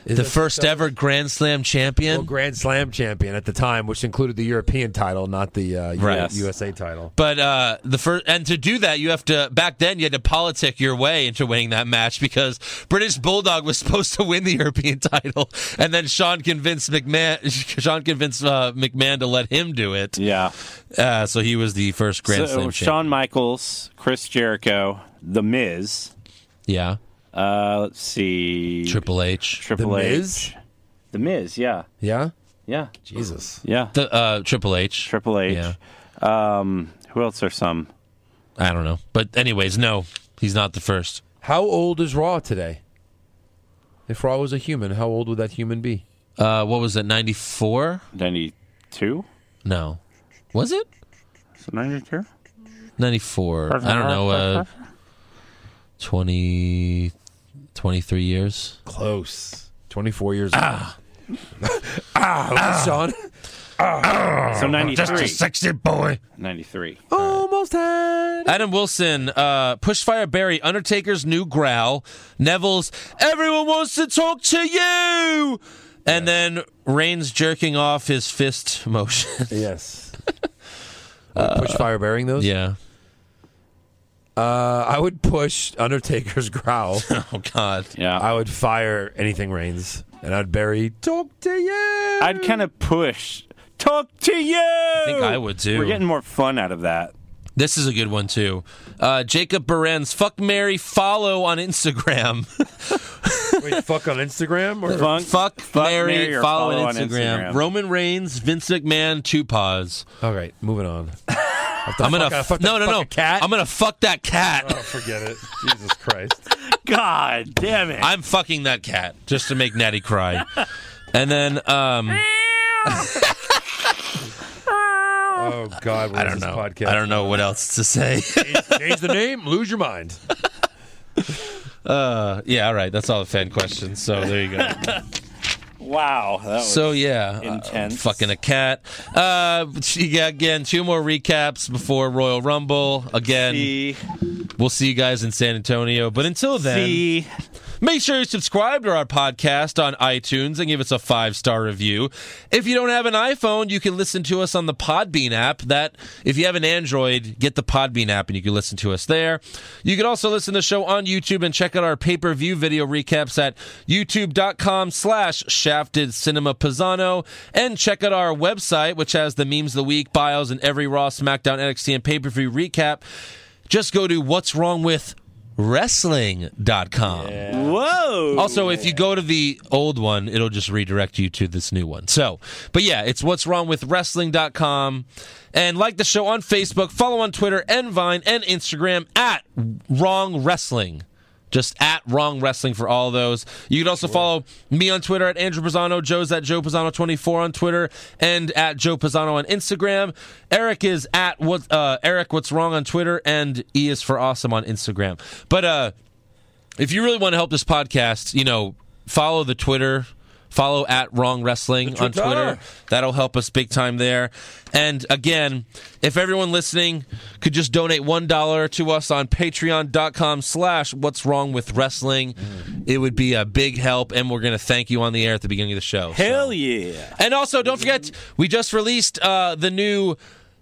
S1: the first ever Grand Slam champion.
S2: Well, Grand Slam champion at the time, which included the European title, not the uh, U-
S1: Right.
S2: USA title.
S1: but uh, the first, and to do that, you have to. Back then, you had to politic your way into winning that match because British Bulldog was supposed to win the European title, and then Sean convinced McMahon. Sean convinced uh, McMahon to let him do it.
S6: Yeah.
S1: Uh, so he was the first Grand
S6: so
S1: Slam champion.
S6: Shawn Michaels, Chris Jericho, The Miz.
S1: Yeah.
S6: Uh, let's see.
S1: Triple H.
S6: Triple
S2: The
S6: H.
S2: Miz?
S6: The Miz, yeah.
S2: Yeah,
S6: Yeah.
S2: Jesus.
S6: Yeah.
S1: The uh, Triple H.
S6: Triple H.
S1: Yeah.
S6: Um, who else are some?
S1: I don't know. But anyways, no, he's not the first.
S2: How old is Raw today? If Raw was a human, how old would that human be?
S1: Uh, what was it? Ninety four?
S6: 92?
S1: No. Was it?
S6: Is it 92?
S1: 94. I don't know. Uh, 20, 23 years.
S2: Close. 24 years old. Ah.
S1: Uh-huh.
S2: Sean.
S6: So 93.
S1: sexy boy.
S6: 93.
S2: Almost had.
S1: Adam Wilson, uh, Pushfire Barry, Undertaker's new growl, Neville's "Everyone wants to talk to you," and then Reigns jerking off his fist motion.
S2: Yes. push fire bearing those?
S1: yeah.
S2: Uh, I would push Undertaker's growl.
S1: Oh God.
S6: Yeah.
S2: I would fire anything rains. And I'd bury talk to you.
S6: I'd kind of push. Talk to you. I
S1: think I would, too.
S6: We're getting more fun out of that.
S1: This is a good one too. Uh, Jacob Barens, fuck Mary, follow on Instagram.
S2: Wait, fuck on Instagram or
S6: Funk,
S1: fuck, Mary,
S6: or
S1: follow, on
S6: on
S1: Instagram. Roman Reigns, Vince McMahon, two paws.
S2: All right, moving on.
S1: I'm gonna
S2: fuck- I fucked
S1: no no
S2: that
S1: no
S2: fucking cat. Oh.
S1: I'm gonna fuck that cat.
S2: forget it. Jesus Christ.
S6: God damn it.
S1: I'm fucking that cat just to make Natty cry. and then um,
S2: Oh God. What
S1: I don't know. I don't know what else to say.
S2: Change the name. Lose your mind.
S1: Uh, yeah, all right. That's all the fan questions. So there you go.
S6: wow. That was
S1: so yeah, uh,
S6: intense.
S1: fucking a cat. Uh, she got again two more recaps before Royal Rumble. Again,
S6: See,
S1: we'll see you guys in San Antonio. But until then.
S6: see.
S1: Make sure you subscribe to our podcast on iTunes and give us a five star review. If you don't have an iPhone, you can listen to us on the Podbean app. That if you have an Android, get the Podbean app and you can listen to us there. You can also listen to the show on YouTube and check out our pay per view video recaps at youtube.com slash shafted cinema pisano and check out our website, which has the memes of the week, bios, and every Raw, SmackDown, NXT, and pay per view recap. Just go to what's wrong with wrestling.com.
S6: Whoa.
S1: Also, if you go to the old one, it'll just redirect you to this new one. So, but yeah, it's what's wrong with wrestling.com. And like the show on Facebook, follow on Twitter and Vine and Instagram at Wrong Wrestling. Just at Wrong Wrestling for all those. You can also follow me on Twitter at Andrew Pisano. Joe's at Joe Pisano24 on Twitter and at Joe Pisano on Instagram. Eric is at what uh, Eric What's Wrong on Twitter and E is for Awesome on Instagram. But uh if you really want to help this podcast, you know, follow the Twitter, follow at Wrong Wrestling on Twitter. That'll help us big time there. And again, if everyone listening could just donate one dollar to us on patreon.com slash what's wrong with wrestling, it would be a big help, and we're gonna thank you on the air at the beginning of the show.
S6: Hell yeah.
S1: And also, don't forget, we just released uh, the new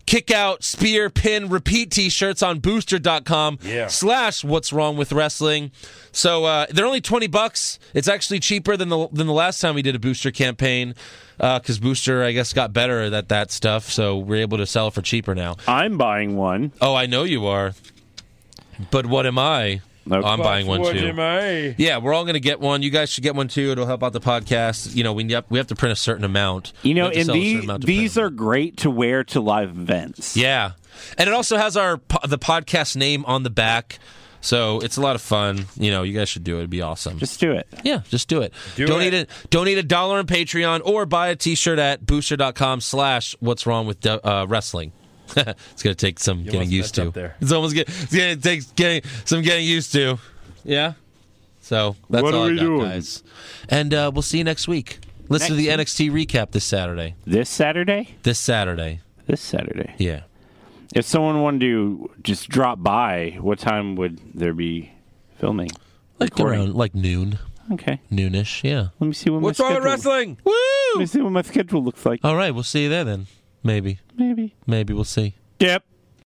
S1: kick out spear pin repeat t-shirts on booster.com
S2: Yeah.
S1: slash what's wrong with wrestling so uh, they're only 20 bucks it's actually cheaper than the than the last time we did a booster campaign because booster i guess got better at that stuff so we're able to sell it for cheaper now
S6: I'm buying one.
S1: oh i know you are but what am i
S6: Nope.
S1: i'm buying one too
S2: I?
S1: yeah we're all going to get one you guys should get one too it'll help out the podcast you know we have, we have to print a certain amount
S6: You know,
S1: We have to
S6: and
S1: sell a certain
S6: the,
S1: amount to print
S6: these
S1: them.
S6: are great to wear to live events.
S1: Yeah, and it also has our po- the podcast name on the back, so it's a lot of fun. You know, you guys should do it; it'd be awesome.
S6: Just do it.
S1: yeah, just do it. donate
S2: it.
S1: a donate a dollar on Patreon or buy a T-shirt at booster.com slash What's wrong with De- uh, wrestling. it's gonna take some getting
S2: almost
S1: used
S2: messed
S1: to.
S2: up there.
S1: It's almost get, it's gonna take getting some getting used to. Yeah. So that's
S6: What are
S1: all I
S6: we
S1: got,
S6: doing?
S1: guys. And uh, we'll see you next week. Listen to the NXT recap this Saturday.
S6: This Saturday?
S1: This Saturday.
S6: This Saturday.
S1: Yeah.
S6: If someone wanted to just drop by, what time would there be filming?
S1: Like
S6: Recording.
S1: around like noon.
S6: Okay.
S1: Noonish, yeah.
S6: Let me see what
S2: What's
S6: my
S2: wrong with
S6: schedule,
S2: wrestling?
S6: Let me see what my schedule looks like.
S1: All right, we'll see you there then. Maybe.
S6: Maybe.
S1: Maybe we'll see.
S6: Yep.